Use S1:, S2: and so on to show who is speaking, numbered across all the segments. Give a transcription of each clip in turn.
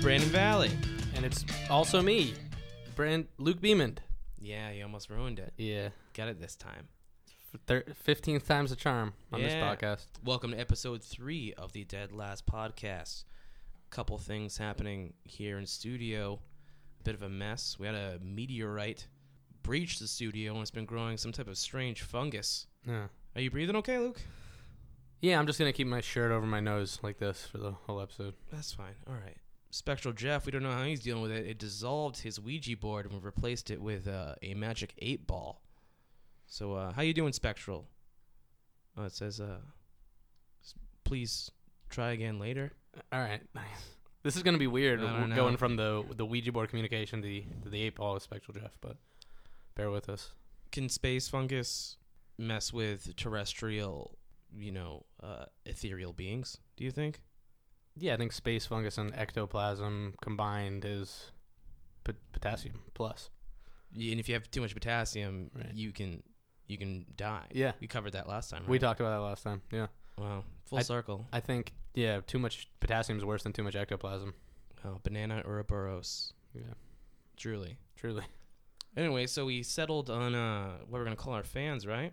S1: Brandon Valley.
S2: And it's also me, Brand Luke Beeman.
S1: Yeah, you almost ruined it.
S2: Yeah,
S1: Got it this time.
S2: thir- 15th time's a charm on this
S1: Yeah.
S2: podcast.
S1: Welcome to episode three of the Dead Last Podcast. Couple things happening here in studio. Bit of a mess. We had a meteorite breach the studio, and it's been growing some type of strange fungus.
S2: Yeah.
S1: Are you breathing okay, Luke?
S2: Yeah, I'm just gonna keep my shirt over my nose like this for the whole episode.
S1: That's fine. All right. Spectral Jeff, we don't know how he's dealing with it. It dissolved his Ouija board and we replaced it with uh, a magic eight ball. So, uh, how you doing, Spectral? Oh, it says, uh, s- please try again later.
S2: All right, this is gonna be weird
S1: I don't
S2: w-
S1: know.
S2: going from the the Ouija board communication to the to the eight ball of Spectral Jeff, but bear with us.
S1: Can space fungus mess with terrestrial, you know, uh, ethereal beings? Do you think?
S2: Yeah, I think space fungus and ectoplasm combined is pot- potassium plus.
S1: Y- And if you have too much potassium,
S2: Right.
S1: you can you can die.
S2: Yeah.
S1: we covered that last time. Right?
S2: We talked about that last time. Yeah,
S1: Wow, full
S2: I-
S1: circle.
S2: I think yeah, too much potassium is worse than too much ectoplasm.
S1: Oh, banana Ouroboros.
S2: Yeah,
S1: Truly.
S2: truly.
S1: Anyway, so we settled on uh, what we're gonna call our fans, right?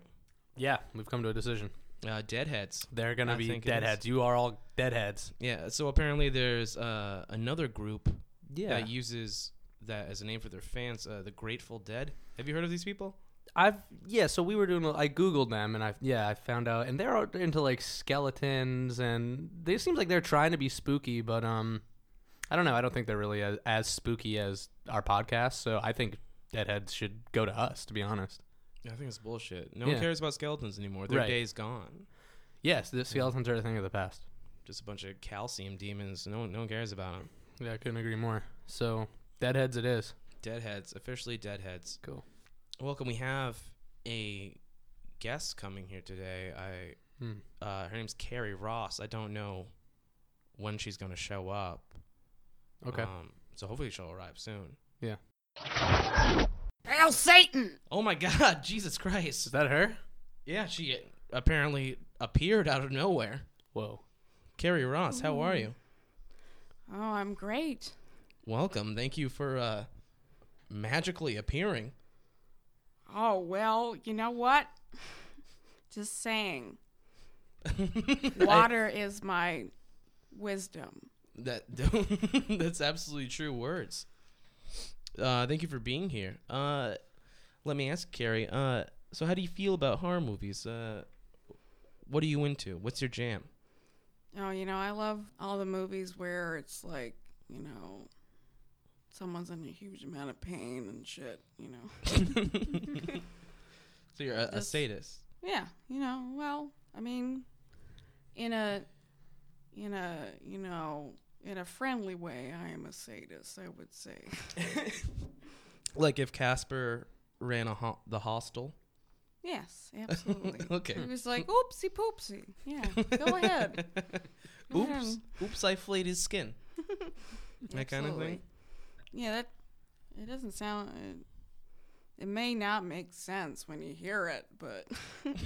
S2: Yeah, we've come to a decision.
S1: Uh, deadheads.
S2: They're gonna
S1: I
S2: be
S1: think it
S2: deadheads. You are all deadheads.
S1: Yeah. So apparently, there's uh, another group
S2: Yeah,
S1: that uses that as a name for their fans. Uh, the Grateful Dead. Have you heard of these people?
S2: I've yeah. So we were doing. I googled them, and I yeah, I found out, and they're out into like skeletons, and they seems like they're trying to be spooky, but um, I don't know. I don't think they're really as, as spooky as our podcast. So I think deadheads should go to us, to be honest.
S1: I think it's bullshit. No
S2: Yeah.
S1: one cares about skeletons anymore. Their
S2: Right.
S1: day's gone.
S2: Yes,
S1: Hmm.
S2: the skeletons are a thing of the past.
S1: Just a bunch of calcium demons. No one, no one cares about them.
S2: Yeah, I couldn't agree more. So deadheads, it is.
S1: Deadheads, officially deadheads.
S2: Cool.
S1: Welcome. We have a guest coming here today. I
S2: Hmm.
S1: uh, her name's Carrie Ross. I don't know when she's going to show up.
S2: Okay.
S1: Um, so hopefully she'll arrive soon.
S3: Hail Satan!
S1: Oh my God, Jesus
S2: is
S1: Christ!
S2: that her?
S1: Yeah, she apparently appeared out of nowhere.
S2: Whoa.
S1: Carrie Ross, how are you?
S3: Oh, I'm great.
S1: Welcome. Thank you for uh, magically appearing.
S3: Oh, well, you know what? Just saying. Water is my wisdom.
S1: That that's absolutely true words. Uh, thank you for being here. Uh, let me ask Carrie. Uh, so how do you feel about horror movies? Uh, what are you into? What's your jam?
S3: Oh, you know, I love all the movies where it's like, you know, someone's in a huge amount of pain and shit, you know.
S1: So you're a, a
S3: Just-
S1: sadist.
S3: Yeah, you know, well, I mean, in a, in a, you know, in a friendly way, I am a sadist, I would say.
S1: Like if Casper ran a ho- the hostel.
S3: Yes, absolutely.
S1: Okay.
S3: He was like, oopsie poopsie. Yeah, go ahead. Go ahead
S1: Oops.
S3: and-
S1: Oops, I flayed his skin. that kind of
S3: Absolutely.
S1: thing.
S3: Yeah, that it doesn't sound. It, it may not make sense when you hear it, but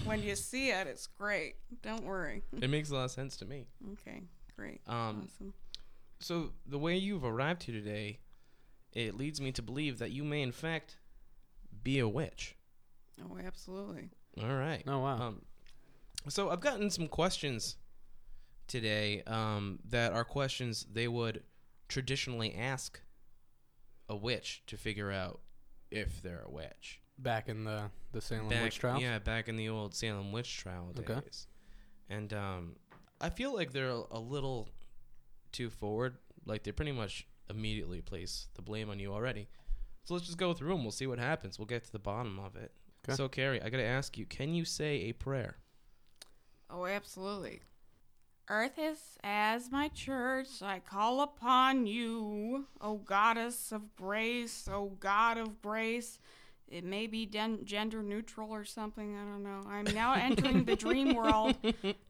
S3: when you see it, it's great. Don't worry.
S1: It makes a lot of sense to me.
S3: Okay, great.
S1: Um,
S3: Awesome.
S1: so the way you've arrived here today, it leads me to believe that you may in fact be a witch.
S3: Oh, absolutely.
S1: All right.
S2: Oh wow.
S1: Um, so I've gotten some questions today um, that are questions they would traditionally ask a witch to figure out if they're a witch.
S2: Back in the the Salem
S1: back,
S2: witch trials.
S1: Yeah, back in the old Salem witch trial days.
S2: Okay.
S1: And um, I feel like they're a little too forward. Like they pretty much immediately place the blame on you already. So let's just go through them. We'll see what happens. We'll get to the bottom of it.
S2: 'Kay.
S1: So Carrie, I gotta ask you: Can you say a prayer?
S3: Oh, absolutely. Earth is as my church. I call upon you, O goddess of grace, O god of grace. It may be den- gender neutral or something. I don't know. I'm now entering the dream world.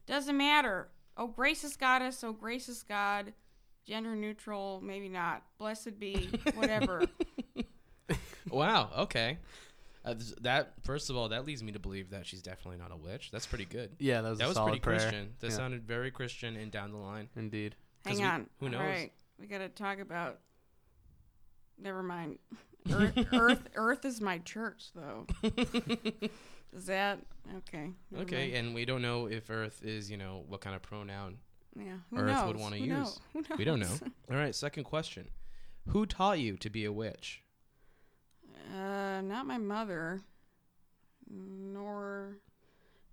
S3: Doesn't matter. Oh, gracious goddess, oh, gracious god. Gender neutral, maybe not. Blessed be, whatever.
S1: wow. Okay. Uh, th- that first of all, that leads me to believe that she's definitely not a witch. That's pretty good.
S2: Yeah, that was
S1: That
S2: a
S1: was
S2: solid
S1: pretty
S2: prayer.
S1: Christian. That
S2: Yeah.
S1: sounded very Christian and down the line.
S2: Indeed.
S3: Hang
S1: 'Cause we-
S3: on.
S1: who
S3: All
S1: knows?
S3: right. we gotta talk about. Never mind. Earth, Earth, Earth is my church, though. Is that okay? never
S1: Okay, and we don't know if Earth is, you know, what kind of pronoun.
S3: mind. Yeah. Who
S1: Earth
S3: knows?
S1: would wanna
S3: Who
S1: use.
S3: knows? Who knows?
S1: We don't know. All right, second question. Who taught you to be a witch?
S3: Uh, not my mother, nor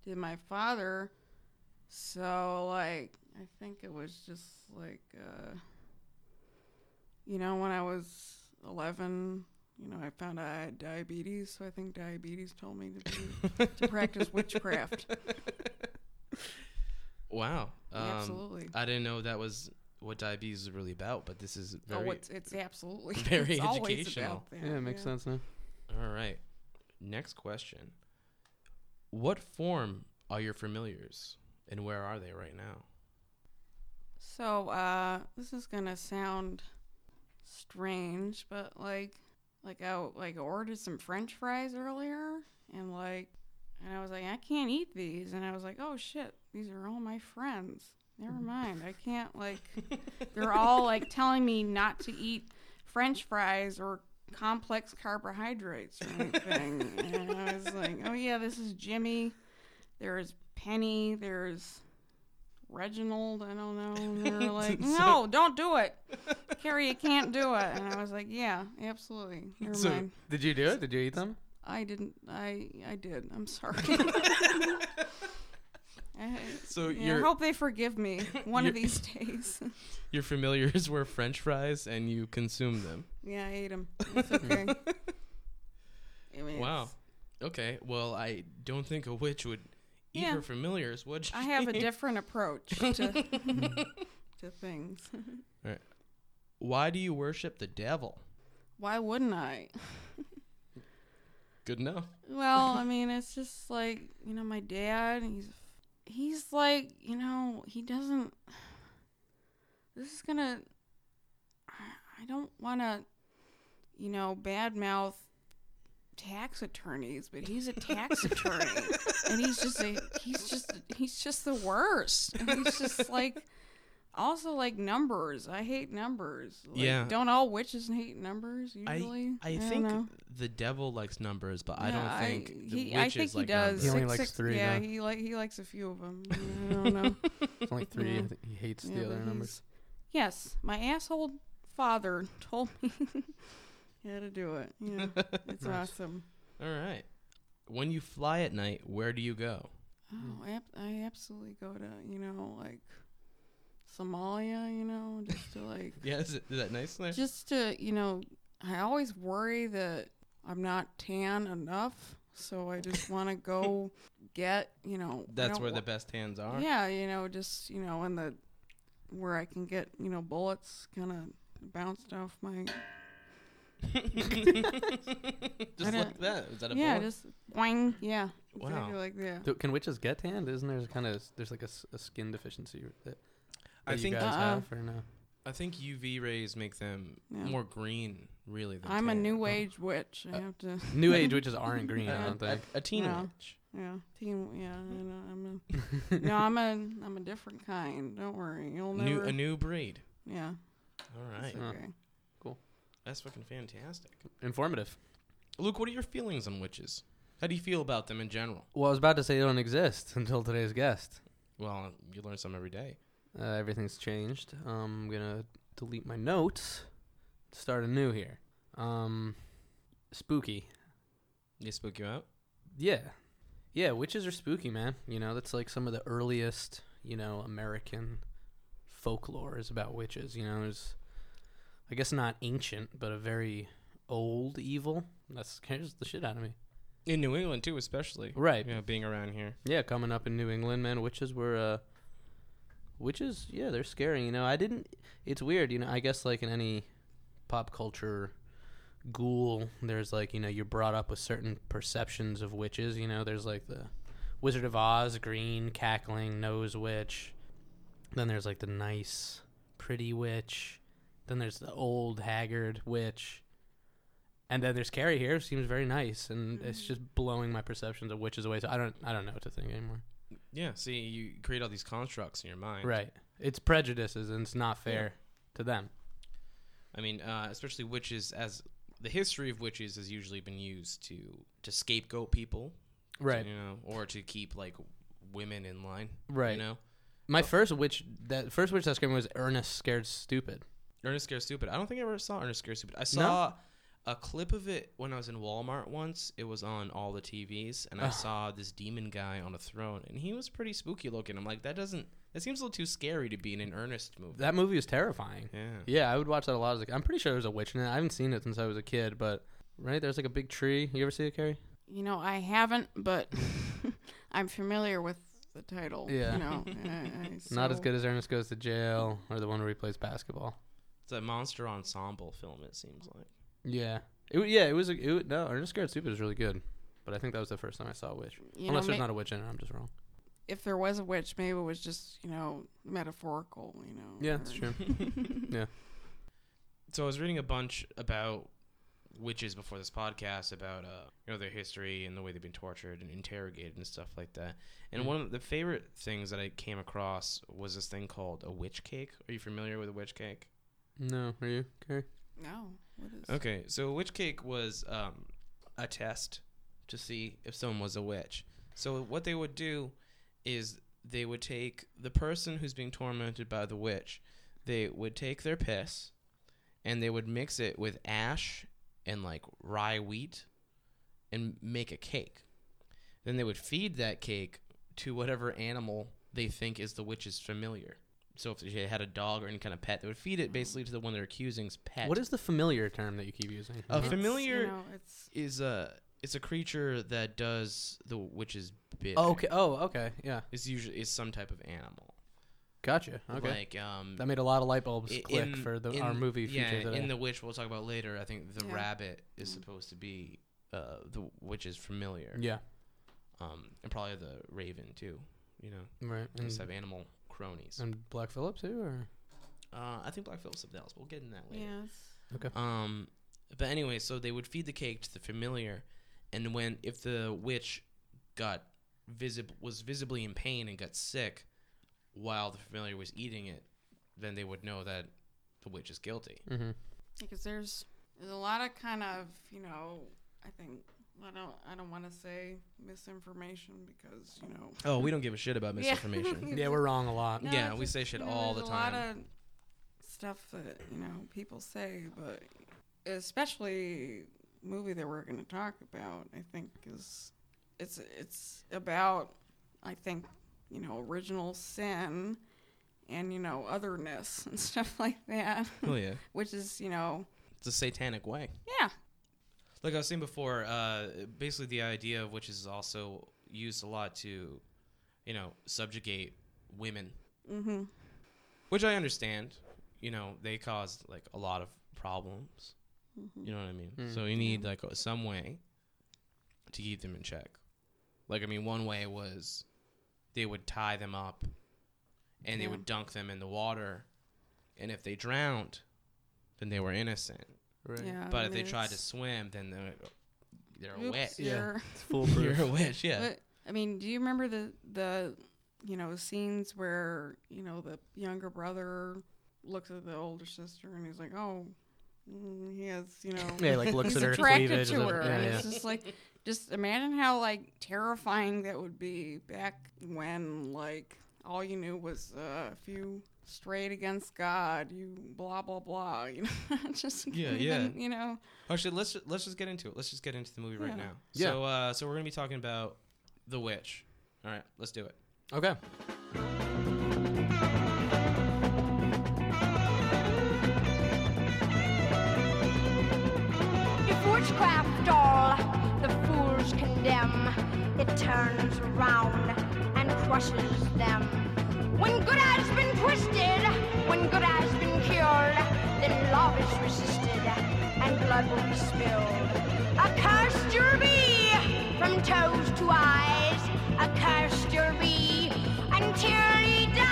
S3: did my father. So, like, I think it was just like, uh, you know, when I was 11, you know, I found out I had diabetes. So I think diabetes told me to, do, to practice witchcraft.
S1: Wow. Um,
S3: absolutely.
S1: I didn't know that was what diabetes is really about, but this is very.
S3: oh, it's, it's absolutely
S1: very
S3: it's always
S1: educational.
S3: about that,
S2: Yeah, it makes sense now.
S1: All right. Next question. What form are your familiars, and where are they right now?
S3: So uh this is gonna sound strange, but like like I like I ordered some French fries earlier and like and I was like, I can't eat these and I was like, Oh shit, these are all my friends. Never mind. I can't like they're all like telling me not to eat French fries or complex carbohydrates or anything. and I was like, Oh yeah, this is Jimmy. There's Penny, there's Reginald, I don't know. And they were like, no, don't do it. Carrie, you can't do it. And I was like, yeah, absolutely. Never mind.
S2: did you do it? Did you eat them?
S3: I didn't. I I did. I'm sorry. I,
S1: So
S3: yeah, I
S1: your
S3: hope they forgive me one of
S1: You're-
S3: these days.
S1: your familiars were French fries, and you consumed them.
S3: yeah, I ate them. It's okay. I mean,
S1: Wow.
S3: it's-
S1: Okay. Well, I don't think a witch would eat
S3: Yeah.
S1: her familiars, would she?
S3: I have a different approach to to things.
S1: Why do you worship the devil?
S3: Why wouldn't I?
S1: Good enough.
S3: Well, I mean, it's just like you know, my dad. He's he's like you know, he doesn't. This is gonna. I I don't want to, you know, badmouth tax attorneys, but he's a tax attorney, and he's just a he's just he's just the worst. And he's just like. Also, like numbers, I hate numbers. Like,
S1: Yeah.
S3: don't all witches hate numbers usually?
S1: I, I
S3: don't
S1: think
S3: know.
S1: the devil likes numbers, but I
S3: Yeah,
S1: don't think the witches
S3: he, I think
S1: like
S3: he does.
S1: numbers.
S2: He only
S3: Six-
S2: likes
S3: six-
S2: three,
S3: Yeah,
S2: huh?
S3: he like he likes a few of them. I don't know.
S2: It's only three.
S3: Yeah.
S2: I think he hates
S3: Yeah,
S2: the
S3: but
S2: other numbers.
S3: he's- Yes, my asshole father told me how to do it. Yeah, it's
S2: Nice.
S3: awesome.
S1: All right. When you fly at night, where do you go?
S3: Oh, I, ab- I absolutely go to you know like Somalia, you know, just to like
S1: Yeah, is, it, is that nice there?
S3: just to you know i always worry that i'm not tan enough so i just want to go get you know I
S1: That's
S3: don't
S1: where
S3: wa-
S1: the best hands are.
S3: yeah you know just you know in the where i can get you know bullets kind of bounced off my
S1: just
S3: don't-
S1: like that. Is that a
S3: yeah
S1: bullet?
S3: just wang yeah
S1: Wow.
S3: exactly like that
S2: Do, can witches get tanned? Isn't there kind of there's like a, s- a skin deficiency that,
S1: I
S2: that you
S1: think
S2: guys
S3: Uh-uh.
S2: have or no?
S1: I think UV rays make them
S3: Yeah.
S1: more green, really. Than Uh.
S3: i'm a
S1: tan.
S3: new age witch i have to
S2: New age witches aren't
S1: Uh,
S2: green. I don't
S1: a,
S2: think.
S1: a teen
S3: No.
S1: witch.
S3: yeah teen yeah i know i'm a no i'm a i'm a different kind don't worry you'll never
S1: New, a new breed.
S3: yeah
S1: All right.
S3: it's okay
S1: That's fucking fantastic.
S2: Informative.
S1: Luke, what are your feelings on witches? How do you feel about them in general?
S2: Well, I was about to say they don't exist until today's guest.
S1: Well, you learn some every day.
S2: Uh, everything's changed. Um, I'm gonna delete my notes. Start anew here. Um, spooky.
S1: They spook you out?
S2: Yeah. Yeah, witches are spooky, man. You know, that's like some of the earliest, you know, American folklore is about witches. You know, there's, I guess, not ancient, but a very old evil. That scares the shit out of me.
S1: In New England, too, especially.
S2: Right.
S1: You know, being around here.
S2: Yeah, coming up in New England, man, witches were uh witches, yeah, they're scary, you know. I didn't it's weird, you know, I guess like in any pop culture ghoul, there's like, you know, you're brought up with certain perceptions of witches, you know, there's like the Wizard of Oz, green, cackling, nose witch. Then there's like the nice, pretty witch. Then there's the old haggard witch. And then there's Carrie here, seems very nice, and it's just blowing my perceptions of witches away. So I don't, I don't know what to think anymore.
S1: Yeah, see, you create all these constructs in your mind.
S2: Right? It's prejudices, and it's not fair to them.
S1: I mean, uh, especially witches, as the history of witches has usually been used to to scapegoat people, to,
S2: Right.
S1: you know, or to keep like women in line,
S2: Right.
S1: You know,
S2: My first witch that first witch that scared me was Ernest Scared Stupid.
S1: Ernest Scares Stupid. I don't think I ever saw Ernest Scares Stupid. I saw a clip of it when I was in Walmart once. It was on all the TVs, and I
S2: Ugh.
S1: saw this demon guy on a throne, and he was pretty spooky looking. I'm like, that doesn't. That seems a little too scary to be in an Ernest movie.
S2: That movie was terrifying.
S1: yeah.
S2: Yeah, I would watch that a lot. As a, I'm pretty sure there was a witch in it. I haven't seen it since I was a kid, but right there's like a big tree. You ever see it, Carrie?
S3: You know, I haven't, but I'm familiar with the title.
S2: Yeah.
S3: You know, I- I-
S2: Not as
S3: so-
S2: good as Ernest Goes to Jail or the one where he plays basketball.
S1: It's a monster ensemble film. It seems like.
S2: Yeah. It, wa- yeah, it was. A, it, wa- no, Ernest Scared Stupid was really good, but I think that was the first time I saw a witch.
S3: You
S2: Unless
S3: know,
S2: there's
S3: ma-
S2: not a witch in it, I'm just wrong.
S3: if there was a witch, maybe it was just you know metaphorical. You know.
S2: Yeah, that's
S3: or-
S2: true.
S1: so I was reading a bunch about witches before this podcast about uh, you know their history and the way they've been tortured and interrogated and stuff like that. And
S2: Mhm.
S1: one of the favorite things that I came across was this thing called a witch cake. Are you familiar with a witch cake?
S2: No, are you, Carrie?
S3: No. What is?
S1: Okay, so a witch cake was um, a test to see if someone was a witch. So what they would do is they would take the person who's being tormented by the witch, they would take their piss, and they would mix it with ash and like rye wheat, and make a cake. Then they would feed that cake to whatever animal they think is the witch's familiar. So if they had a dog or any kind of pet, they would feed it basically to the one they're accusing's pet.
S2: What is the familiar term that you keep using?
S1: A
S3: It's,
S1: fam- familiar-
S3: You know, it's
S1: is a it's a creature that does the witch's bit.
S2: oh, okay. Oh, okay. Yeah.
S1: It's usually is some type of animal.
S2: Gotcha. Okay.
S1: Like um
S2: That made a lot of light bulbs
S1: i-
S2: click
S1: in-
S2: for the,
S1: in-
S2: our movie
S1: yeah,
S2: feature today.
S1: in the witch we'll talk about later. I think the
S3: Yeah.
S1: rabbit is supposed to be uh the witch's familiar.
S2: yeah,
S1: Um and probably the raven too, you know.
S2: right.
S1: Just
S2: And,
S1: have animal cronies.
S2: and Black Phillip too, or
S1: Uh I think Black Phillip's something else. We'll get in that later.
S3: yes.
S1: Um, but anyway, so they would feed the cake to the familiar, and when if the witch got visib- was visibly in pain and got sick while the familiar was eating it, then they would know that the witch is guilty.
S2: mm-hmm.
S3: because there's there's a lot of kind of you know I think I don't I don't want to say misinformation because you know
S1: Oh, we don't give a shit about
S3: Yeah.
S1: misinformation.
S2: yeah, we're wrong a lot.
S1: Uh, Yeah,
S3: it's
S1: we say shit
S3: you know,
S1: all
S3: there's
S1: the
S3: A lot
S1: time.
S3: of stuff that you know people say, but especially movie that we're going to talk about, I think is it's it's about I think you know original sin and you know otherness and stuff like that,
S1: oh yeah,
S3: which is you know
S1: it's a satanic way.
S3: yeah
S1: Like I was saying before, uh, basically the idea of witches is also used a lot to, you know, subjugate women
S3: mm-hmm.
S1: which I understand. You know, they caused like a lot of problems.
S3: Mm-hmm.
S1: You know what I mean?
S2: Mm.
S1: So you need like some way to keep them in check. Like I mean, one way was they would tie them up and they
S3: Yeah.
S1: would dunk them in the water, and if they drowned, then they were innocent.
S2: Right.
S3: yeah.
S1: but
S3: I
S1: if they
S3: mean,
S1: tried to
S3: it's-
S1: swim, then they're they're a
S3: Oh, oops,
S1: witch.
S2: Yeah.
S3: you're-
S2: It's
S1: You're a
S2: foolproof.
S1: witch, yeah.
S3: But, I mean, do you remember the the you know scenes where you know the younger brother looks at the older sister and he's like, oh, mm, he has you know,
S2: yeah, like looks
S3: he's
S2: at her
S3: attracted
S2: cleavage.
S3: to her,
S2: yeah,
S3: and
S2: yeah.
S3: it's just like, just imagine how like terrifying that would be back when like all you knew was uh, if you strayed against God, you blah blah blah, you know, just
S1: Yeah,
S3: even,
S1: yeah.
S3: you know,
S1: Actually, Oh, let's ju- let's just get into it. Let's just get into the movie right
S3: Yeah.
S1: now.
S2: Yeah.
S1: So uh, so we're gonna be talking about the witch. All right, let's do it.
S2: Okay.
S4: If witchcraft all the fools condemn, it turns round and crushes them. When good has been twisted, when good has been cured, then love is resisted and blood will be spilled. Accursed you'll be from toes to eyes, accursed you'll be until he dies.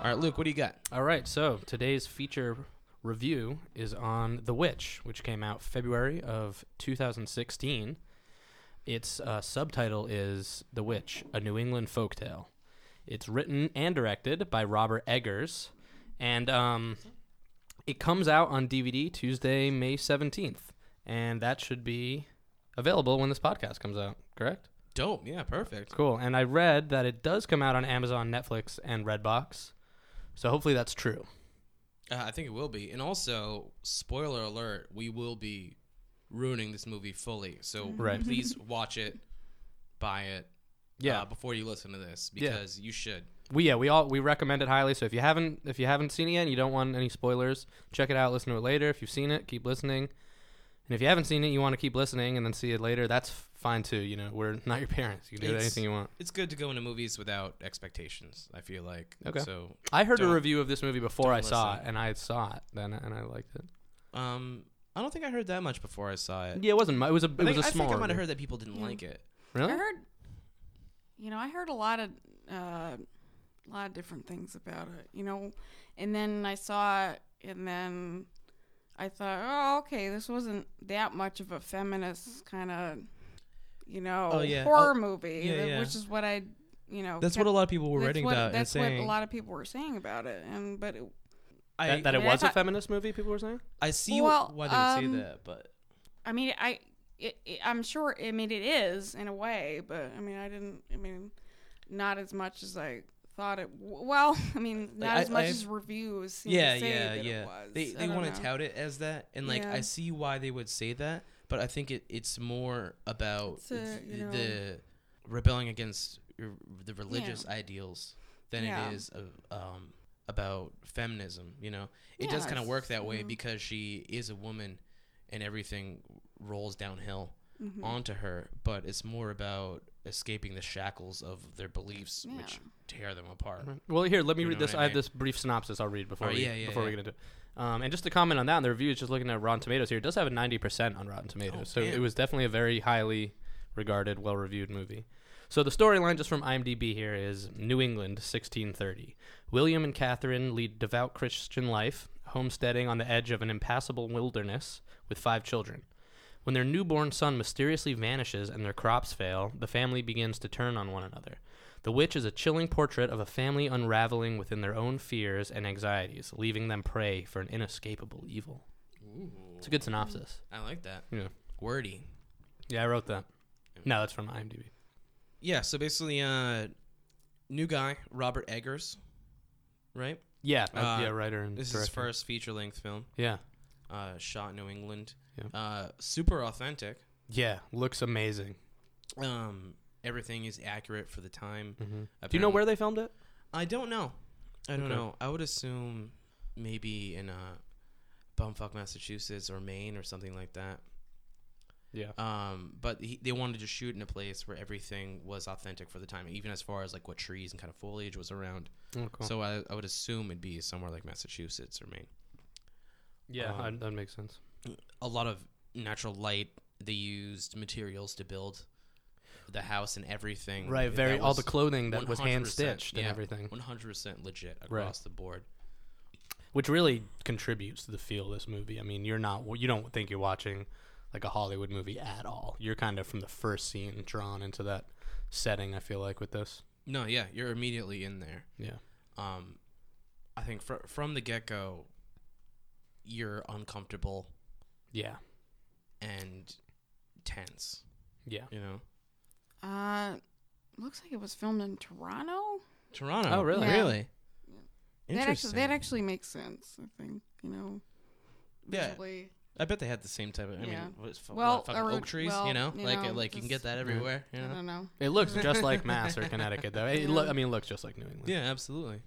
S1: All right, Luke, what do you got?
S2: All right. So today's feature review is on The Witch, which came out February of 2016. Its uh, subtitle is The Witch, a New England Folktale. It's written and directed by Robert Eggers, and um, it comes out on DVD Tuesday, May 17th. And that should be available when this podcast comes out, correct?
S1: Dope. Yeah, perfect.
S2: Cool. And I read that it does come out on Amazon, Netflix, and Redbox. So hopefully that's true.
S1: Uh, I think it will be. And also, spoiler alert, we will be ruining this movie fully. So
S2: Right.
S1: please watch it, buy it.
S2: Yeah.
S1: uh, before you listen to this
S2: Yeah.
S1: because you should.
S2: we yeah we all we recommend it highly so if you haven't if you haven't seen it yet and you don't want any spoilers check it out listen to it later if you've seen it keep listening and if you haven't seen it you want to keep listening and then see it later that's f- fine too you know we're not your parents you can do
S1: It's-
S2: anything you want
S1: It's good to go into movies without expectations. I feel like
S2: Okay.
S1: So
S2: i heard a
S1: don't-
S2: review of this movie before i
S1: don't
S2: saw it
S1: listen.
S2: and i saw it then and i liked it
S1: um, I don't think I heard that much before I saw it.
S2: yeah it wasn't mu- it was a it
S1: I think,
S2: was a
S1: I,
S2: small
S1: think I might have
S2: review.
S1: heard that people
S3: Mm-hmm.
S1: didn't like it.
S2: really
S3: I heard, you know, I heard a lot of, uh, a lot of different things about it, you know, and then I saw it, and then I thought, oh, okay, this wasn't that much of a feminist kind of, you know,
S1: Oh, yeah.
S3: horror
S1: Oh,
S3: movie,
S1: yeah,
S3: th-
S1: yeah.
S3: which is what I, you know,
S1: That's what a lot of people were
S3: that's
S1: writing
S3: what,
S1: about
S3: That's
S1: and
S3: what
S1: saying
S3: a lot of people were saying about it, and but it,
S1: I,
S2: that, that
S3: I
S2: it
S3: mean, I
S2: was a
S3: thought-
S2: feminist movie people were saying
S1: I see
S3: Well,
S1: why they would
S3: um,
S1: say that, but
S3: I mean, I, it, it, I'm sure. I mean, it is in a way, but I mean, I didn't. I mean, not as much as I thought it. w- Well, I mean, not
S1: I-
S3: as much
S1: I've-
S3: as reviews. Seem
S1: yeah,
S3: to say
S1: yeah,
S3: that
S1: yeah.
S3: It was.
S1: They
S3: I
S1: they
S3: don't
S1: want
S3: know.
S1: to tout it as that, and like
S3: Yeah.
S1: I see why they would say that, but I think it, it's more about
S3: It's a, you
S1: th-
S3: know-
S1: the rebelling against r- the religious ideals than
S3: Yeah.
S1: it is of, um, about feminism. You know, it does
S3: Yeah,
S1: kind of work
S3: it's-
S1: that way because she is a woman, and everything rolls downhill
S3: Mm-hmm.
S1: onto her. But it's more about escaping the shackles of their beliefs, which tear them apart.
S2: Well, here, let me
S1: You
S2: read
S1: know
S2: this.
S1: what I
S2: I, have
S1: mean?
S2: this brief synopsis I'll read before
S1: Oh,
S2: we
S1: yeah, yeah,
S2: before we
S1: yeah.
S2: get into it. Um, and just to comment on that, and the review is just looking at Rotten Tomatoes here. It does have a 90% on Rotten Tomatoes. so
S1: Oh, damn.
S2: it was definitely a very highly regarded, well reviewed movie. So the storyline just from IMDb here is New England, 1630. William and Catherine lead devout Christian life, homesteading on the edge of an impassable wilderness with five children. When their newborn son mysteriously vanishes and their crops fail, the family begins to turn on one another. The Witch is a chilling portrait of a family unraveling within their own fears and anxieties, leaving them prey for an inescapable evil. It's a good synopsis.
S1: I like that.
S2: Yeah.
S1: Wordy.
S2: Yeah, I wrote that. No, that's from IMDb.
S1: Yeah, so basically, uh, new guy Robert Eggers, right?
S2: Yeah,
S1: Uh,
S2: yeah, writer and
S1: This is his
S2: director.
S1: first feature-length film,
S2: Yeah,
S1: uh, shot in New England.
S2: Yeah.
S1: Uh, super authentic.
S2: yeah, looks amazing.
S1: Um, everything is accurate for the time.
S2: Mm-hmm. Do you know
S1: Apparently-
S2: where they filmed it?
S1: I don't know. I don't
S2: Okay.
S1: know. I would assume maybe in uh, bumfuck Massachusetts or Maine or something like that.
S2: Yeah,
S1: Um, but he, they wanted to shoot in a place where everything was authentic for the time, even as far as like what trees and kind of foliage was around.
S2: Oh, cool.
S1: So I, I would assume it'd be somewhere like Massachusetts or Maine.
S2: yeah,
S1: um,
S2: that, that makes sense.
S1: A lot of natural light. They used materials to build the house and everything.
S2: Right,
S1: That
S2: very all the
S1: was
S2: clothing that was
S1: 100%
S2: hand stitched and
S1: yeah,
S2: everything,
S1: 100% legit across
S2: Right.
S1: the board.
S2: which really contributes to the feel of this movie. I mean, you're not you don't think you're watching like a Hollywood movie at all. You're kind of from the first scene drawn into that setting. I feel like with this.
S1: No, yeah, you're immediately in there.
S2: Yeah.
S1: um, I think fr- from the get go, you're uncomfortable
S2: Yeah.
S1: and tense.
S2: Yeah.
S1: You know,
S3: Uh, looks like it was filmed in Toronto.
S1: Toronto.
S2: Oh, really? Yeah.
S1: Really?
S3: That actually,
S1: Interesting.
S3: that actually makes sense. I think you know.
S1: Yeah.
S3: visually.
S1: I bet they had the same type of. I
S3: Yeah.
S1: mean, what is,
S3: Well,
S1: well, fucking
S3: or-
S1: oak trees.
S3: well,
S1: you know,
S3: you
S1: like
S3: know,
S1: like you can get
S3: just- Uh-huh.
S1: that everywhere. You
S3: I
S1: know.
S3: don't know.
S2: It looks just like Mass or Connecticut, though. It loo- I mean, it looks just like New England.
S1: Yeah, absolutely.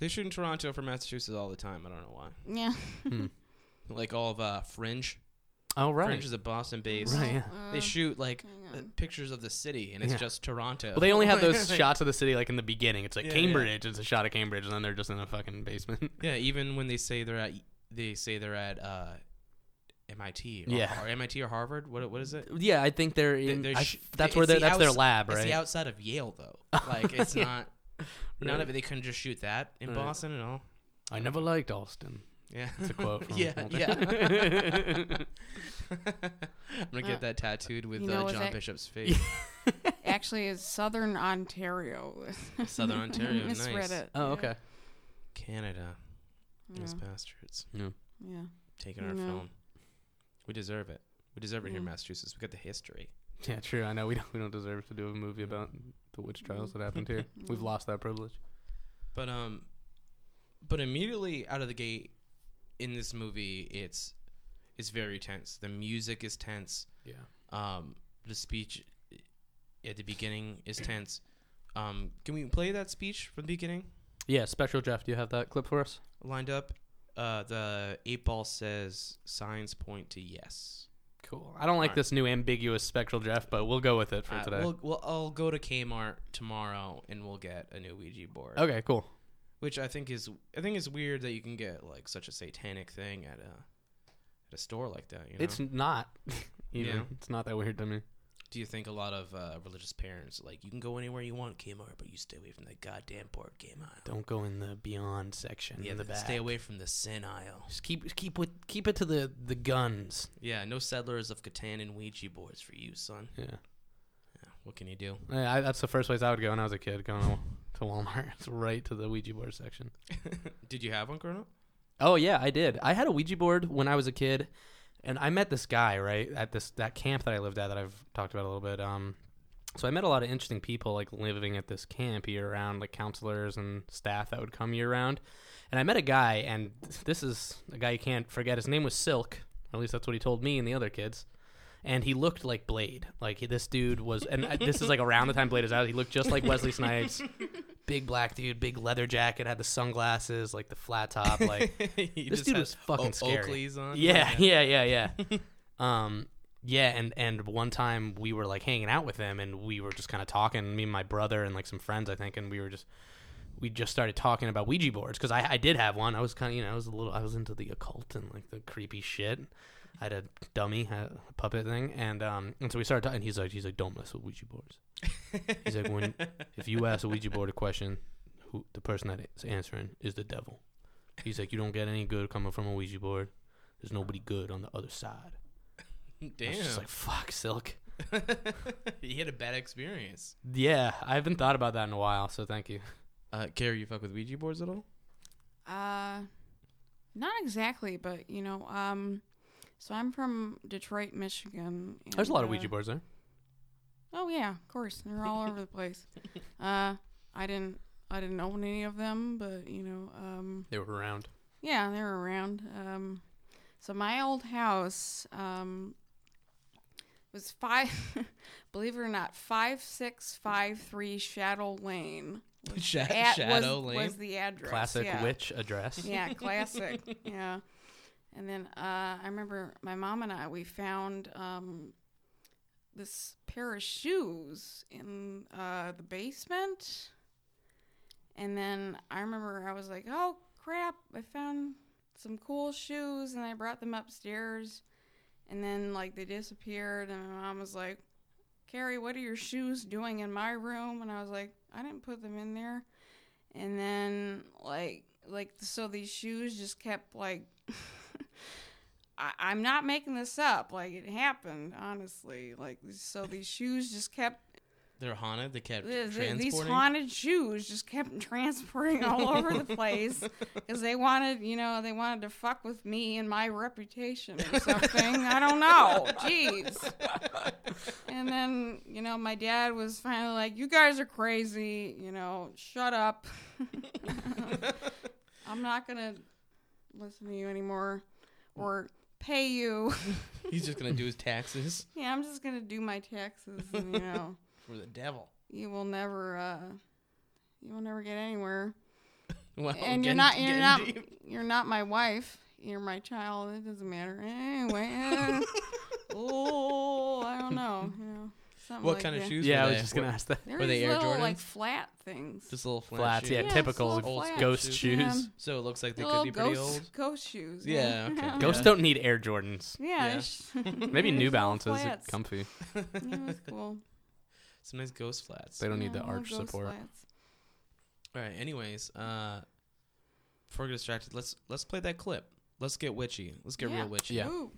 S1: They shoot in Toronto for Massachusetts all the time. I don't know why.
S3: Yeah.
S1: Like all of uh, Fringe.
S2: Oh, right.
S1: Fringe is a Boston based.
S2: Right, yeah.
S3: Mm.
S1: They shoot like
S3: hang
S1: uh,
S3: on.
S1: pictures of the city, and it's
S2: Yeah.
S1: just Toronto.
S2: Well, they only have those shots of the city like in the beginning. It's like
S1: Yeah, yeah.
S2: Cambridge. It's a shot of Cambridge, and then they're just in a fucking basement.
S1: Yeah, even when they say they're at, they say they're at uh, MIT. Or,
S2: Yeah.
S1: or MIT or Harvard. What what is it?
S2: yeah, I think they're in.
S1: They're
S2: I-
S1: sh-
S2: that's
S1: it's
S2: where they're.
S1: the
S2: That's their
S1: outs-
S2: lab,
S1: It's
S2: right?
S1: the outside of Yale though. Like it's not. None
S2: Really?
S1: of it. They couldn't just shoot that in
S2: Right.
S1: Boston at all.
S2: I never liked Austin.
S1: Yeah.
S2: It's a quote. From
S1: yeah,
S2: Walter.
S1: yeah. I'm gonna
S3: Uh,
S1: get that tattooed with
S3: you know,
S1: uh,
S3: was
S1: John
S3: that-
S1: Bishop's face.
S3: Actually, it's Southern Ontario.
S1: Southern Ontario,
S3: Misread
S1: nice.
S3: it.
S2: oh,
S3: yeah.
S2: okay.
S1: Canada,
S3: Yeah.
S1: those bastards
S3: yeah.
S1: taking our
S3: No.
S1: film. We deserve it. We deserve it here in
S3: Yeah.
S1: Massachusetts. We got the history.
S2: Yeah, true. I know we don't we don't deserve to do a movie about the witch trials that happened here. We've lost that privilege.
S1: But um, but immediately out of the gate in this movie, it's it's very tense. The music is tense.
S2: Yeah.
S1: Um, the speech at the beginning is tense. Um, can we play that speech from the beginning?
S2: Yeah, special Jeff, do you have that clip for us?
S1: lined up. Uh, the eight ball says signs point to yes.
S2: Cool. I don't like
S1: Alright.
S2: this new ambiguous spectral Jeff, but we'll go with it for
S1: Uh,
S2: today.
S1: We'll, we'll, I'll go to Kmart tomorrow and we'll get a new Ouija board.
S2: okay, cool.
S1: Which I think is I think it's weird that you can get like such a satanic thing at a at a store like that. You know?
S2: It's not. even.
S1: Yeah.
S2: It's not that weird to me.
S1: Do you think a lot of uh, religious parents like you can go anywhere you want Kmart, but you stay away from that goddamn board Kmart.
S2: Don't go in the beyond section.
S1: yeah,
S2: in the
S1: th-
S2: back.
S1: stay away from the sin aisle.
S2: Just keep keep with keep it to the the guns.
S1: Yeah, no settlers of Catan and Ouija boards for you, son.
S2: Yeah.
S1: Yeah, what can you do?
S2: Yeah, I, that's the first place I would go when I was a kid, going to, to Walmart. It's right to the Ouija board section.
S1: Did you have one growing up?
S2: Oh yeah, I did. I had a Ouija board when I was a kid, and I met this guy right at this that camp that I lived at that I've talked about a little bit. Um, so I met a lot of interesting people like living at this camp year round, like counselors and staff that would come year round. And I met a guy, and this is a guy you can't forget. His name was Silk. At least that's what he told me and the other kids. And he looked like Blade. Like this dude was, and I- this is like around the time Blade is out. He looked just like Wesley Snipes. Big black dude, big leather jacket, had the sunglasses, like the flat top, like This dude was fucking scary.
S1: Oakley's on.
S2: Yeah, yeah, yeah, yeah. um, yeah, and and one time we were like hanging out with him, and we were just kind of talking. Me and my brother and like some friends, I think, and we were just we just started talking about Ouija boards because I, I did have one. I was kind of you know I was a little I was into the occult and like the creepy shit. I had a dummy, a puppet thing, and um, and so we started talking. And he's like, he's like, don't mess with Ouija boards. He's like, when if you ask a Ouija board a question, who the person that is answering is the devil. He's like, you don't get any good coming from a Ouija board. There's nobody good on the other side. I
S1: Damn.
S2: was just like, fuck, Silk.
S1: he had a bad experience.
S2: Yeah, I haven't thought about that in a while, so thank you.
S1: Uh, Carrie, you fuck with Ouija boards at all?
S3: Uh, not exactly, but you know, um, so I'm from Detroit, Michigan. and,
S2: There's a lot of
S3: uh,
S2: Ouija boards there.
S3: Oh yeah, of course, they're all over the place. Uh, I didn't, I didn't own any of them, but you know, um,
S2: They were around.
S3: yeah, they were around. Um, so my old house, um, was five, believe it or not, five six five three Shadow Lane. was
S1: Sha-
S3: at-
S1: Shadow
S3: was,
S1: Lane?
S3: was the address.
S2: Classic
S3: yeah.
S2: witch address.
S3: Yeah, classic. yeah. And then uh, I remember my mom and I we found um, this pair of shoes in uh, the basement. And then I remember I was like, "Oh crap, I found some cool shoes and I brought them upstairs." And then like they disappeared and my mom was like, "Carrie, what are your shoes doing in my room?" And I was like, "I didn't put them in there." and then like like so these shoes just kept like I, i'm not making this up like it happened honestly like so these shoes just kept
S1: They're haunted. They kept
S3: th- th-
S1: transporting.
S3: these haunted shoes just kept transporting all over the place because they wanted you know they wanted to fuck with me and my reputation or something i don't know jeez and then you know my dad was finally like you guys are crazy you know shut up i'm not gonna listen to you anymore or pay you
S1: He's just gonna do his taxes
S3: yeah i'm just gonna do my taxes and, you know
S1: for the devil.
S3: you will never uh you will never get anywhere
S1: Wow,
S3: and you're
S1: getting-
S3: not you're
S1: getting
S3: not
S1: deep.
S3: you're not my wife you're my child it doesn't matter anyway uh, oh i don't know you know something
S1: What
S3: like
S1: kind of
S3: that.
S1: shoes? were
S2: Yeah, I was
S1: they?
S2: just going to
S1: What-
S2: ask that.
S3: They're
S1: Were they
S3: these
S1: Air
S3: little, like
S1: Jordans?
S3: flat things
S1: Just little flat
S2: Flats,
S1: shoes.
S2: yeah,
S3: Yeah,
S2: typical
S3: it's all flat.
S2: ghost
S1: Shoes.
S2: shoes.
S3: Yeah.
S1: So it looks like they
S3: Little
S1: could be pretty
S3: ghost,
S1: old.
S3: ghost shoes.
S1: Yeah, okay.
S2: Ghosts
S1: Yeah.
S2: don't need Air Jordans.
S1: Yeah.
S3: yeah. it's-
S2: Maybe New
S3: it's all
S2: Balances are
S3: flats.
S2: comfy.
S3: Yeah, it was cool.
S1: Some nice ghost flats.
S2: They don't need
S3: Yeah,
S2: the
S3: little
S2: arch
S3: ghost
S2: support.
S3: flats.
S1: All right. Anyways, uh, before I get distracted, let's let's play that clip. Let's get witchy. Let's get
S3: Yeah.
S1: real witchy.
S2: Yeah.
S3: Ooh.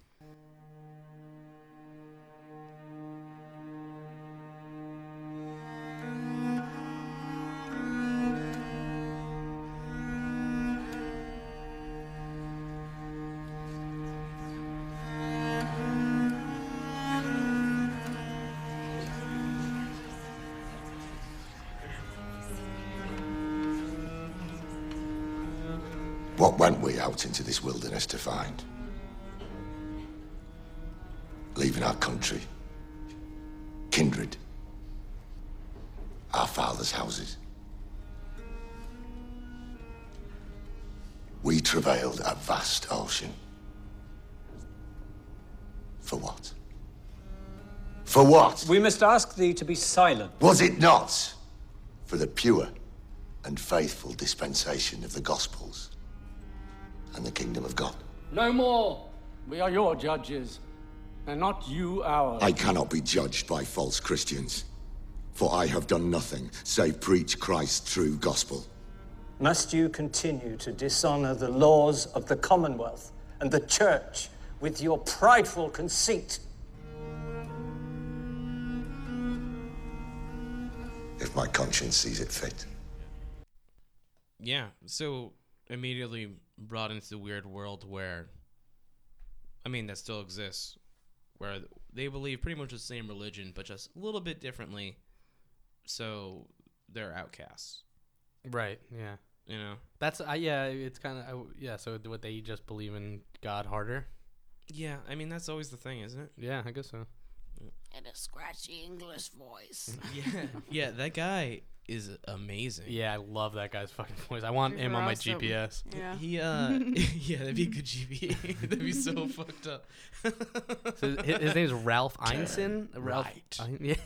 S5: What went we out into this wilderness to find? Leaving our country, kindred, our fathers' houses. We travailed a vast ocean. For what? For what?
S6: We must ask thee to be silent.
S5: Was it not for the pure and faithful dispensation of the Gospels and the kingdom of God?
S6: No more. We are your judges, and not you ours.
S5: I cannot be judged by false Christians, for I have done nothing save preach Christ's true gospel.
S7: Must you continue to dishonor the laws of the Commonwealth and the Church with your prideful conceit?
S5: If my conscience sees it fit,
S1: Yeah. So immediately brought into the weird world where, I mean, that still exists, where they believe pretty much the same religion, but just a little bit differently. So they're outcasts,
S2: Right. Yeah.
S1: you know?
S2: That's I yeah. It's kind of yeah. So what they just believe in God harder?
S1: Yeah. I mean, that's always the thing, isn't it?
S2: Yeah, I guess so.
S4: In a scratchy English voice.
S1: Yeah. yeah. That guy is amazing.
S2: Yeah, I love that guy's fucking voice. I want him on my
S3: Awesome.
S2: GPS.
S3: Yeah.
S1: He, uh, yeah, that'd be a good GBA. that'd be so fuckt up.
S2: So his, his name is Ralph Einstein. Ralph.
S1: right.
S2: Ein-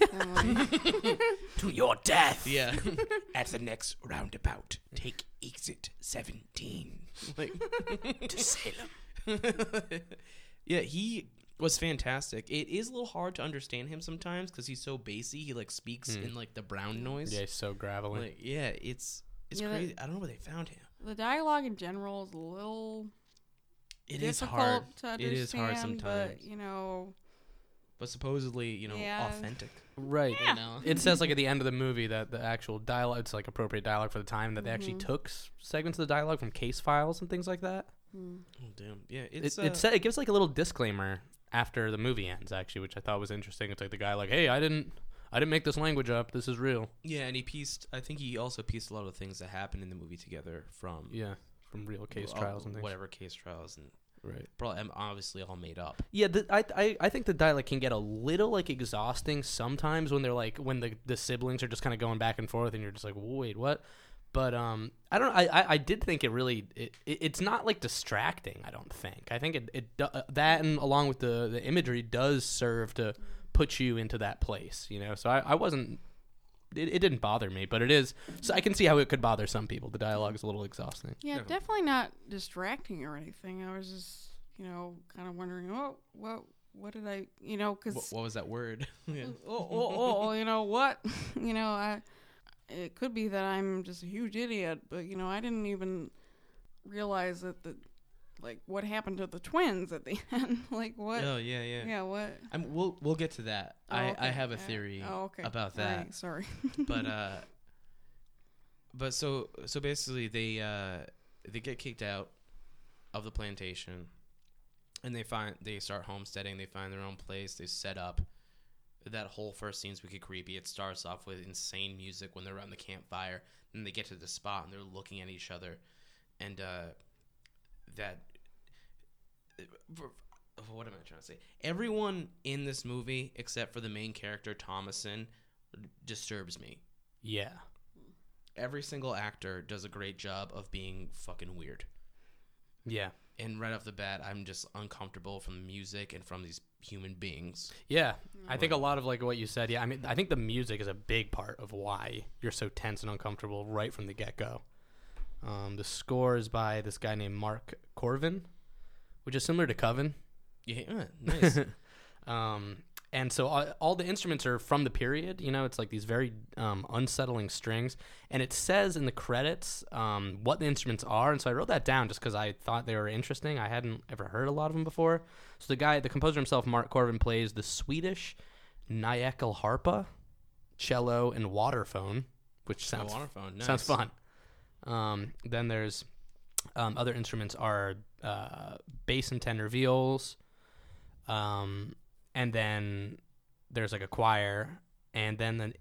S2: yeah.
S8: To your death
S1: yeah.
S8: at the next roundabout. Take exit 17
S1: like,
S8: to Salem.
S1: yeah, he was fantastic. It is a little hard to understand him sometimes because he's so bassy. He like speaks in like the brown noise.
S2: Hmm. Yeah, he's so gravelly.
S1: Like yeah, it's it's
S3: Yeah, that-
S1: crazy. I don't know where they found him.
S3: The dialogue in general is a little
S1: It is
S3: difficult
S1: hard.
S3: to understand.
S1: It is hard sometimes.
S3: But, you know,
S1: But supposedly, you know,
S3: Yeah.
S1: authentic.
S2: right.
S1: You know.
S2: It says like at the end of the movie that the actual dialogue, it's like appropriate dialogue for the time that they actually took s- segments of the dialogue from case files and things like that.
S1: Oh damn. Yeah,
S2: It
S1: it's
S2: it,
S1: uh,
S2: sa- it gives like a little disclaimer after the movie ends actually, which I thought was interesting. It's like the guy like, hey, I didn't, I didn't make this language up. This is real.
S1: yeah, and he pieced. I think he also pieced a lot of things that happened in the movie together from
S2: Yeah, from real case
S1: all-
S2: trials and things.
S1: whatever case trials and
S2: Right.
S1: probably um, obviously all made up.
S2: Yeah, the, I, I I think the dialect can get a little like exhausting sometimes when they're like when the the siblings are just kind of going back and forth and you're just like wait what, but um I don't I I, I did think it really it, it, it's not like distracting I don't think I think it it do- uh, that and along with the the imagery does serve to put you into that place you know so I I wasn't. It, it didn't bother me, but it is. So I can see how it could bother some people. The dialogue is a little exhausting.
S3: yeah, definitely not distracting or anything. I was just, you know, kind of wondering, oh, what, what did I, you know, because
S1: What, what was that word? yeah.
S3: oh, oh, oh, you know what? you know, I, it could be that I'm just a huge idiot, but you know, I didn't even realize that the, like, what happened to the twins at the end? like, what?
S1: Oh
S3: Yeah,
S1: yeah, yeah.
S3: what?
S1: I'm, we'll we'll get to that.
S3: Oh,
S1: I, I
S3: okay.
S1: have a
S3: Uh,
S1: theory
S3: oh, okay.
S1: about
S3: All
S1: that,
S3: right, sorry.
S1: but uh, but so so basically they uh they get kicked out of the plantation, and they find they start homesteading. They find their own place. They set up. That whole first scene's wicked creepy. It starts off with insane music when they're around the campfire. Then they get to the spot and they're looking at each other, and uh, that for- for- Oh, what am I trying to say? Everyone in this movie, except for the main character Thomason, disturbs me.
S2: Yeah,
S1: Every single actor does a great job of being fucking weird.
S2: yeah.
S1: And right off the bat, I'm just uncomfortable from the music and from these human beings.
S2: Yeah, I think a lot of like what you said. Yeah, I mean, I think the music is a big part of why you're so tense and uncomfortable right from the get go. Um, the score is by this guy named Mark Corvin, which is similar to Coven.
S1: Yeah, nice.
S2: Um, and so all, all the instruments are from the period. You know, it's like these very um, unsettling strings, and it says in the credits um, what the instruments are. And so I wrote that down just because I thought they were interesting. I hadn't ever heard a lot of them before. So the guy, the composer himself, Mark Corvin, plays the Swedish nyckel harpa, cello, and waterphone, which sounds
S1: waterphone,
S2: sounds
S1: nice.
S2: fun. Um, then there's um, other instruments are uh, bass and tenor viols, um, and then there's like a choir, and then an,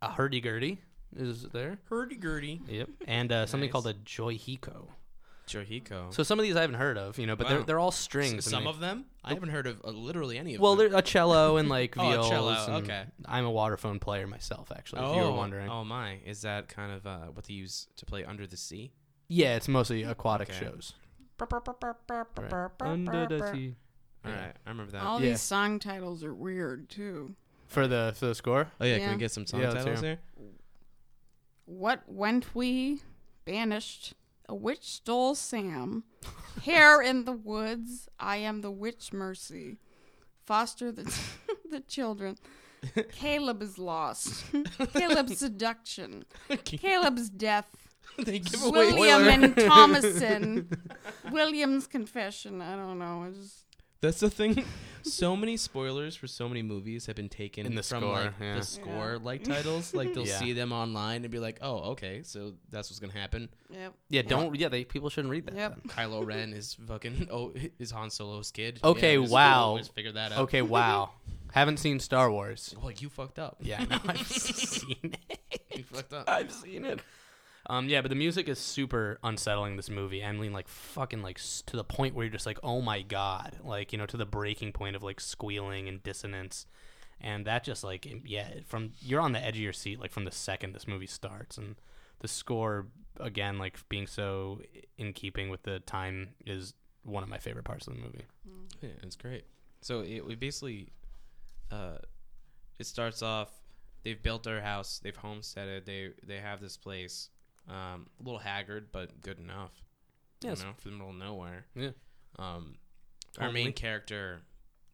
S2: a hurdy gurdy is there.
S1: Hurdy gurdy.
S2: Yep, and uh, something
S1: Nice.
S2: called a joyhiko.
S1: Johiko.
S2: So some of these I haven't heard of, you know, but they're
S1: Wow.
S2: they're all strings. and
S1: Some
S2: they-
S1: of them? I haven't heard of uh, literally any of
S2: well,
S1: them.
S2: there's a cello and like
S1: Oh, a
S2: viols.
S1: cello,
S2: and
S1: okay.
S2: I'm a waterphone player myself, actually.
S1: oh,
S2: if you were wondering.
S1: Oh, my. Is that kind of uh, what they use to play Under the Sea?
S2: Yeah, it's mostly aquatic
S1: Okay.
S2: shows.
S3: Under
S2: sea.
S1: All right. I remember that.
S3: All
S2: Yeah.
S3: these song titles are weird too.
S2: For the for the score.
S1: Oh, yeah.
S3: Yeah.
S1: Can we get some song
S2: Yeah, let's
S1: titles
S2: hear
S1: there?
S3: What went we banished? A witch stole Sam. Hair in the woods. I am the witch mercy. Foster the the children. Caleb is lost. Caleb's seduction. Caleb's death.
S1: they give away
S3: William
S1: spoiler.
S3: and Thomason. William's confession. I don't know. It's just
S1: That's the thing. So many spoilers for so many movies have been taken
S2: In the
S1: from
S2: score,
S1: like
S2: yeah.
S1: the score like titles. Like they'll
S2: Yeah.
S1: see them online and be like, "Oh, okay, so that's what's gonna happen."
S3: yep.
S2: Yeah, don't. Yeah, they people shouldn't read that.
S3: Yep.
S2: then.
S1: Kylo Ren is fucking oh is Han Solo's kid.
S2: Okay,
S1: Yeah, just-
S2: wow.
S1: always Figure that out.
S2: Okay, wow. Haven't seen Star Wars.
S1: Well, you fucked up.
S2: Yeah, no, I've seen it.
S1: you fucked up.
S2: I've seen it. Um, yeah, but the music is super unsettling. This movie, I mean, like fucking, like s- to the point where you're just like, oh my god, like you know, to the breaking point of like squealing and dissonance, and that just like, im- yeah, from you're on the edge of your seat like from the second this movie starts, and the score again, like being so in keeping with the time, is one of my favorite parts of the movie.
S1: Yeah, it's great. So it we basically, uh, it starts off. They've built their house. They've homesteaded. They they have this place. Um, a little haggard, but good enough.
S2: Yes.
S1: You know, from the middle of nowhere.
S2: Yeah,
S1: Um, our
S2: Homely.
S1: main character,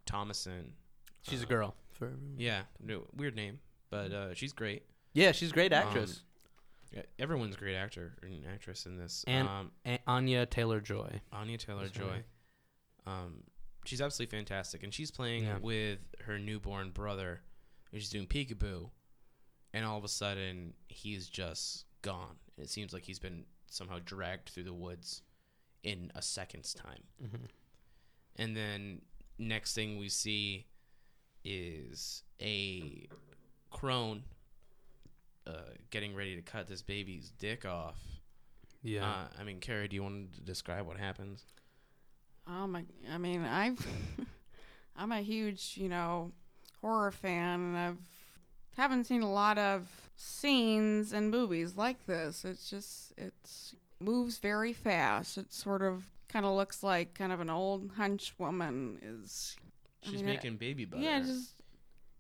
S1: Thomason.
S2: she's a girl. For everyone.
S1: Yeah, no, weird name,
S2: Mm.
S1: but uh, she's great.
S2: Yeah, she's a great
S1: Um,
S2: actress.
S1: yeah, everyone's a great actor and actress in this.
S2: and
S1: um,
S2: A- Anya Taylor Joy.
S1: Anya Taylor
S2: That's
S1: Joy.
S2: right.
S1: Um, she's absolutely fantastic, and she's playing
S2: Yeah.
S1: with her newborn brother. And she's doing peekaboo, and all of a sudden he's just gone. And it seems like he's been somehow dragged through the woods in a second's time.
S2: Mm-hmm.
S1: And then next thing we see is a crone uh, getting ready to cut this baby's dick off.
S2: Yeah.
S1: Uh, I mean, Carrie, do you want to describe what happens?
S3: Oh my! I mean, I've I'm a huge you know horror fan, and I've haven't seen a lot of scenes and movies like this. It's just it's moves very fast. It sort of kind of looks like kind of an old hunch woman is
S1: She's
S3: mean, I-
S1: making baby butter.
S3: yeah just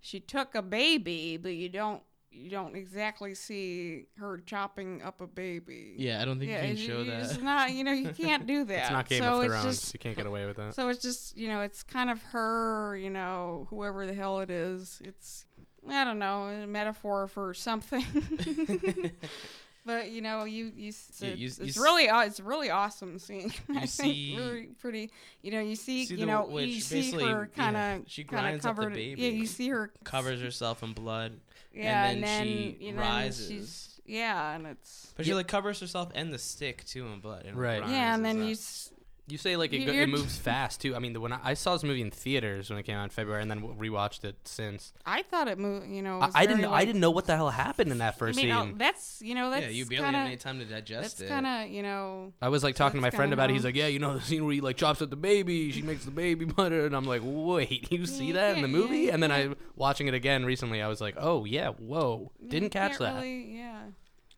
S3: she took a baby, but you don't you don't exactly see her chopping up a baby.
S1: Yeah, I don't think you can show
S3: you
S1: that.
S3: It's not you know you can't do that.
S2: It's not Game
S3: so
S2: of
S3: it's
S2: Thrones.
S3: just-
S2: you can't get away with that.
S3: so it's just, you know, it's kind of her, you know, whoever the hell it is. It's, I don't know, a metaphor for something. but you know, you you, it's,
S1: Yeah, you-
S3: it's,
S1: you s-
S3: really aw- it's really awesome seeing. I
S1: see-
S3: think really pretty. You know, you see,
S1: see
S3: you
S1: the
S3: know,
S1: witch
S3: you see
S1: basically-
S3: her kind of
S1: yeah, she grinds up the
S3: covered, Yeah,
S1: baby.
S3: you see her
S1: Covers herself in blood.
S3: Yeah,
S1: and then she
S3: you know,
S1: rises.
S3: she's- yeah, and it's
S1: But she like covers herself and the stick too in blood. And
S2: Right.
S1: rises
S3: yeah, and then
S1: up.
S3: you. s-
S2: You say like it,
S3: You-
S2: go,
S3: you're-
S2: it moves fast too. I mean, the, when I, I saw this movie in theaters when it came out in February, and then w- rewatched it since.
S3: I thought it moved. You know, it
S2: I,
S3: was
S2: I didn't.
S3: very,
S2: I
S3: like-
S2: didn't know what the hell happened in that
S3: I
S2: first
S3: mean, oh,
S2: scene.
S3: that's you know that's
S1: yeah, you barely
S3: kinda,
S1: have any time to digest it.
S3: That's kind of you know.
S2: I was like talking to my
S3: that's
S2: friend
S3: kinda
S2: about. it. He's
S3: how-
S2: like, "Yeah, you know the scene where he like chops up the baby. She makes the baby butter." And I'm like, "Wait, you see
S3: you
S2: that in the
S3: can't- yeah,
S2: movie?"
S3: you
S2: And then I watching it again recently. I was like, "Oh yeah, whoa, didn't catch
S3: can't
S2: that."
S3: Really, yeah.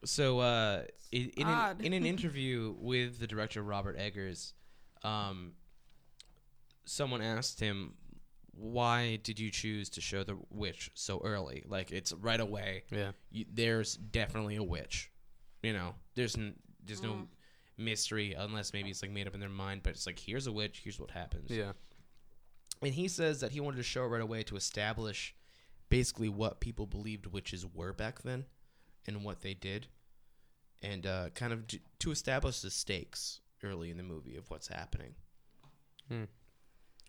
S1: So uh, in, in, an,
S3: odd.
S1: in an interview with the director Robert Eggers, um, someone asked him, "Why did you choose to show the witch so early? Like it's right away.
S2: Yeah.
S1: you, there's definitely a witch. You know, there's n- there's no mystery unless maybe it's like made up in their mind. But it's like here's a witch. Here's what happens.
S2: Yeah,
S1: And he says that he wanted a show right away to establish basically what people believed witches were back then and what they did, and uh, kind of d- to establish the stakes early in the movie of what's happening.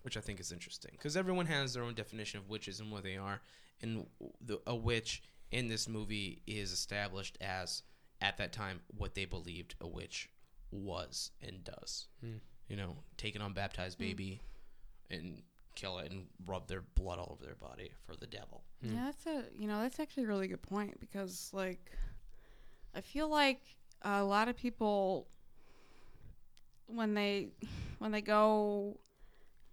S1: Which I think is interesting because everyone has their own definition of witches and what they are, and w- the, a witch in this movie is established as at that time what they believed a witch was and does. You know, taking on baptized baby and kill it and rub their blood all over their body for the devil.
S2: Hmm.
S3: Yeah, that's a you know that's actually a really good point because like I feel like a lot of people when they when they go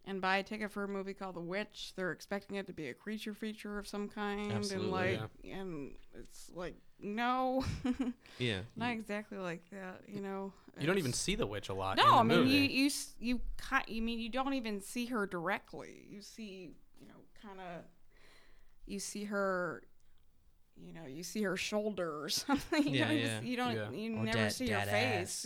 S3: and buy a ticket for a movie called The Witch, they're expecting it to be a creature feature of some kind
S1: Absolutely,
S3: and like and it's like no,
S1: Yeah.
S3: not exactly like that, you know.
S2: You don't
S3: It's-
S2: even see the witch a lot.
S3: no, I
S2: in the
S3: mean
S2: movie.
S3: you you s- you ki- you mean you don't even see her directly. You see, you know, kind of you see her you know, you see her shoulder or something. You
S1: Yeah,
S3: don't,
S1: yeah.
S3: even you don't
S2: Yeah.
S3: you
S1: Or
S3: never
S1: that-
S3: see her
S1: that
S3: face.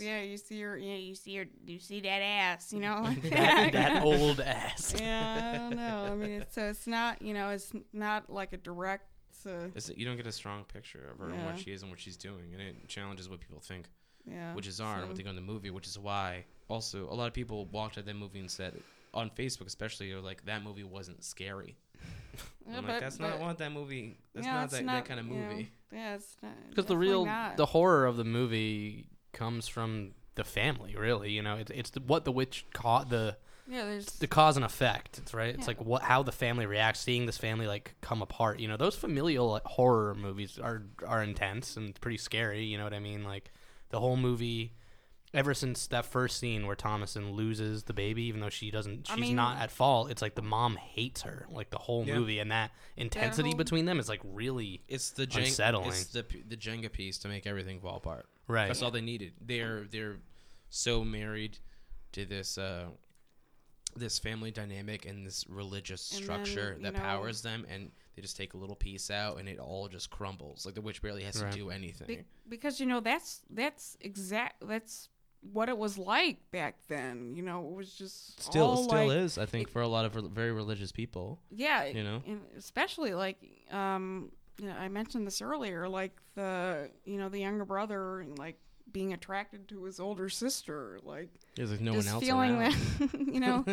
S1: ass.
S3: Yeah, you see her yeah, you see her you see that ass, you know, like that.
S2: that old ass.
S3: yeah, I don't know. I mean, it's, so it's not, you know, it's not like a direct uh,
S1: It's, you don't get a strong picture of her and
S3: Yeah.
S1: what she is and what she's doing, and it challenges what people think
S3: yeah.
S1: witches are and what they go in the movie, which is why also a lot of people walked out of that movie and said on Facebook, especially, they were like that movie wasn't scary.
S3: Yeah,
S1: I'm
S3: but-
S1: like, that's not
S3: but-
S1: what that movie. That's
S3: yeah,
S1: not
S3: it's
S1: that, that kind of
S3: you know,
S1: movie.
S3: yeah, it's not
S2: Because the
S3: definitely
S2: real,
S3: not.
S2: the horror of the movie comes from the family. Really, you know, it's it's the, what the witch caught the
S3: yeah, there's
S2: the cause and effect. It's right. It's
S3: Yeah.
S2: like what how the family reacts, seeing this family like come apart. You know, those familial like, horror movies are are intense and pretty scary. You know what I mean? Like the whole movie. Ever since that first scene where Thomason loses the baby, even though she doesn't, she's
S3: mean-
S2: not at fault. It's like the mom hates her, like the whole movie, and that intensity
S3: whole-
S2: between them is like really
S1: It's the Jen-
S2: Unsettling.
S1: It's the p- the Jenga piece to make everything fall apart.
S2: Right.
S1: That's all they needed. They're they're so married to this uh, this family dynamic and this religious
S3: And
S1: structure
S3: then,
S1: that
S3: you know-
S1: powers them, and they just take a little piece out, and it all just crumbles. Like the witch barely has to do anything.
S3: Be- because you know that's that's exact that's what it was like back then. You know, it was just all, like-
S1: is. I think for a lot of very religious people.
S3: Yeah,
S1: you know?
S3: and especially like um, you know, I mentioned this earlier, like the you know the younger brother like being attracted to his older sister, like
S1: There's like no
S3: just
S1: one else
S3: feeling
S1: around.
S3: that you know,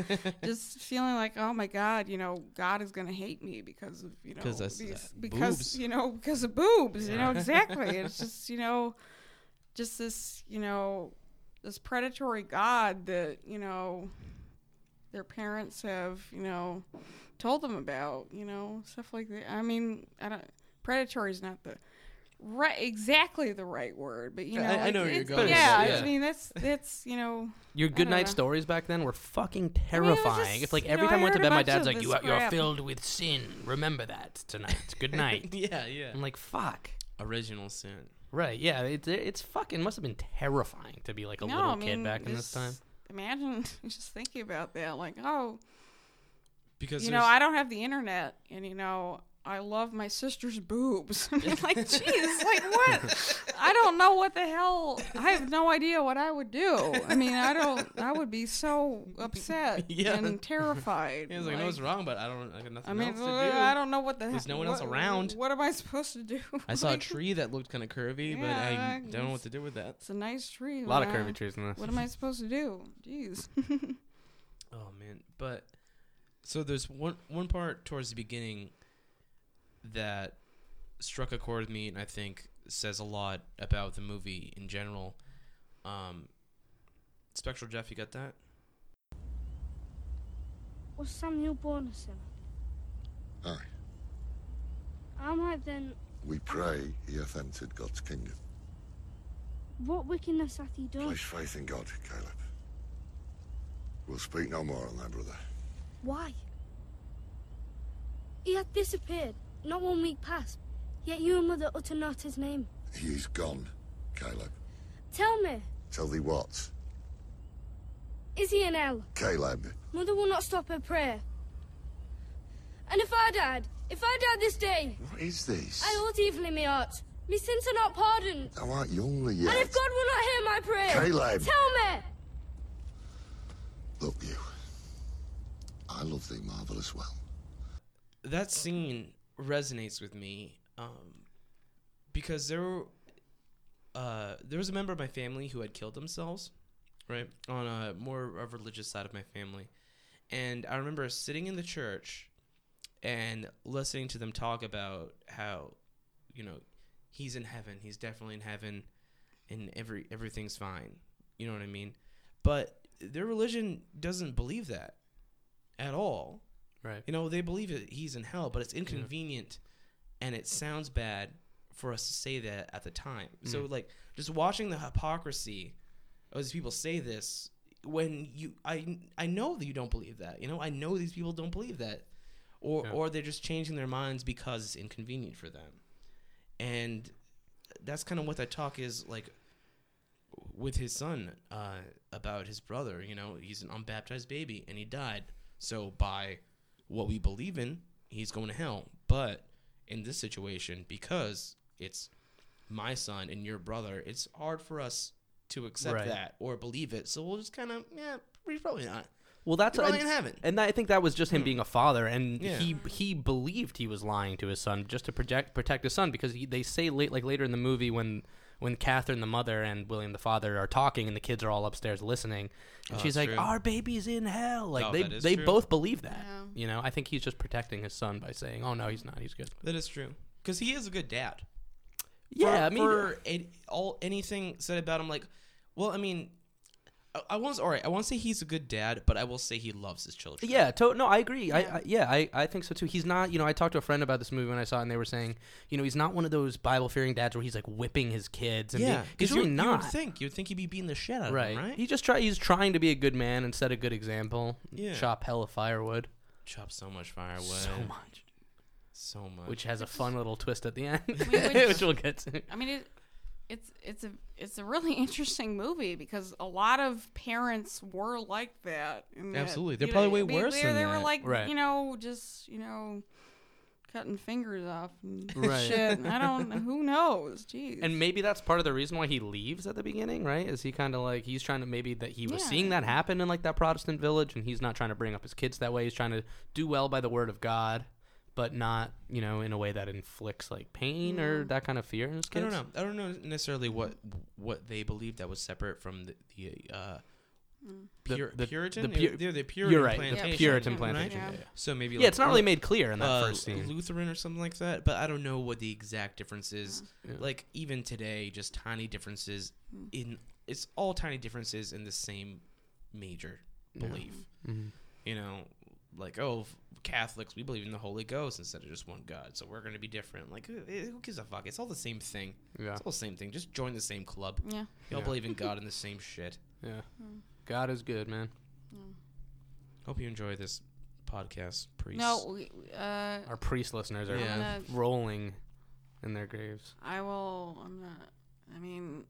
S3: just feeling like oh my god, you know, God is gonna hate me because of you know
S1: 'Cause that's, uh,
S3: these- because
S1: boobs.
S3: you know because of boobs, you know exactly. it's just you know, just this you know, this predatory God that you know, their parents have you know, told them about you know stuff like that. I mean, I don't predatory is not the right exactly the right word, but you know,
S1: I- I
S3: like,
S1: know where you're
S3: it's-
S1: going with
S3: Yeah,
S1: it,
S3: it's-
S1: yeah.
S3: I mean that's that's you know.
S2: Your good
S3: don't
S2: night
S3: know.
S2: stories back then were fucking
S3: Uh-huh. mean, it was
S2: terrifying.
S3: just-
S2: it's like
S3: you know,
S2: every time
S3: I
S2: I went to
S3: heard
S2: bed,
S3: a
S2: my
S3: bunch
S2: dad's
S3: of
S2: like,
S3: this
S2: you are, "You're
S3: crap."
S2: filled with sin. Remember that tonight. Good night."
S1: yeah, yeah.
S2: I'm like, "Fuck."
S1: Original sin.
S2: Right? Yeah. It's it's fucking must have been terrifying to be like a little kid back in this
S3: just
S2: time.
S3: Imagine just thinking about that, like, oh,
S1: Because
S3: you know,
S1: there's-
S3: I don't have the internet, and you know, I love my sister's boobs. I mean, like, jeez, like what? I don't know what the hell. I have no idea what I would do. I mean, I don't. I would be so upset
S1: Yeah.
S3: and terrified.
S1: He was like, I know what's wrong, but I don't. I got nothing
S3: I mean,
S1: else to do.
S3: I don't know what the
S1: There's no
S3: hell-
S1: one else
S3: what-
S1: around.
S3: What am I supposed to do?
S1: I saw a tree that looked kind of curvy, but
S3: Yeah,
S1: I don't know
S3: it's-
S1: what to do with that.
S3: It's a nice tree.
S2: A lot of curvatures in this.
S3: What am I supposed to do? Jeez.
S1: Oh man, but so there's one one part towards the beginning that struck a chord with me, and I think says a lot about the movie in general. Um, Spectral Jeff, you got that?
S9: Well, Sam, you're born a sinner.
S5: Aye.
S9: Am I then?
S5: We pray he hath entered God's kingdom.
S9: What wickedness hath he done?
S5: Place faith in God, Caleb. We'll speak no more on that, brother.
S9: Why? He hath disappeared, not one week past, yet you and mother utter not his name.
S5: He is gone, Caleb.
S9: Tell me,
S5: Tell thee what,
S9: is he in hell?
S5: Caleb.
S9: Mother will not stop her prayer. And if I died, if I died this day,
S5: What is this?
S9: I ought evil in my heart. Me sins are not pardoned.
S5: Thou art younger yet.
S9: And if God will not hear my prayer,
S5: Caleb.
S9: tell me.
S5: Look, you. I I love thee marvellous well.
S1: that scene resonates with me um, because there were, uh, there was a member of my family who had killed themselves, right on a more of religious side of my family, and I remember sitting in the church and listening to them talk about how you know he's in heaven, he's definitely in heaven, and every everything's fine. You know what I mean? But their religion doesn't believe that at all.
S2: Right.
S1: You know, they believe that he's in hell, but it's inconvenient and it sounds bad for us to say that at the time. So like just watching the hypocrisy of these people say this when you I I know that you don't believe that. You know, I know these people don't believe that. Or or they're just changing their minds because it's inconvenient for them. And that's kind of what that talk is like with his son uh, about his brother. You know, he's an unbaptized baby and he died. So by what we believe in, he's going to hell. But in this situation, because it's my son and your brother, it's hard for us to accept
S2: Right.
S1: that or believe it. So we'll just kind of yeah, he's probably not.
S2: Well, that's
S1: You're
S2: and,
S1: lying in heaven.
S2: and I think that was just
S1: Hmm.
S2: him being a father, and
S1: Yeah.
S2: he he believed he was lying to his son just to project protect his son because he, they say late like later in the movie when when Catherine the mother and William the father are talking and the kids are all upstairs listening, and
S1: Oh,
S2: she's
S1: that's
S2: like,
S1: true.
S2: "Our baby's in hell." Like
S1: Oh,
S2: they
S1: that is
S2: they
S1: true.
S2: both believe that.
S3: Yeah.
S2: You know, I think he's just protecting his son by saying, "Oh no, he's not. He's good."
S1: That is true because he is a good dad.
S2: Yeah, I mean,
S1: for a- all anything said about him, like, well, I mean, I, I won't. All right, I won't say he's a good dad, but I will say he loves his children.
S2: Yeah, to- no, I agree. I, I yeah, I, I think so too. He's not, you know, I talked to a friend about this movie when I saw it, and they were saying, you know, he's not one of those Bible fearing dads where he's like whipping his kids. And
S1: yeah,
S2: because you're
S1: you,
S2: not.
S1: You would think you'd think he'd be beating the shit out
S2: right.
S1: of him, right?
S2: He just try. He's trying to be a good man and set a good example.
S1: Yeah.
S2: Chop hell of firewood.
S1: chopped so much firewood,
S2: So much.
S1: so much.
S2: Which has a fun little twist at the end,
S3: which-
S2: which we'll get to.
S3: I mean, it, it's it's a it's a really interesting movie because a lot of parents were like that. in that,
S1: Absolutely. They're
S3: you
S1: probably way
S3: they-
S1: worse
S3: They,
S1: than
S3: they were
S1: that.
S3: like,
S2: Right.
S3: you know, just you know, cutting fingers off and
S2: Right.
S3: shit. I don't. Who knows? Jeez.
S2: And maybe that's part of the reason why he leaves at the beginning, right? Is he kind of like he's trying to maybe that he was
S3: Yeah.
S2: seeing that happen in like that Protestant village, and he's not trying to bring up his kids that way. He's trying to do well by the word of God, but not you know in a way that inflicts like pain or that kind of fear in his
S1: I
S2: kids.
S1: don't know. I don't know necessarily what what they believed that was separate from the, the uh,
S2: The-
S1: Pur-
S2: the-
S1: Puritan.
S2: the
S1: They
S2: Pur-
S1: were- they're the Puritan
S2: You're right,
S1: plantation.
S2: the Puritan
S3: Yeah.
S2: plantation.
S3: Right?
S2: Yeah. yeah.
S1: So maybe
S2: Yeah,
S1: like
S2: it's not really made clear in that
S1: uh,
S2: first scene.
S1: Lutheran or something like that. But I don't know what the exact difference is. Like even today, just tiny differences in it's all tiny differences in the same major belief.
S2: Mm-hmm.
S1: You know, like oh, f- Catholics we believe in the Holy Ghost instead of just one God, so we're going to be different. Like who, eh, who gives a fuck? It's all the same thing.
S2: Yeah.
S1: It's all the same thing. Just join the same club. You
S3: yeah.
S1: all believe in God and the same shit.
S2: Yeah, God is good, man.
S1: Hope you enjoy this podcast, priest.
S3: No. We, we- uh,
S2: Our priest listeners are
S1: Yeah.
S2: rolling in their graves.
S3: I will. I'm not. I mean,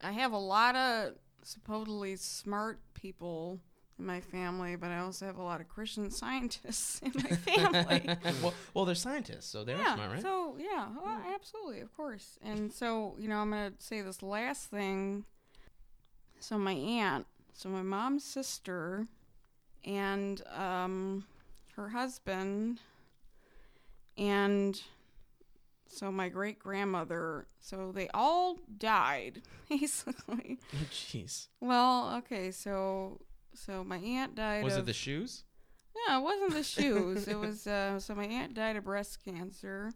S3: I have a lot of supposedly smart people in my family, but I also have a lot of Christian scientists in my family.
S1: well, well, they're scientists, so they're
S3: yeah.
S1: smart, right?
S3: So yeah, well, absolutely, of course. And so you know, I'm gonna say this last thing. So my aunt, so my mom's sister, and um, her husband, and so my great grandmother. So they all died basically.
S1: Jeez.
S3: Well, okay, so so my aunt died.
S1: Was
S3: of,
S1: it the shoes?
S3: no, it wasn't the shoes. it was uh, so my aunt died of breast cancer.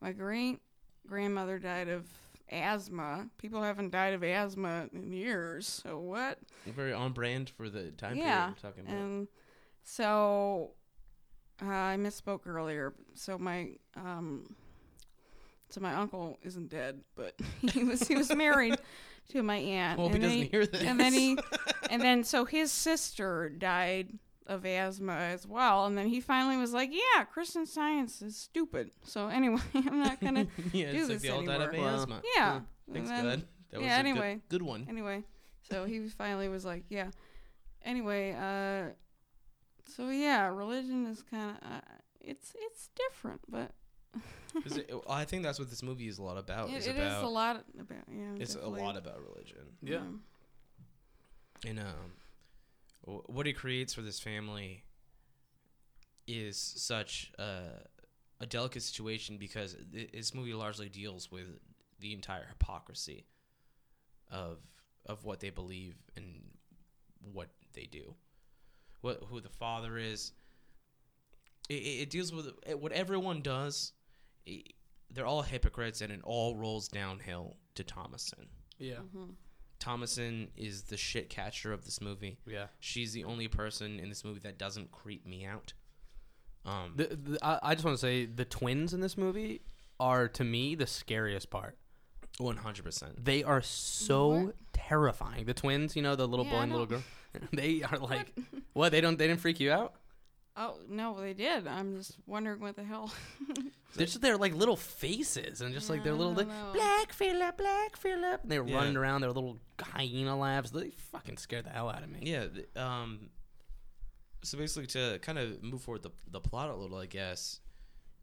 S3: My great grandmother died of asthma. People haven't died of asthma in years. So what?
S1: Very on brand for the time
S3: yeah.
S1: period we're talking about.
S3: And so uh, I misspoke earlier. So my um, so my uncle isn't dead, but he was he was married to my aunt.
S1: Hope he
S3: then
S1: doesn't hear this.
S3: And then he and then so his sister died of asthma as well. And then he finally was like, "Yeah, Christian Science is stupid." So anyway, I'm not gonna
S1: yeah,
S3: do
S1: it's like
S3: this
S1: they all
S3: anymore.
S1: died of
S2: Wow.
S1: asthma.
S3: Yeah. And
S1: Thanks,
S3: then-
S1: God. That was
S3: yeah,
S1: a good-
S3: anyway.
S1: good, one.
S3: Anyway, so he was- finally was like, yeah. Anyway, uh, so yeah, religion is kind of uh, it's it's different, but
S1: Is it- I think that's what this movie is a lot about.
S3: it,
S1: Oh, is
S3: it
S1: about,
S3: is a lot about yeah.
S1: It's a
S3: definitely.
S1: lot about religion.
S2: Yeah.
S1: And um, wh- what he creates for this family is such a, a delicate situation because th- this movie largely deals with the entire hypocrisy of of what they believe and what they do, what who the father is. It, it it deals with eh, what everyone does. eh, They're all hypocrites, and it all rolls downhill to Thomason.
S2: Yeah.
S1: Thomason is the shit catcher of this movie.
S2: Yeah.
S1: She's the only person in this movie that doesn't creep me out. Um,
S2: The, the, I, I just want to say the twins in this movie are to me the scariest part.
S1: one hundred percent.
S2: They are so terrifying. The twins, you know, the little
S3: Yeah,
S2: boy
S3: I
S2: and little girl.
S3: don't-
S2: They are like what? They don't they didn't freak you out?
S3: Oh no, they did. I'm just wondering what the hell.
S2: They're just their like little faces and just like their little like,
S3: know.
S2: black Philip, black Philip, and they're
S1: Yeah.
S2: running around their little hyena labs. They fucking scared the hell out of me.
S1: Yeah. th- Um, so basically, to kind of move forward the the plot a little, I guess,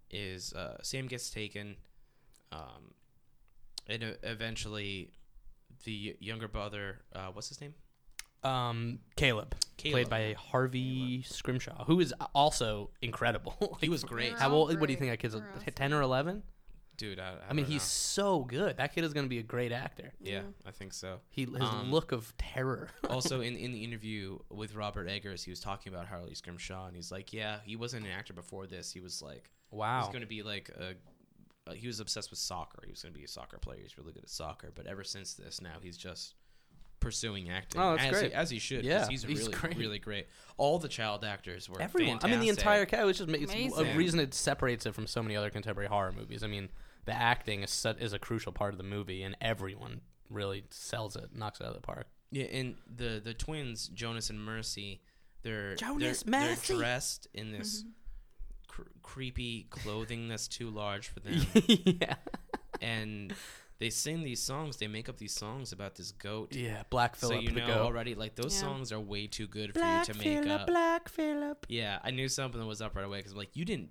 S1: is uh, Sam gets taken, um, and e- eventually, the younger brother, uh, what's his name?
S2: Um, Caleb,
S1: Caleb.
S2: played by Harvey Scrimshaw, who is also incredible.
S1: He
S2: Like,
S1: was great,
S2: How
S3: all
S2: old? What do you
S3: great.
S2: think that kid's?
S3: They're awesome.
S2: Ten or eleven?
S1: dude. I, I,
S2: I mean,
S1: don't
S2: he's so good. That kid is going to be a great actor.
S1: know. yeah, I think so.
S2: He his
S1: Um,
S2: look of terror.
S1: also in, in the interview with Robert Eggers, he was talking about Harley Scrimshaw, and he's like, "Yeah, he wasn't an actor before this. He was like,
S2: wow.
S1: he's going to be like a." Uh, he was obsessed with soccer. He was going to be a soccer player. He's really good at soccer. But ever since this, now he's just pursuing acting.
S2: Oh, that's
S1: as
S2: great.
S1: He, as he should. 'cause
S2: Yeah,
S1: he's,
S2: he's
S1: really,
S2: great.
S1: really great. All the child actors were
S2: Everyone.
S1: Fantastic.
S2: I mean, the entire cast. It's just ma- it's a
S3: Amazing.
S2: reason it separates it from so many other contemporary horror movies. I mean, the acting is su- is a crucial part of the movie, and everyone really sells it, knocks it out of the park.
S1: Yeah, and the the twins Jonas and Mercy, they're
S2: Jonas
S1: they're,
S2: Mercy. Mm-hmm.
S1: they're dressed in this cr- creepy clothing that's too large for them.
S2: yeah.
S1: and they sing these songs. They make up these songs about this goat.
S2: Yeah. Black
S1: So
S2: Phillip.
S1: you
S2: the
S1: know
S2: goat.
S1: already, like those
S3: Yeah.
S1: songs are way too good for
S2: Black
S1: you to make
S2: Phillip.
S1: up.
S2: Black Phillip.
S1: Yeah, I knew something was up right away because I'm like, you didn't,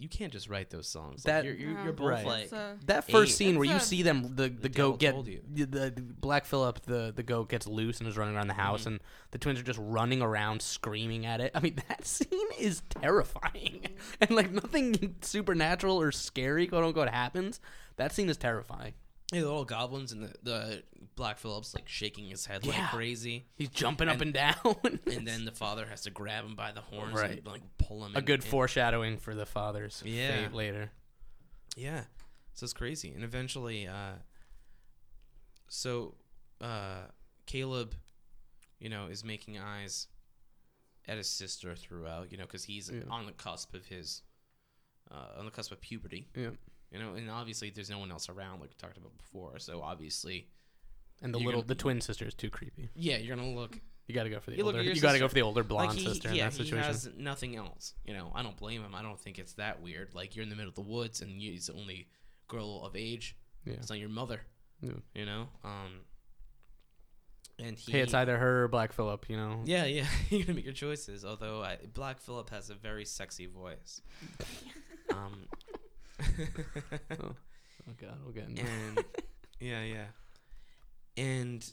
S1: you can't just write those songs. Like,
S2: That-
S1: you're, you're,
S3: No,
S1: you're both
S2: Right.
S1: like,
S3: So-
S2: That first
S1: Eight.
S2: scene where
S3: It's
S2: you
S3: a-
S2: see them, the, the,
S1: devil
S2: goat get
S1: told you.
S2: the, the Black Phillip, the, the goat gets loose and is running around the house,
S1: Mm-hmm.
S2: and the twins are just running around screaming at it. I mean, that scene is terrifying, and like nothing supernatural or scary quote unquote happens. That scene is terrifying.
S1: hey, the little goblins and the, the Black Phillips like shaking his head
S2: Yeah.
S1: like crazy,
S2: He's jumping up and down,
S1: and then the father has to grab him by the horns
S2: Right.
S1: and like pull him.
S2: a
S1: in-
S2: good
S1: in.
S2: foreshadowing for the father's
S1: Yeah.
S2: fate later.
S1: Yeah. So it's crazy. And eventually, uh, so uh, Caleb, you know, is making eyes at his sister throughout, you know, because he's on the cusp of his, uh, on the cusp of puberty,
S2: Yeah,
S1: you know, and obviously there's no one else around, like we talked about before. So obviously,
S2: and the
S1: You're
S2: little
S1: gonna-
S2: the twin sister is too creepy.
S1: yeah, you're going to look
S2: You got to go for the
S1: You look
S2: older.
S1: at your
S2: You got to go
S1: sister-
S2: for the older blonde
S1: like he,
S2: sister
S1: yeah,
S2: in that situation.
S1: he has nothing else. You know, I don't blame him. I don't think it's that weird. Like you're in the middle of the woods and you, he's the only girl of age.
S2: Yeah.
S1: It's not your mother.
S2: Yeah.
S1: You know. Um. And he.
S2: hey, it's either her or Black Phillip. You know.
S1: yeah, yeah. you're gonna make your choices. Although I, Black Phillip has a very sexy voice. um.
S2: Oh God, we'll get into
S1: and yeah, yeah. And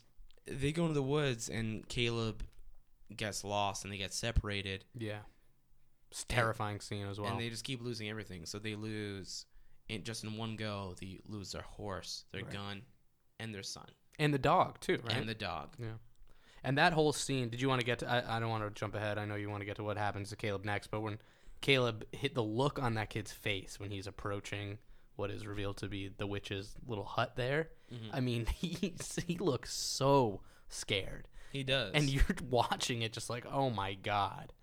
S1: they go into the woods, and Caleb gets lost, and they get separated.
S2: Yeah. It's a terrifying scene as well.
S1: and they just keep losing everything. So they lose, in, just in one go, they lose their horse, their gun, and their son,
S2: And the dog too, right?
S1: and the dog.
S2: yeah. And that whole scene. Did you want to get to? I, I don't want to jump ahead. I know you want to get to what happens to Caleb next, but when Caleb hit the look on that kid's face when he's approaching what is revealed to be the witch's little hut there, I mean, he he looks so scared,
S1: He does.
S2: and you're watching it just like, oh my god,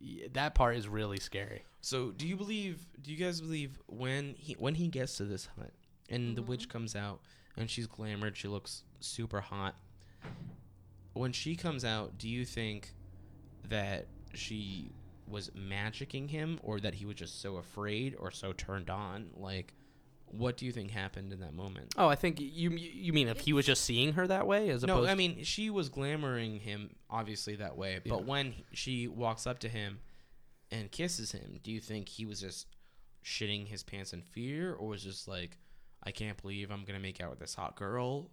S2: Y- that part is really scary.
S1: so do you believe? Do you guys believe when he when he gets to this hut and the witch comes out and she's glamored, she looks super hot. When she comes out, do you think that she was magicking him, or that he was just so afraid or so turned on? Like, what do you think happened in that moment?
S2: Oh, I think you you mean if he was just seeing her that way as opposed
S1: No, I mean she was glamoring him obviously that way, but when he- she walks up to him and kisses him, do you think he was just shitting his pants in fear, or was just like, I can't believe I'm gonna make out with this hot girl?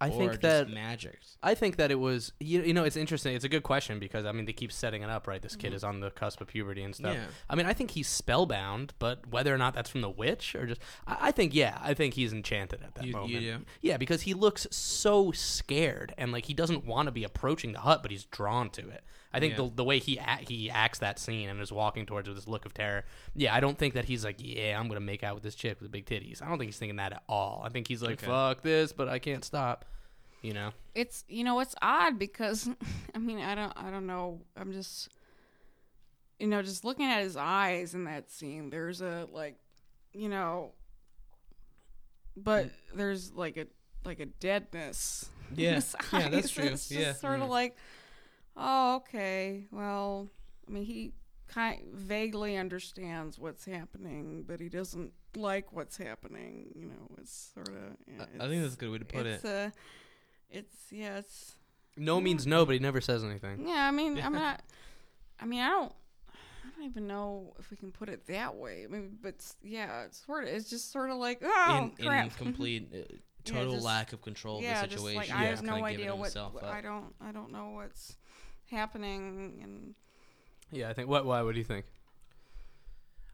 S2: I
S1: or
S2: think
S1: just
S2: that
S1: magic.
S2: I think that it was you, you know it's interesting. It's a good question because I mean they keep setting it up right. This kid is on the cusp of puberty and stuff.
S1: Mm-hmm. Yeah.
S2: I mean I think he's spellbound, but whether or not that's from the witch or just I, I think yeah, I think he's enchanted at that
S1: You- you
S2: moment.
S1: do?
S2: yeah, because he looks so scared and like he doesn't want to be approaching the hut, but he's drawn to it. I think
S1: Yeah.
S2: the, the way he act, he acts that scene and is walking towards it with this look of terror. Yeah, I don't think that he's like, yeah, I'm gonna make out with this chick with big titties. I don't think he's thinking that at all. I think he's like,
S1: Okay.
S2: fuck this, but I can't stop. You know.
S3: it's you know it's odd because i mean i don't i don't know i'm just you know just looking at his eyes in that scene there's a like you know but
S1: Mm.
S3: there's like a like a deadness in
S1: Yeah.
S3: his
S1: Yeah, that's
S3: eyes.
S1: true.
S3: it's just
S1: Yeah. Mm.
S3: sort of like oh okay well i mean he kind vaguely understands what's happening but he doesn't like what's happening you know it's sort of yeah,
S1: I think that's a good way to put it.
S3: it's uh it's yeah it's
S2: No means no, but he never says anything.
S3: yeah i mean i'm not i mean i don't i don't even know if we can put it that way i mean but s- yeah it's sort of it's just sort of like oh
S1: in,
S3: crap
S1: in complete uh, total
S3: just-
S1: lack of control of
S3: yeah
S1: the situation.
S3: just like i
S1: He's
S3: have
S1: kinda
S3: no
S1: giving
S3: idea what
S1: himself
S3: what-
S1: up.
S3: i don't i don't know what's happening and
S2: Yeah, I think. What? Why? What do you think?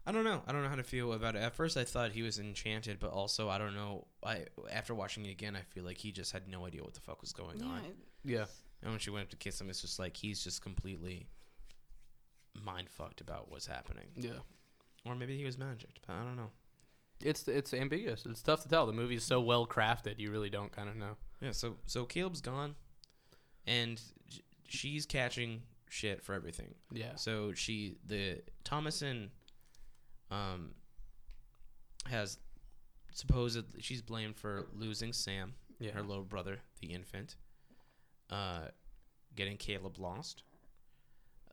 S1: I don't know. I don't know how to feel about it. At first, I thought he was enchanted, but also I don't know. I after watching it again, I feel like he just had no idea what the fuck was going on.
S3: yeah,
S2: Yeah.
S1: And when she went up to kiss him, it's just like he's just completely mind fucked about what's happening,
S2: Yeah.
S1: or maybe he was magic. But I don't know.
S2: It's it's ambiguous. It's tough to tell. The movie's so well crafted, you really don't kind of know.
S1: Yeah. So so Caleb's gone, and sh- she's catching shit for everything.
S2: Yeah.
S1: So she the Thomason um has supposed she's blamed for losing Sam,
S2: Yeah.
S1: her little brother, the infant. Uh getting Caleb lost.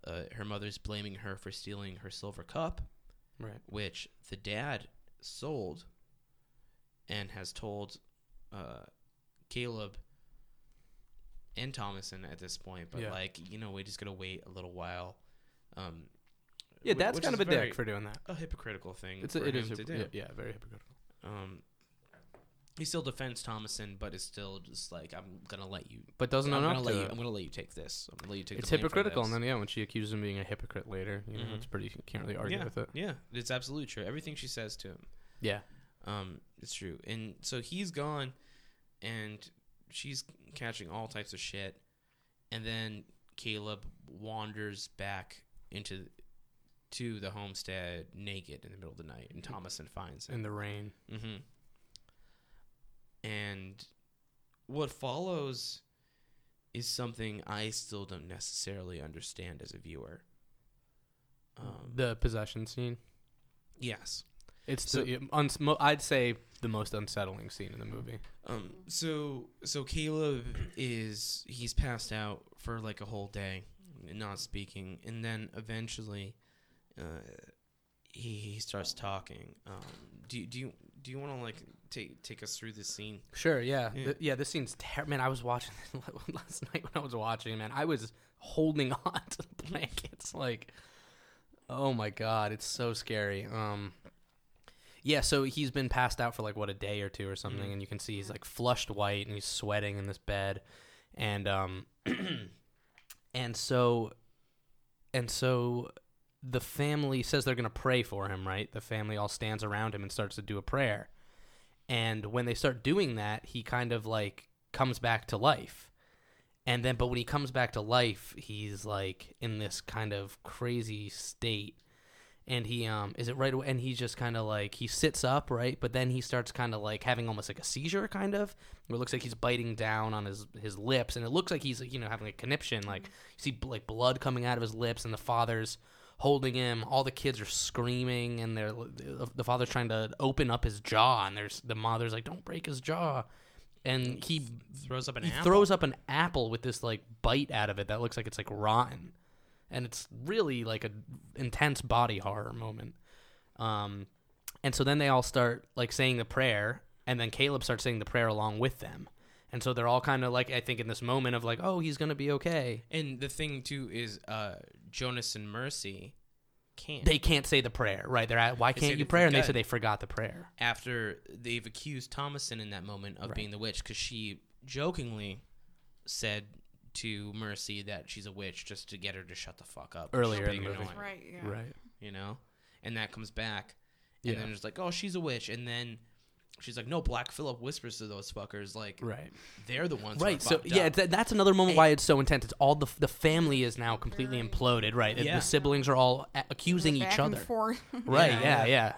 S1: Uh, her mother's blaming her for stealing her silver cup,
S2: Right.
S1: which the dad sold and has told uh, Caleb and Thomason at this point. But,
S2: Yeah.
S1: like, you know, we just got to wait a little while. Um,
S2: Yeah,
S1: whi-
S2: that's
S1: which
S2: kind
S1: is
S2: of a
S1: very-
S2: dick for doing that.
S1: a hypocritical thing
S2: It's
S1: for
S2: a, it
S1: him
S2: is
S1: to
S2: hypo-
S1: do.
S2: Yeah, yeah, very hypocritical.
S1: Um, he still defends Thomason, but is still just like, I'm gonna let you.
S2: But doesn't
S1: I'm
S2: own
S1: gonna
S2: up
S1: let
S2: to
S1: you.
S2: it.
S1: I'm gonna let you take this. I'm gonna let you take.
S2: It's
S1: the blame for
S2: hypocritical,
S1: this.
S2: and then yeah, when she accuses him of being a hypocrite later, you know,
S1: Mhm.
S2: it's pretty. You can't really argue
S1: yeah,
S2: with it.
S1: yeah, it's absolutely true. Everything she says to him.
S2: Yeah.
S1: Um, it's true. And so he's gone, and she's catching all types of shit. And then Caleb wanders back into to the homestead naked in the middle of the night,
S2: Mm.
S1: and Thomason finds him.
S2: In the rain.
S1: Mm-hmm. And what follows is something I still don't necessarily understand as a viewer. Um,
S2: The possession scene.
S1: yes.
S2: It's
S1: So-
S2: the uns- mo- I'd say the most unsettling scene in the movie.
S1: Um. So so Caleb is he's passed out for like a whole day, not speaking, and then eventually, uh, he, he starts talking. Um. Do you- do you do you want to like take take us through this scene?
S2: Sure, yeah.
S1: Yeah.
S2: Yeah, yeah this scene's terrible. Man, I was watching this last night when I was watching, man. I was holding on to the blankets. Like, oh my God, it's so scary. Um, yeah, so he's been passed out for like, what, a day or two or something. And you can see he's like flushed white and he's sweating in this bed. And, um, and so, and so the family says they're going to pray for him, right? The family all stands around him and starts to do a prayer. And when they start doing that, he kind of like comes back to life. And then, but when he comes back to life, he's like in this kind of crazy state. And he, um, is it right away? And he's just kind of like, he sits up, right? But then he starts kind of like having almost like a seizure, kind of, where it looks like he's biting down on his, his lips. And it looks like he's, you know, having a conniption. Like, you
S1: Mm-hmm.
S2: see bl- like blood coming out of his lips, and the father's holding him. All the kids are screaming, and they're the father's trying to open up his jaw, and there's the mother's like, "Don't break his jaw," and he
S1: Throws up an
S2: he
S1: apple.
S2: throws up an apple with this like bite out of it that looks like it's like rotten, and it's really like a intense body horror moment. Um, and so then they all start like saying the prayer, and then Caleb starts saying the prayer along with them. And so they're all kind of like I think in this moment of like, oh, he's gonna be okay.
S1: And the thing too is, uh, Jonas and Mercy can't.
S2: They can't say the prayer, right? They're at, why
S1: They say
S2: can't
S1: they
S2: you pray? And they
S1: forgot.
S2: said they forgot the prayer.
S1: after they've accused Thomason in that moment of being the witch because she jokingly said to Mercy that she's a witch just to get her to shut the fuck up. She's
S2: Earlier in the
S1: being
S2: movie.
S1: annoying,
S3: Right. Yeah.
S2: Right.
S1: You know, and that comes back, and
S2: Yeah.
S1: then it's like, oh, she's a witch, and then she's like, no, Black Phillip whispers to those fuckers, like,
S2: Right.
S1: they're the ones, who are
S2: Right. So
S1: fucked
S2: yeah,
S1: up.
S2: th- that's another moment why it's so intense. It's all the f- the family is now completely imploded. Right.
S1: Yeah.
S2: The siblings are all a- accusing
S3: Back
S2: each
S3: and
S2: other.
S3: forth.
S2: Right. Yeah. Yeah.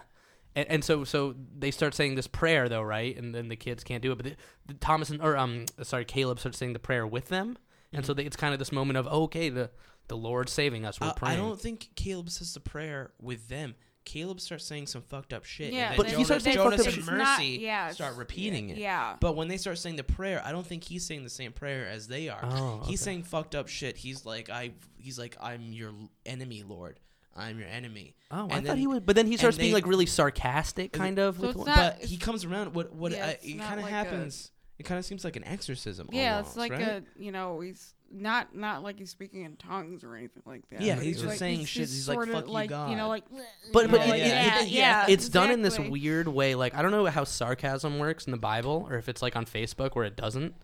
S2: And, and so so they start saying this prayer though, right? And then the kids can't do it. But the, the Thomas and or um sorry Caleb starts saying the prayer with them. And so they, it's kind of this moment of oh, okay the the Lord's saving us. We're
S1: Uh, I
S2: praying.
S1: don't think Caleb says the prayer with them. Caleb starts saying some fucked up shit.
S3: Yeah,
S1: and then
S3: But
S2: he
S1: Jonas,
S2: starts saying
S1: Jonas
S2: fucked up
S1: and
S3: shit. It's not-
S1: Mercy
S3: yeah, it's-
S1: start repeating it.
S3: yeah.
S1: But when they start saying the prayer, I don't think he's saying the same prayer as they are.
S2: Oh, okay.
S1: He's saying fucked up shit. He's like, I. He's like, I'm your l- enemy, Lord. I'm your enemy.
S2: Oh,
S1: And
S2: I
S1: then-
S2: thought he would, but then he
S1: and
S2: starts being
S1: they-
S2: like really sarcastic, kind of.
S3: So
S2: with
S3: it's
S2: what-
S3: not-
S1: But he comes around. What? What?
S3: Yeah,
S1: I,
S3: it's
S1: it
S3: not
S1: kind of
S3: like a-
S1: happens. It kind of seems like an exorcism.
S3: Yeah,
S1: almost,
S3: it's like
S1: right?
S3: a you know he's not not like he's speaking in tongues or anything like that.
S1: Yeah,
S3: But
S1: he's just saying shit,
S3: just
S1: he's like,
S3: sorta
S1: "Fuck you,
S3: like, You
S1: God."
S3: know, like
S2: But but
S1: Yeah,
S2: it-
S1: yeah,
S2: it- it-
S3: yeah,
S2: it's done in this
S3: exactly.
S2: weird way. Like I don't know how sarcasm works in the Bible, or if it's like on Facebook where it doesn't.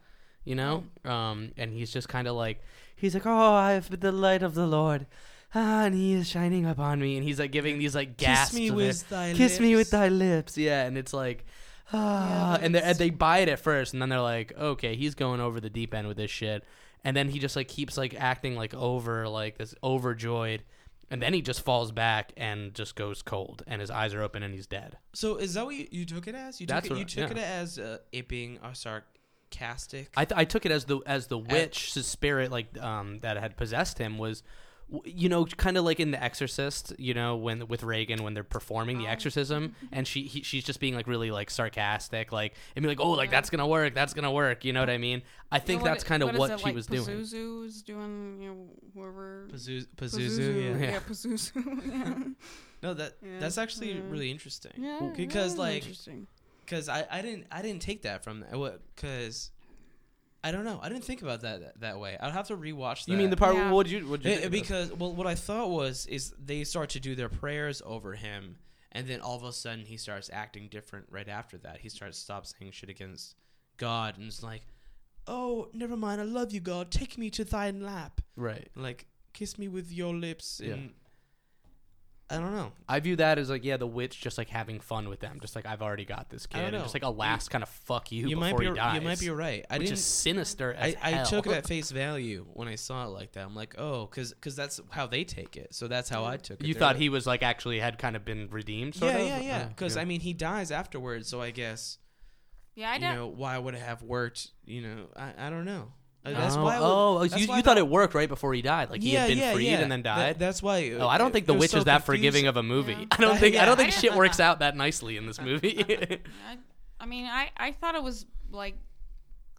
S2: You know, um, and he's just kind of like he's like, oh, I've been the light of the Lord. Ah, and he is shining upon me, and he's like giving these like gasps.
S1: me
S2: of
S1: with
S2: it.
S1: thy
S2: kiss me with
S1: lips.
S2: thy lips, yeah. And it's like, ah, and, they and they buy it at first, and then they're like, okay, he's going over the deep end with this shit, and then he just like keeps like acting like over like this overjoyed, and then he just falls back and just goes cold, and his eyes are open and he's dead.
S1: So is that what you, you took it as? You
S2: That's
S1: took it,
S2: what
S1: you
S2: I-
S1: took
S2: yeah.
S1: it as uh, it being a sarcastic.
S2: I, th- I took it as the as the witch spirit like um that had possessed him was w- you know kind of like in the exorcist you know when with reagan when they're performing
S3: Oh.
S2: the exorcism
S3: Mm-hmm.
S2: and she he, she's just being like really like sarcastic like and be like oh like that's gonna work that's gonna work you know what i mean i think
S3: what
S2: that's
S3: it-
S2: kind of
S3: is
S2: what,
S3: it,
S2: she
S3: like,
S2: was doing
S3: Pazuzu is doing you know whoever.
S1: Pazuzu,
S3: Pazuzu,
S1: yeah.
S3: yeah, Pazuzu.
S1: No, that that's actually really interesting.
S3: yeah. yeah, that
S1: because
S3: is
S1: like,
S3: interesting.
S1: because I, I didn't I didn't take that from because I don't know I didn't think about that that, that way. I'd have to rewatch. That.
S2: you mean the part
S3: Yeah.
S2: what you what you
S1: It-
S2: think
S1: it-
S2: of this?
S1: because well, what I thought was is they start to do their prayers over him, and then all of a sudden he starts acting different. Right after that, he starts stop saying shit against God and it's like, "Oh, never mind. I love you, God. Take me to thine lap.
S2: right
S1: Like kiss me with your lips."
S2: Yeah.
S1: And I don't know.
S2: I view that as like yeah, the witch just like having fun with them, just like I've already got this kid,
S1: don't
S2: and
S1: know.
S2: just like a last kind of fuck you,
S1: You
S2: before
S1: might be
S2: he dies.
S1: you might be right. I
S2: which
S1: didn't
S2: is sinister. As
S1: I, I
S2: hell.
S1: took it at face value when I saw it like that. I'm like, oh, because that's how they take it. So that's how I took it.
S2: You
S1: They're
S2: thought
S1: like-
S2: he was like actually had kind of been redeemed. Sort
S1: yeah,
S2: of?
S1: yeah, yeah.
S2: Oh,
S1: Because
S2: yeah.
S1: I mean, he dies afterwards. So I guess
S3: Yeah, I
S1: you
S3: don't.
S1: know why would it have worked? You know, I, I don't know. Uh,
S2: oh,
S1: I would-
S2: oh,
S1: that's
S2: you,
S1: why I
S2: you thought it worked right before he died, like he had been freed and then
S1: That-
S2: died.
S1: that's why.
S2: oh, I don't think the witch is that forgiving of a movie. I don't
S1: Yeah.
S2: think I
S1: Yeah.
S2: don't think shit works out that nicely in this movie.
S3: I, I mean, I, I thought it was like,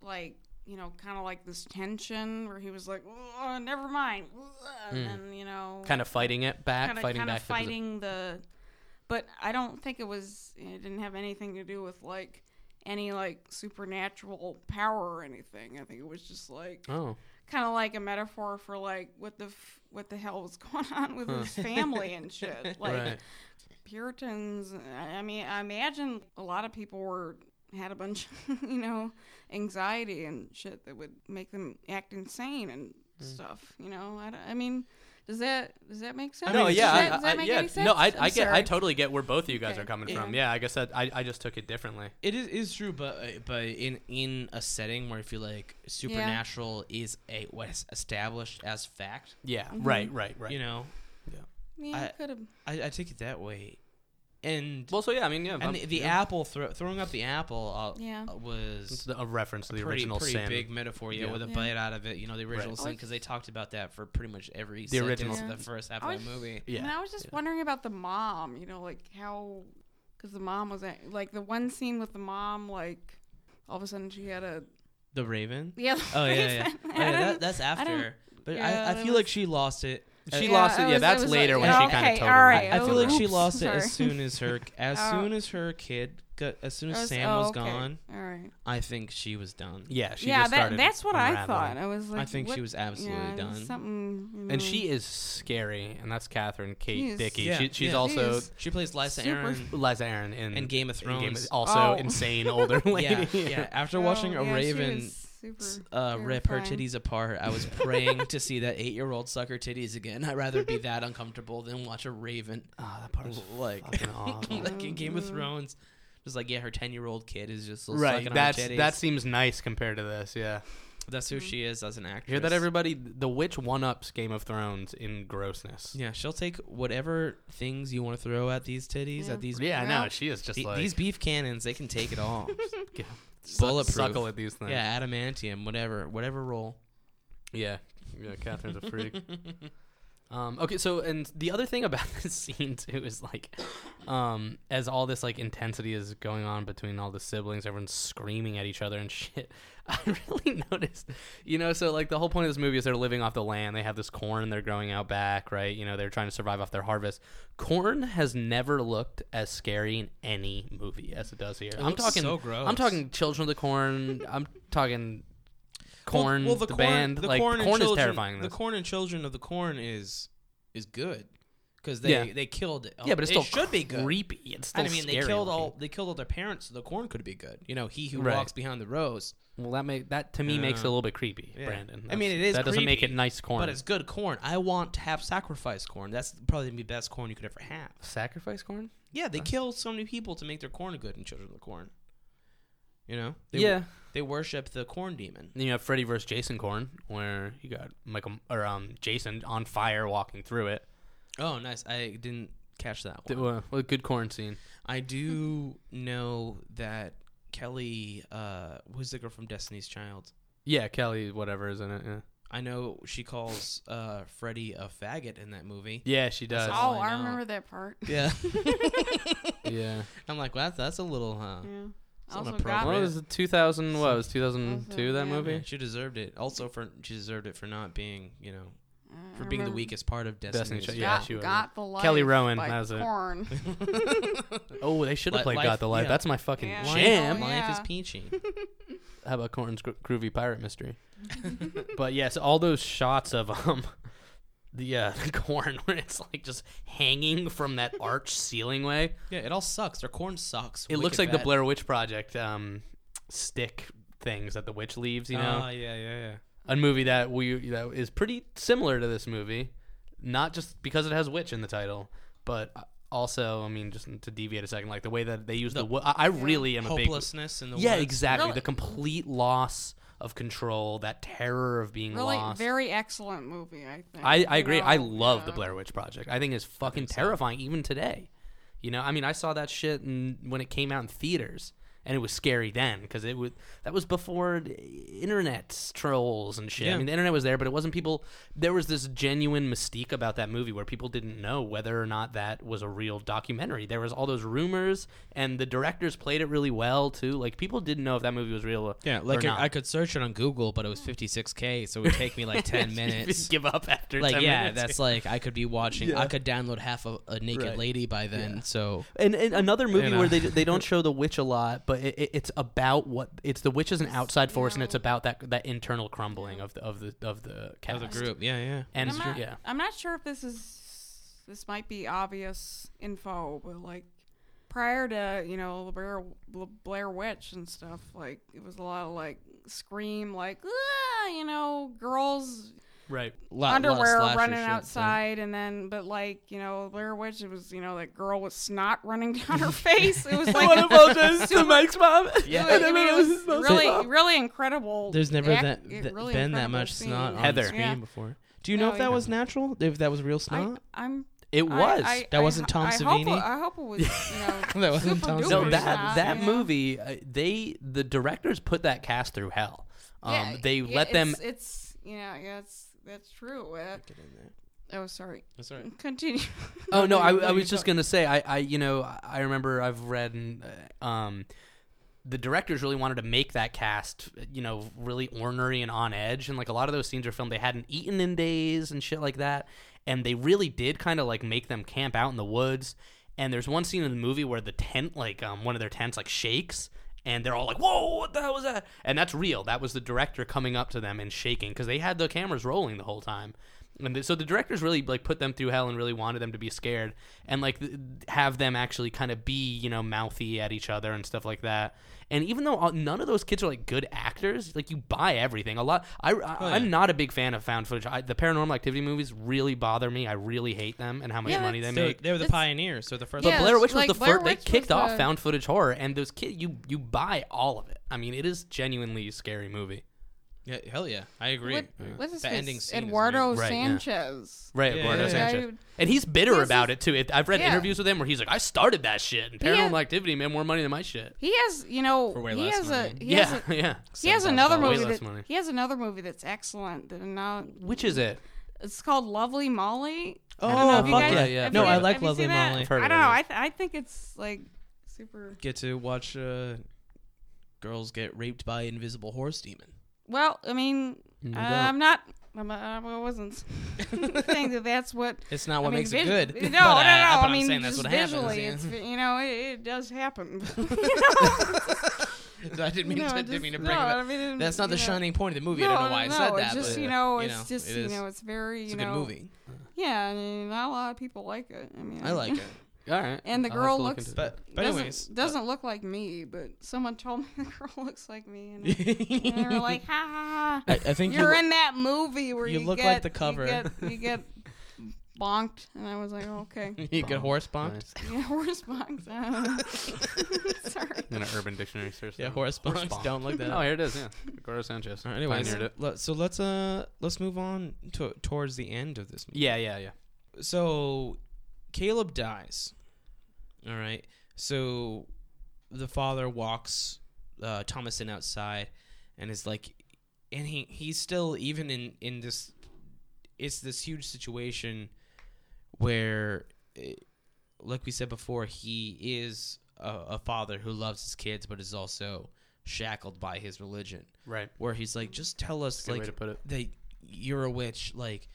S3: like you know, kind of like this tension where he was like, "Ugh, never mind, Ugh,"
S1: Hmm.
S3: and then you know,
S2: kind of fighting it back,
S3: kind of
S2: fighting
S3: kind of
S2: back. the posi-
S3: fighting the, but I don't think it was. It didn't have anything to do with like any like supernatural power or anything. I think it was just like
S2: Oh,
S3: kind of like a metaphor for like what the f- what the hell was going on with his family and shit. Like
S2: Right.
S3: Puritans. I I mean, I imagine a lot of people were had a bunch, of, you know, anxiety and shit that would make them act insane and
S2: Mm.
S3: stuff. You know, I, don't- I mean, does that does that make sense?
S2: no,
S3: does
S2: yeah,
S3: that,
S2: I-
S3: does that
S2: I-
S3: make
S2: yeah,
S3: any sense?
S2: no, I, I
S3: I'm
S2: get, I
S3: sorry.
S2: totally get where both of you guys
S3: Okay.
S2: are coming
S3: Yeah.
S2: from. Yeah, I guess that I, I just took it differently.
S1: It is, is true, but uh, but in in a setting where I feel like supernatural is a was established as fact.
S2: Yeah, right, right, right.
S1: You know,
S3: Yeah,
S1: I-
S3: could have.
S1: I, I take it that way, and
S2: well, so yeah, I mean, yeah, I'm-
S1: and the, the
S2: yeah.
S1: apple thro- throwing up the apple uh,
S3: Yeah.
S2: It's
S1: was
S2: the- a reference to the
S1: pretty,
S2: original
S1: pretty
S2: sin.
S1: big metaphor yeah,
S2: Yeah.
S1: with a
S3: Yeah.
S1: bite out of it you know the original
S2: Right.
S1: sin because they talked about that for pretty much every the
S2: original-
S1: of the first half
S3: I
S1: of
S3: was-
S1: the movie
S2: yeah,
S3: And I was just wondering about the mom, you know, like how, because the mom was at, like the one scene with the mom, like all of a sudden she had a
S1: the raven
S3: yeah.
S1: oh yeah yeah,
S3: I
S1: yeah that,
S3: don't-
S1: that's
S3: don't-
S1: after but
S3: yeah,
S1: I, I
S3: that
S1: feel like she lost it
S2: She lost it. Yeah,
S3: was-
S2: that's
S3: was
S2: later
S3: like-
S2: when
S3: yeah,
S2: she kind of
S3: okay,
S2: totally.
S3: all right,
S1: I feel like she
S3: Oops,
S1: lost it
S3: sorry.
S1: as soon as her as
S3: Oh.
S1: soon as her kid got, as soon
S3: I
S1: as
S3: was-
S1: Sam
S3: oh,
S1: was
S3: okay.
S1: gone
S3: All right.
S1: I think she was done
S2: Yeah, she
S3: yeah,
S2: just
S3: that,
S2: started
S3: that's what I
S2: unraveling.
S3: thought. I was like,
S1: I think
S3: what-
S1: she was absolutely
S3: yeah,
S1: done
S3: Something. You know,
S2: And she is scary, and that's Catherine Kate
S3: She's-
S2: Dickey.
S1: Yeah,
S2: she, she's
S1: yeah.
S2: also
S3: She's-
S1: she plays Lysa
S3: Super-
S1: Aaron
S2: Liza Aaron in,
S1: in Game of
S2: in Game
S1: Thrones
S2: also
S3: Oh.
S2: insane older lady.
S1: yeah yeah after watching
S3: Oh,
S1: a
S3: yeah, she
S1: raven
S3: was- super.
S1: uh, rip her
S3: terrifying.
S1: titties apart. I was praying to see that eight-year-old suck her titties again. I'd rather be that uncomfortable than watch a raven.
S2: Oh, that part was
S1: like,
S2: fucking awful.
S1: like in Game of Thrones, just like yeah, her ten-year-old kid is just still
S2: right.
S1: sucking
S2: That's
S1: on her titties.
S2: that seems nice compared to this. Yeah.
S1: that's who she is as an actress.
S2: Hear that, everybody? The witch one ups Game of Thrones in grossness.
S1: Yeah, she'll take whatever things you want to throw at these titties, at these
S2: Yeah, I
S3: Well,
S2: know. She is just
S1: the-
S2: like
S1: these beef cannons. They can take it all.
S2: yeah, suck-
S1: Bulletproof.
S2: Suckle at these things.
S1: yeah, adamantium, whatever, whatever role.
S2: Yeah. Yeah, Catherine's a freak. um, okay, so and the other thing about this scene too is like um as all this like intensity is going on between all the siblings, everyone's screaming at each other and shit. I really noticed you know, so like the whole point of this movie is they're living off the land. They have this corn they're growing out back, right? You know, they're trying to survive off their harvest. Corn has never looked as scary in any movie as it does here. I'm
S1: looks
S2: talking
S1: so gross.
S2: I'm talking Children of the Corn. I'm talking Corn, the, band, like corn,
S1: and
S2: is
S1: Children-
S2: terrifying. in
S1: The
S2: This.
S1: corn and children of the corn is is good because they
S2: Yeah.
S1: they killed it.
S2: yeah, but it's
S1: It
S2: still
S1: should be good.
S2: creepy. It's still
S1: I mean,
S2: scary
S1: they killed
S2: looking.
S1: all they killed all their parents, so the corn could be good. You know, he who
S2: Right.
S1: walks behind the rows.
S2: Well, that make that to me makes it a
S1: Yeah.
S2: little bit creepy,
S1: Yeah.
S2: Brandon.
S1: I mean, it
S2: That's-
S1: is.
S2: that doesn't make it
S1: creepy,
S2: nice corn.
S1: but it's good corn. I want to have sacrifice corn. That's probably the best corn you could ever have.
S2: sacrifice corn.
S1: Yeah, they kill so many people to make their corn good in Children of the Corn. You know, they,
S2: Yeah.
S1: they worship the corn demon.
S2: Then you have Freddy versus Jason corn, where you got Michael or um Jason on fire walking through it.
S1: Oh, nice. I didn't catch that
S2: Th-
S1: one.
S2: well, well, good corn scene.
S1: I do know that Kelly, uh, who's the girl from Destiny's Child?
S2: Yeah, Kelly, whatever is in it. Yeah,
S1: I know she calls uh, Freddy a faggot in that movie.
S2: yeah she does.
S1: all
S3: Oh,
S1: I
S3: I
S1: know.
S3: remember that part.
S1: Yeah.
S2: yeah.
S1: I'm like, well, that's, that's a little, huh?
S3: Yeah.
S1: It's
S3: Also
S1: inappropriate.
S3: got
S2: What
S1: Right.
S2: was it? 2000? What was 2002? That
S3: yeah.
S1: Yeah,
S2: movie.
S1: she deserved it. Also, for she deserved it for not being, you know,
S3: I
S1: for being the
S3: remember
S1: weakest part of
S2: Destiny's
S1: Destiny's
S2: Child,
S1: Child.
S2: yeah,
S3: got,
S2: she was.
S3: got the life
S2: Kelly Rowan,
S3: by
S2: how's it?
S3: corn.
S2: Oh, they should have
S1: Li-
S2: played
S1: life-
S2: God the Life.
S1: yeah.
S2: That's my fucking
S3: Yeah.
S1: Life,
S2: jam.
S3: Oh,
S1: life is
S3: yeah.
S1: peachy.
S2: How about Corn's gro- groovy pirate mystery? but yes, all those shots of um the uh, the corn where it's like just hanging from that arch ceiling way.
S1: Yeah, it all sucks. Their corn sucks.
S2: It looks like
S1: Wicked
S2: the
S1: bad.
S2: Blair Witch Project um stick things that the witch leaves. You know,
S1: Ah, yeah, yeah, yeah.
S2: a movie that we that is pretty similar to this movie, not just because it has witch in the title, but. uh, Also, I mean, just to deviate a second, like the way that they use the, wo- I, I really am a big
S1: Hopelessness in the
S2: yeah,
S1: woods.
S2: exactly. The complete loss of control, that terror of being
S3: Really,
S2: lost.
S3: very excellent movie. I think.
S2: I, I agree. I
S3: You know,
S2: love the
S3: yeah.
S2: Blair Witch Project. I think it's fucking terrifying even today. You know, I mean, I saw that shit in, when it came out in theaters, and it was scary then because it was that was before the internet trolls and shit. I
S1: Yeah.
S2: mean, the internet was there, but it wasn't people. There was this genuine mystique about that movie where people didn't know whether or not that was a real documentary. There was all those rumors, and the directors played it really well too. Like people didn't know if that movie was real.
S1: Yeah,
S2: or
S1: like
S2: not.
S1: I, I could search it on Google, but it was 56k, so it would take me like 10 minutes.
S2: give up after
S1: Like
S2: 10
S1: yeah,
S2: minutes.
S1: that's like I could be watching. I could download half a, a naked
S2: Right.
S1: lady by then. So
S2: and, and another movie
S1: know.
S2: where they they don't show the witch a lot, but it, it, it's about what it's the witch is an outside force, and it's about that that internal crumbling of the of the of the cast.
S1: the group, yeah, yeah.
S2: and
S3: I'm
S2: it's-
S3: not,
S2: yeah,
S3: I'm not sure if this is this might be obvious info, but like prior to you know the Blair, the Blair Witch and stuff, like it was a lot of like scream, like ah, you know, girls
S2: right.
S1: Lot, lot of
S3: underwear
S1: slasher
S3: running
S1: shit, so-
S3: outside, and then but like you know Blair Witch, it was you know that girl with snot running down her face. It was like
S2: this to Mike's mom? Yeah,
S3: I mean, it was really, really incredible.
S1: There's never
S3: act-
S1: that,
S3: it
S1: that-
S3: really
S1: been that
S3: incredible
S1: much
S3: scene.
S1: snot on
S2: Heather.
S1: screen
S3: Yeah.
S1: before. Do you know
S3: No,
S1: if that
S3: Oh, yeah.
S1: was natural? If that was real
S3: I,
S1: snot?
S3: I'm
S2: It
S3: I-
S2: was.
S3: I-
S1: That
S3: I
S1: wasn't
S3: ho-
S1: Tom
S3: I hope-
S1: Savini?
S3: I hope it was. You know,
S1: That wasn't Tom
S3: super-duper
S1: Savini.
S2: no, that
S3: sad,
S2: that
S3: you know?
S2: movie, uh, they the directors put that cast through hell. Um,
S3: Yeah,
S2: they
S3: yeah,
S2: let them.
S3: It's, it's yeah, yeah, it's that's true. That, oh, sorry.
S1: That's right.
S3: Continue.
S2: Oh no, I, I was just gonna say I, I you know I- I remember I've read and uh, um the directors really wanted to make that cast you know really ornery and on edge and like a lot of those scenes are filmed they hadn't eaten in days and shit like that and they really did kind of like make them camp out in the woods and there's one scene in the movie where the tent like um one of their tents like shakes and they're all like whoa what the hell was that and that's real that was the director coming up to them and shaking because they had the cameras rolling the whole time And th- so the directors really like put them through hell and really wanted them to be scared and like th- have them actually kind of be you know mouthy at each other and stuff like that. And even though all, none of those kids are like good actors, like you buy everything a lot. I, I
S1: Oh, yeah.
S2: I'm not a big fan of found footage. I, the Paranormal Activity movies really bother me. I really hate them and how much
S1: Yeah,
S2: money they
S1: that's-
S2: make.
S1: They were the
S3: That's-
S1: pioneers, so the first.
S2: But
S3: Yeah,
S2: Blair Witch
S3: like,
S2: was the
S3: Blair
S2: first. They
S3: Witch was
S2: kicked off
S3: the-
S2: found footage horror, and those kid you you buy all of it. I mean, it is genuinely a scary movie.
S1: Yeah, hell yeah, I agree.
S3: What,
S1: Yeah.
S3: what's his
S1: the
S3: face?
S1: ending scene? is
S3: Eduardo
S1: amazing.
S2: Right, yeah.
S3: Sanchez.
S2: Right,
S1: Yeah,
S2: Eduardo
S1: yeah, yeah.
S2: Sanchez.
S3: Yeah, he-
S2: and he's bitter
S3: he's
S2: about
S3: just-
S2: it too. It- I've read
S3: Yeah.
S2: interviews with him where he's like, "I started that shit, and Paranormal
S3: Yeah.
S2: Activity made more money than my shit."
S3: He has, you know,
S1: For way
S3: he
S1: less
S3: has
S1: money.
S3: a he
S2: yeah,
S3: has a,
S2: yeah.
S3: he has another
S2: dollars.
S3: movie
S2: Way less
S3: that
S2: money.
S3: he has another movie that's excellent. That now
S2: Which is it?
S3: it's called Lovely Molly.
S1: Oh,
S3: I don't know if you
S1: fuck
S3: guys-
S1: yeah,
S2: yeah.
S3: have
S2: No,
S3: you-
S2: I
S1: like
S3: have you
S1: Lovely
S3: seen that?
S1: Molly. I've
S2: heard
S3: I
S2: of
S3: don't
S2: it,
S3: know.
S2: yeah.
S3: I th- I think it's like super.
S1: Get to watch uh,
S10: Girls get raped by invisible horse demon.
S3: Well, I mean, uh,
S2: Mm,
S3: I'm not. I'm, uh, I wasn't saying that that's what.
S1: It's not what
S3: I mean,
S1: makes
S3: visu-
S1: it good.
S3: No,
S1: but,
S3: no, no.
S1: uh,
S3: I
S1: but
S3: mean,
S1: I'm saying that's
S3: just
S1: what
S3: visually,
S1: happens.
S3: it's you know, it, it does happen.
S1: yeah. I didn't mean
S3: No,
S1: to,
S3: just-
S1: didn't mean to
S3: no,
S1: bring
S3: I
S1: it up.
S3: mean,
S1: That's not the
S3: you know.
S1: shining point of the movie.
S3: No,
S1: I don't know why
S3: no,
S1: I said
S3: it's
S1: that.
S3: just
S1: but, uh,
S3: you know,
S1: you
S3: it's
S1: know,
S3: just
S1: it
S3: you
S1: is.
S3: know, it's very you
S1: it's a
S3: know,
S1: good movie.
S3: Yeah, I mean, not a lot of people like it. I mean,
S1: I like it.
S2: All right.
S3: Mm-hmm. And the
S2: I'll have
S3: girl
S2: to look
S3: looks-
S2: into it.
S1: But but
S3: doesn't,
S1: anyways, uh,
S3: doesn't look like me, but someone told me the girl looks like me, and, and they were like, "Ha ha!" ha.
S10: I think
S3: You're in that movie where
S10: you
S3: you,
S10: look
S3: get,
S10: like the cover.
S3: You get, you get bonked, and I was like, "Oh, "Okay,
S1: you get horse bonked.
S2: Nice.
S3: yeah, horse bonked." I don't know. Sorry.
S2: In an Urban Dictionary search.
S1: Yeah,
S2: that.
S1: horse bonked.
S2: bonk.
S1: Don't look that
S2: Oh,
S1: up.
S2: here it is. Yeah, Eduardo Sanchez.
S1: All right, anyways,
S2: pioneered it.
S1: let- so let's uh let's move on to towards the end of this. movie.
S2: Yeah, yeah, yeah.
S1: so Caleb dies. All right. So the father walks uh, Thomason outside and is like, and he he's still even in in this. It's this huge situation where, eh, like we said before, he is a, a father who loves his kids, but is also shackled by his religion
S2: Right.
S1: where he's like, just tell us
S2: good
S1: like
S2: way to put it.
S1: that you're a witch. Like,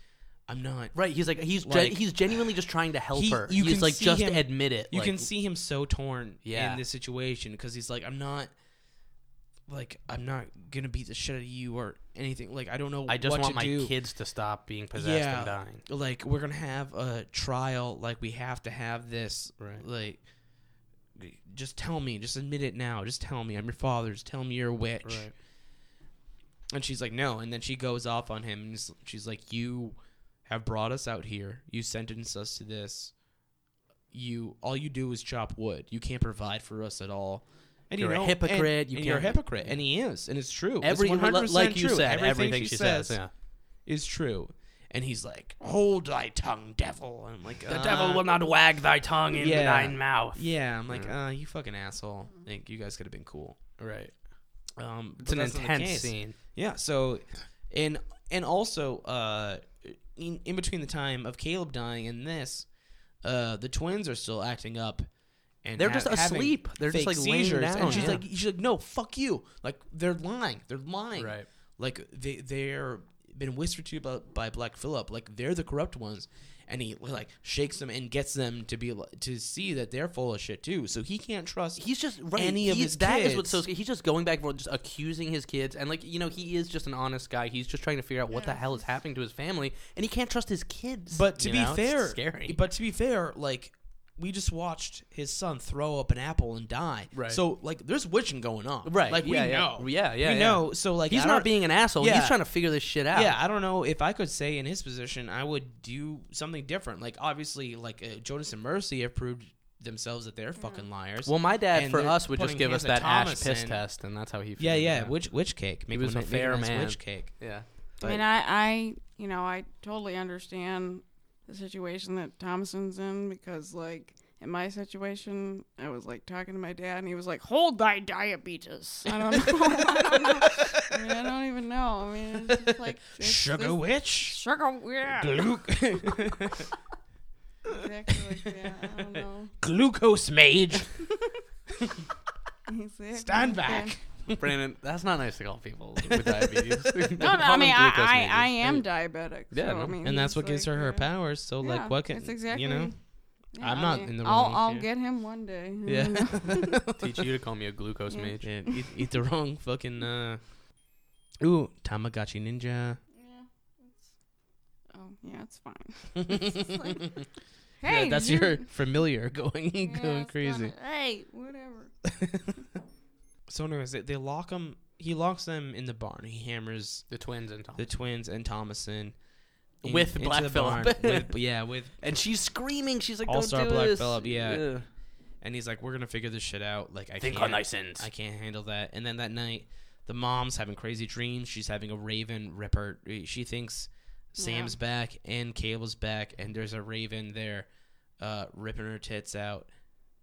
S1: I'm not.
S2: Right. He's like he's gen-
S1: Like-
S2: he's genuinely just trying to help
S1: He-
S2: her.
S1: you
S2: he's
S1: can
S2: like
S1: see
S2: just
S1: him-
S2: admit it.
S1: You
S2: like,
S1: can see him so torn
S2: Yeah.
S1: in this situation because he's like, I'm not. Like, I'm not gonna beat the shit out of you or anything. Like, I don't know.
S2: I just
S1: what
S2: want
S1: to
S2: my
S1: do.
S2: kids to stop being possessed and dying.
S1: Like we're gonna have a trial. Like we have to have this.
S2: Right.
S1: Like, just tell me. Just admit it now. Just tell me I'm your father. Just tell me you're a witch.
S2: Right.
S1: And she's like, no. And then she goes off on him. And s- she's like, you have brought us out here. You sentenced us to this. You all you do is chop wood. You can't provide for us at all. And
S2: You're a
S1: you know,
S2: hypocrite.
S1: And,
S2: You
S1: and you're a
S2: can't-
S1: hypocrite. And he is. And it's true. It's
S2: Every
S1: 100%
S2: like you
S1: true.
S2: said, everything, she says. yeah.
S1: is true. And he's like, hold thy tongue, devil. And I'm like,
S2: The
S1: uh,
S2: devil will not wag thy tongue in
S1: yeah.
S2: thine mouth.
S1: Yeah, I'm like, uh, you fucking asshole. Like, you guys could have been cool.
S2: Right.
S1: Um,
S2: It's
S1: but
S2: an
S1: that's not the
S2: intense
S1: case.
S2: scene.
S1: Yeah. So, and and also, uh, in, in between the time of Caleb dying and this, uh, the twins are still acting up. And
S2: They're
S1: ha-
S2: just
S1: having
S2: asleep. They're just,
S1: fake
S2: like, laying
S1: seizures.
S2: down,
S1: And she's
S2: yeah.
S1: like, she's like, no, fuck you. Like they're lying. They're lying.
S2: Right.
S1: Like they they're been whispered to about by Black Phillip. Like they're the corrupt ones. And he like shakes them and gets them to be li- to see that they're full of shit too. So he can't trust
S2: He's just right.
S1: any of
S2: he's-
S1: his
S2: that is
S1: kids.
S2: what's so scary. He's just going back and forth, just accusing his kids, and like you know, he is just an honest guy. He's just trying to figure out what the hell is happening to his family, and he can't trust his kids.
S1: But to
S2: you
S1: be
S2: know? It's
S1: fair,
S2: scary.
S1: But to be fair, like we just watched his son throw up an apple and die.
S2: Right.
S1: So like, there's witching going on.
S2: right,
S1: Like
S2: yeah,
S1: we
S2: yeah.
S1: know.
S2: yeah, yeah,
S1: We
S2: yeah.
S1: know. So like,
S2: he's
S1: I
S2: not
S1: don't-
S2: being an asshole.
S1: Yeah.
S2: He's trying to figure this shit out.
S1: Yeah, I don't know if I could say in his position, I would do something different. Like obviously, like uh, Jonas and Mercy have proved themselves that
S3: Mm-hmm.
S1: they're fucking liars.
S2: Well, my dad
S1: And
S2: for
S1: they're
S2: us would just
S1: putting
S2: give us
S1: hands
S2: that
S1: at
S2: ash piss
S1: Thomason.
S2: test, and that's how he.
S1: Yeah,
S2: figured it
S1: yeah.
S2: out.
S1: Which witch cake? Maybe
S2: was a fair man.
S1: Witch cake.
S2: yeah.
S3: I mean, I, I, you know, I totally understand the situation that Thompson's in because, like, in my situation, I was like talking to my dad, and he was like, "Hold thy diabetes." I don't know. I don't know. I mean, I don't even know. I mean, it's just like it's
S1: Sugar
S3: this-
S1: witch.
S3: Sugar, yeah,
S1: Gluc-
S3: exactly. Like that. I don't know.
S1: glucose mage.
S3: Exactly
S1: Stand
S3: like that.
S1: back.
S2: Brandon, that's not nice to call people with diabetes.
S3: No, no, I mean, I, I, I am diabetic.
S2: Yeah,
S3: so, I
S2: no.
S3: mean,
S1: and that's
S3: it's
S1: what gives
S3: like,
S1: her her
S3: yeah.
S1: powers. So
S3: Yeah,
S1: like, what can
S3: that's exactly
S1: you know?
S3: Yeah,
S1: I'm
S3: I
S1: not
S3: mean,
S1: in the
S3: I'll,
S1: wrong
S3: I'll
S1: here.
S3: get him one day. I
S1: Yeah.
S3: don't know.
S2: Teach you to call me a glucose mage.
S1: Yeah, eat, eat the wrong fucking. Uh... Ooh, Tamagotchi Ninja.
S3: Oh, yeah, it's fine. It's just like,
S10: Yeah, that's
S3: you're-
S10: your familiar going
S3: Yeah,
S10: going
S3: it's
S10: crazy.
S3: kinda- hey, whatever.
S1: So, anyways, they, they lock him. He locks them in the barn. He hammers
S2: the twins and Thomas.
S1: the twins and Thomason in-
S2: With
S1: into
S2: Black
S1: the barn
S2: Phillip.
S1: with- yeah, with
S2: and she's screaming. She's like,
S1: All Star
S2: "Don't do
S1: Black
S2: this."
S1: Phillip. Yeah.
S2: Ugh.
S1: And he's like, "We're gonna figure this shit out. Like, I
S2: Think
S1: can't,
S2: on thy sins."
S1: I can't handle that." And then that night, the mom's having crazy dreams. She's having a raven rip her. eh, She thinks Sam's back and Cable's back, and there's a raven there, uh, ripping her tits out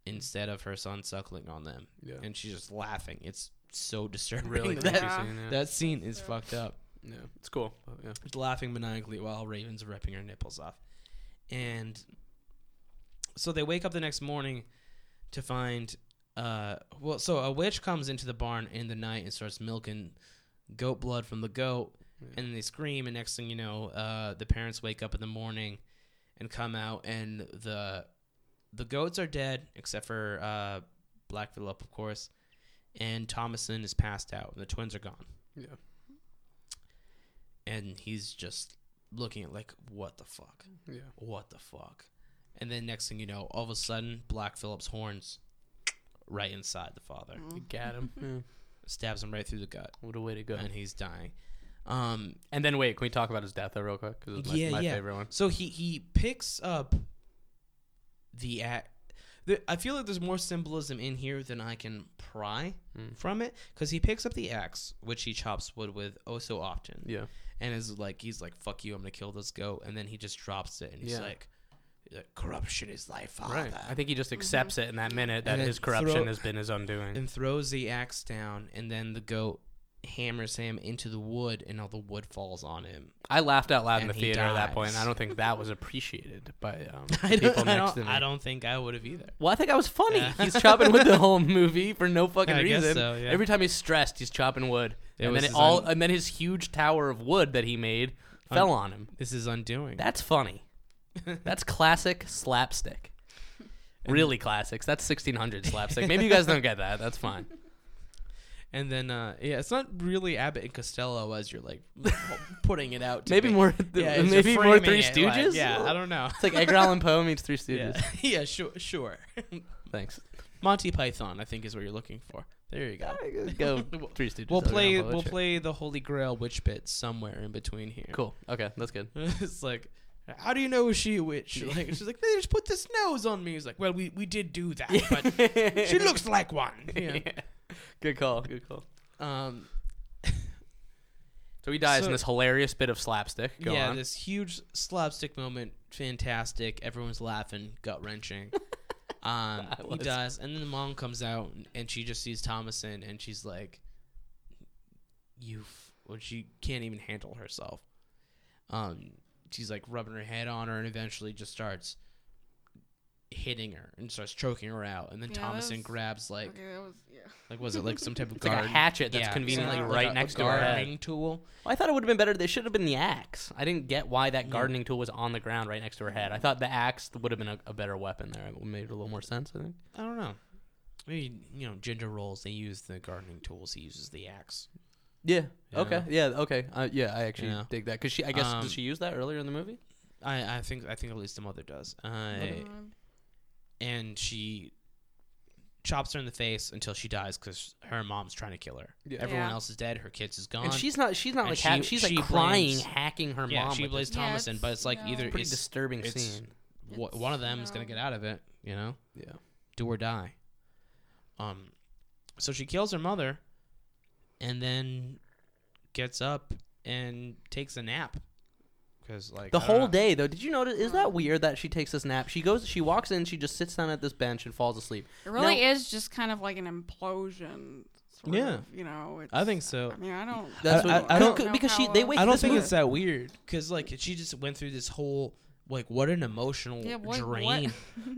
S1: instead of her son suckling on them.
S2: Yeah.
S1: And she's just laughing. It's so disturbing.
S2: Really
S1: that,
S2: creepy scene, yeah.
S1: that scene is fucked up.
S2: Yeah, it's cool. but yeah.
S1: She's laughing maniacally while Raven's ripping her nipples off. And so they wake up the next morning to find uh well so a witch comes into the barn in the night and starts milking goat blood from the goat and they scream and next thing you know uh the parents wake up in the morning and come out and the the goats are dead except for uh Black Phillip of course and Thomason is passed out and the twins are gone
S2: Yeah.
S1: and he's just looking at like what the fuck
S2: Yeah.
S1: what the fuck and then next thing you know all of a sudden black phillips horns right inside the father
S2: Got him.
S1: stabs him right through the gut
S2: What a way to go.
S1: and he's dying um
S2: And then wait, can we talk about his death though, real quick? Because it's my, my favorite one.
S1: so he he picks up the act the, i feel like there's more symbolism in here than i can pry
S2: Hmm.
S1: from it because he picks up the axe which he chops wood with oh so often
S2: Yeah.
S1: and is like he's like fuck you i'm gonna kill this goat and then he just drops it and he's
S2: Yeah.
S1: like like, corruption is thy father
S2: Right. I think he just accepts it in that minute that
S1: Mm-hmm. And then
S2: his corruption
S1: throw-
S2: has been his undoing.
S1: and throws the axe down and then the goat hammers him into the wood and all the wood falls on him
S2: I laughed out loud in
S1: and
S2: the
S1: he
S2: theater at that point.
S1: dies.
S2: I don't think that was appreciated by um,
S1: I
S2: people
S1: don't, I,
S2: next to
S1: don't,
S2: me.
S1: I don't think i would have either
S2: Well, I think I was funny. He's chopping wood the whole movie for no fucking
S1: I guess
S2: reason.
S1: so, yeah.
S2: Every time he's stressed, he's chopping wood,
S1: It
S2: and
S1: was
S2: then it
S1: his
S2: all,
S1: own-
S2: and then his huge tower of wood that he made fell on him.
S1: this is undoing
S2: That's funny. That's classic slapstick. Really classics. That's 1600 slapstick. Maybe you guys don't get that. That's fine.
S1: and then uh yeah it's not really abbott and costello as you're like putting it out to
S2: Maybe
S1: be.
S2: more.
S1: Yeah, as you're
S2: maybe more
S1: framing
S2: Three
S1: it, like,
S2: Stooges.
S1: yeah i don't know
S2: It's like Edgar Allan Poe meets Three Stooges.
S1: yeah, yeah sure sure
S2: Thanks.
S1: monty python i think is what you're looking for there you go
S2: Go Three Stooges.
S1: We'll
S2: Edgar
S1: play.
S2: Allan Poe,
S1: We'll
S2: sure.
S1: play the Holy Grail witch bit somewhere in between here.
S2: Cool. Okay, that's good.
S1: it's like, how do you know is she a witch? Like she's like, they just put this nose on me. He's like, well, we we did do that, but she looks like one. Yeah.
S2: Good call. Good call.
S1: Um.
S2: So he dies
S1: So-
S2: in this hilarious bit of slapstick. Go
S1: yeah.
S2: on.
S1: This huge slapstick moment, fantastic. Everyone's laughing, gut wrenching. Um, he
S2: was.
S1: dies, and then the mom comes out, and she just sees Thomason, and she's like, "You," f-, well, she can't even handle herself. Um, she's like rubbing her head on her, and eventually just starts hitting her and starts choking her out. And then
S3: Yeah,
S1: Thomason
S3: that's-
S1: grabs like,
S3: Okay, that was yeah.
S1: like was it like some type of
S2: It's like a
S1: garden-
S2: hatchet that's conveniently right
S1: a- a
S2: next to her head.
S1: gardening tool.
S2: Well, I thought it would have been better. They should have been the axe. I didn't get why that gardening tool was on the ground right next to her head. I thought the axe would have been a, a better weapon there. It made a little more sense. I think.
S1: I don't know. Maybe you know, ginger rolls. They use the gardening tools. He uses the axe.
S2: Yeah.
S1: Okay.
S2: Okay. Yeah. Okay. Uh, yeah. I actually
S1: Yeah.
S2: dig that because she. I guess
S1: Um,
S2: did she use that earlier in the movie?
S1: I, I think I think at least the mother does. Uh,
S3: Mm-hmm.
S1: and she chops her in the face until she dies because her mom's trying to kill her.
S2: Yeah.
S1: Everyone
S3: Yeah.
S1: else is dead. Her kids is gone.
S2: And she's not. She's not
S1: and
S2: like.
S1: she-
S2: ha- she's
S1: she
S2: like crying,
S1: blames-
S2: hacking her
S1: yeah,
S2: mom.
S1: she
S2: with
S1: blames
S2: this
S3: Yeah,
S1: Thomason, but
S3: it's-
S1: it's like
S3: no.
S1: either
S2: Pretty
S1: it's,
S2: disturbing
S1: it's-
S2: scene.
S1: wh-
S3: It's-
S1: one of them is
S3: no.
S1: gonna get out of it. You know,
S2: Yeah.
S1: do or die. Um, so she kills her mother, and then gets up and takes a nap. Because like
S2: The
S1: I don't
S2: whole
S1: know.
S2: day, though, did you notice? Is that weird that she takes this nap? She goes, she walks in, she just sits down at this bench and falls asleep.
S3: It really is just kind of like an implosion. Sort
S1: Yeah.
S3: of, you know. It's,
S1: I think so.
S3: I mean, I don't.
S2: That's
S1: I-
S2: what,
S1: I- I don't-
S2: because- because she they wake.
S1: I don't
S2: this
S1: think
S2: mor-
S1: it's that weird because like she just went through this whole like what an emotional
S3: Yeah, what- what-
S1: drain.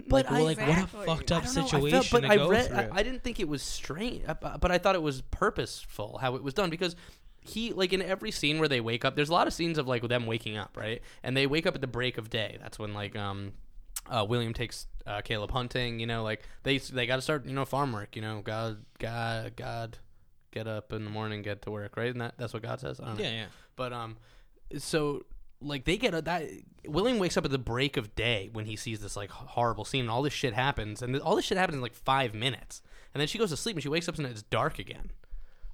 S2: But
S1: like, what- like what a
S3: Exactly.
S1: fucked up
S2: I don't know, I felt-
S1: situation
S2: but
S1: to
S2: I
S1: go
S2: read,
S1: through.
S2: I, I didn't think it was strange, uh, bu- but I thought it was purposeful how it was done because he like in every scene where they wake up, there's a lot of scenes of like them waking up, right? And they wake up at the break of day. That's when like um. Uh, William takes uh, Caleb hunting. You know, like they they got to start. You know, farm work. You know, God, God, God, get up in the morning, get to work. Right, and that, that's what God says. I don't know.
S1: yeah, yeah.
S2: But um, so like they get a, that William wakes up at the break of day when he sees this like horrible scene and all this shit happens and all this shit happens in like 5 minutes. And then she goes to sleep and she wakes up and it's dark again.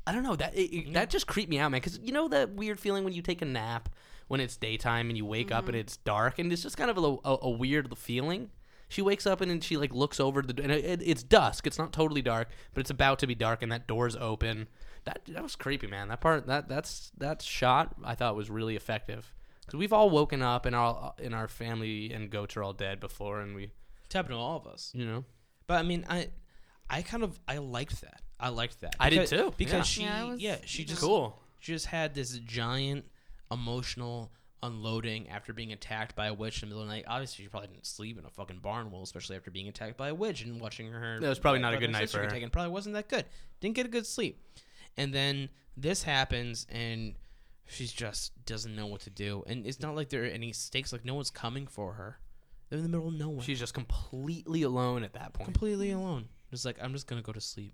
S2: I don't know that it, it- that just creeped me out, man, cuz you know that weird feeling when you take a nap when it's daytime and you wake up
S3: Mm-hmm.
S2: and it's dark and it's just kind of a, a, a weird feeling. She wakes up and then she like looks over the and it, it's dusk. It's not totally dark, but it's about to be dark and that door's open. That that was creepy, man. That part that that's that shot I thought was really effective because we've all woken up and all and our family and goats are all dead before and we
S10: It's happened to all of us.
S2: you know
S1: But I mean, I, I kind of I liked that. I liked that.
S2: I
S1: Because-
S2: did too, yeah.
S1: Because
S3: Yeah, it
S1: she,
S3: was-
S1: yeah, she
S3: yeah.
S1: just
S2: Cool.
S1: She just had this giant emotional unloading after being attacked by a witch in the middle of the night. Obviously, she probably didn't sleep in a fucking barn well, especially after being attacked by a witch and watching her.
S2: That was probably not a
S1: brother
S2: good
S1: and
S2: night
S1: sister
S2: for
S1: get
S2: her.
S1: taken. Probably wasn't that good. Didn't get a good sleep. And then this happens, and she just doesn't know what to do. And it's not like there are any stakes. Like no one's coming for her. They're in the middle of nowhere
S2: she's just completely alone at that point.
S1: completely alone. Just like I'm just gonna go to sleep.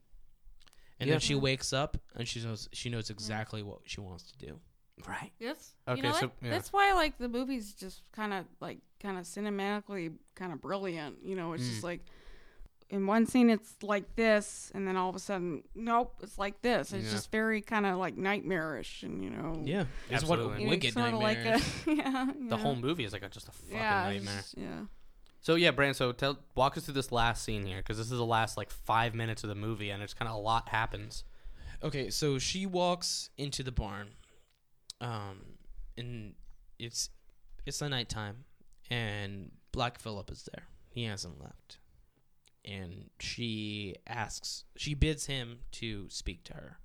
S1: And
S2: Yeah.
S1: then she wakes up and she knows she knows exactly what she wants to do.
S2: Right.
S3: Yes.
S2: Okay,
S3: you know
S2: so-
S3: what?
S2: yeah.
S3: that's why like the movie's just kind of like kind of cinematically kind of brilliant. You know, it's
S2: Mm.
S3: just like in one scene it's like this, and then all of a sudden, nope, it's like this. It's
S2: Yeah.
S3: just very kind of like nightmarish, and you know,
S1: Yeah, it's
S2: Absolutely.
S1: what
S3: you know,
S1: wicked
S3: sorta like
S1: nightmare.
S3: a yeah,
S2: The
S3: yeah.
S2: whole movie is like a, just a fucking
S3: yeah, it's
S2: nightmare.
S3: just- yeah.
S2: So yeah, Bran. So tell, walk us through this last scene here, because this is the last like five minutes of the movie, and it's kind of a lot happens.
S1: okay, so she walks into the barn, um, and it's it's the nighttime, and Black Phillip is there. He hasn't left, and she asks, she bids him to speak to her.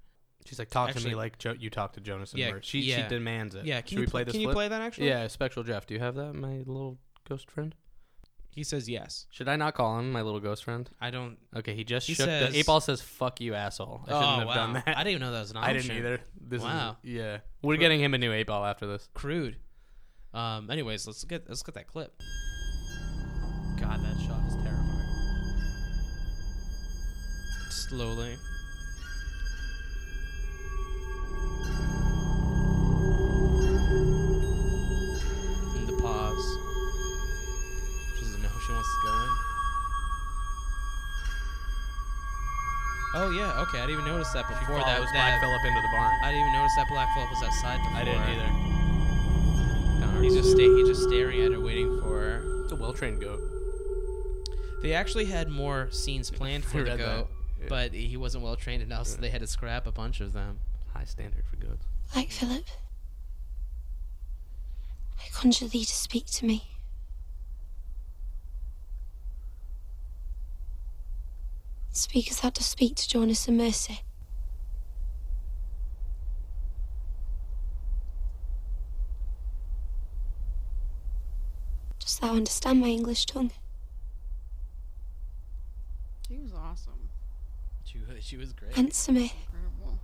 S2: She's like, "Talk to
S1: Actually-
S2: me like jo- you talked to Jonas and
S1: Yeah,
S2: Bert." She
S1: yeah.
S2: she demands it.
S1: Yeah, can
S2: Should
S1: you
S2: we
S1: pl-
S2: play this?
S1: Can you
S2: flip?
S1: play that actually?
S2: Yeah, Spectral Jeff. Do you have that, my little ghost friend?
S1: He says yes.
S2: Should I not call him my little ghost friend?
S1: I don't.
S2: Okay, he just
S1: He
S2: shook.
S1: says-
S2: the eight ball says, "Fuck you, asshole." I shouldn't
S1: oh
S2: have
S1: wow!
S2: done that.
S1: I didn't even know that was an option.
S2: I didn't either. This
S1: Wow.
S2: Is, yeah, we're getting him a new eight ball after this.
S1: crude. Um, anyways, let's get let's get that clip.
S2: God, that shot is terrifying.
S1: Slowly. And the pause. She doesn't know how she wants to go in. Oh yeah, okay. I didn't even notice that before. That
S2: was
S1: was that.
S2: Black Phillip into the barn.
S1: I didn't even notice that Black Phillip was outside before.
S2: I didn't either. Darn.
S1: He's just sta- he's just staring at her, waiting for her.
S2: It's a well-trained goat.
S1: They actually had more scenes planned for the
S2: read
S1: goat,
S2: that. Yeah.
S1: but he wasn't well trained enough, so they had to scrap a bunch of them.
S2: High standard for goats.
S11: Black Philip, I conjure thee to speak to me. Speak as thou dost speak to Jonas and Mercy. Dost thou understand my English tongue?
S3: She was awesome.
S10: She, wa- she was great.
S11: Answer me.
S3: Incredible.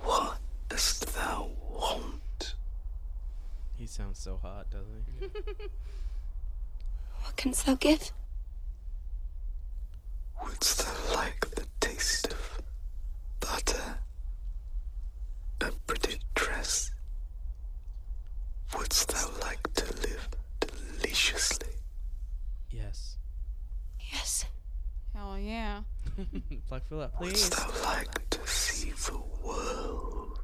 S8: What dost thou want?
S1: He sounds so hot, doesn't he?
S11: What canst thou give?
S8: Wouldst thou like the taste of that uh, a pretty dress? Wouldst thou like to live deliciously?
S1: Yes.
S11: Yes.
S3: Hell yeah.
S1: Black Phillip,
S8: Wouldst
S1: please
S8: thou like to see the world?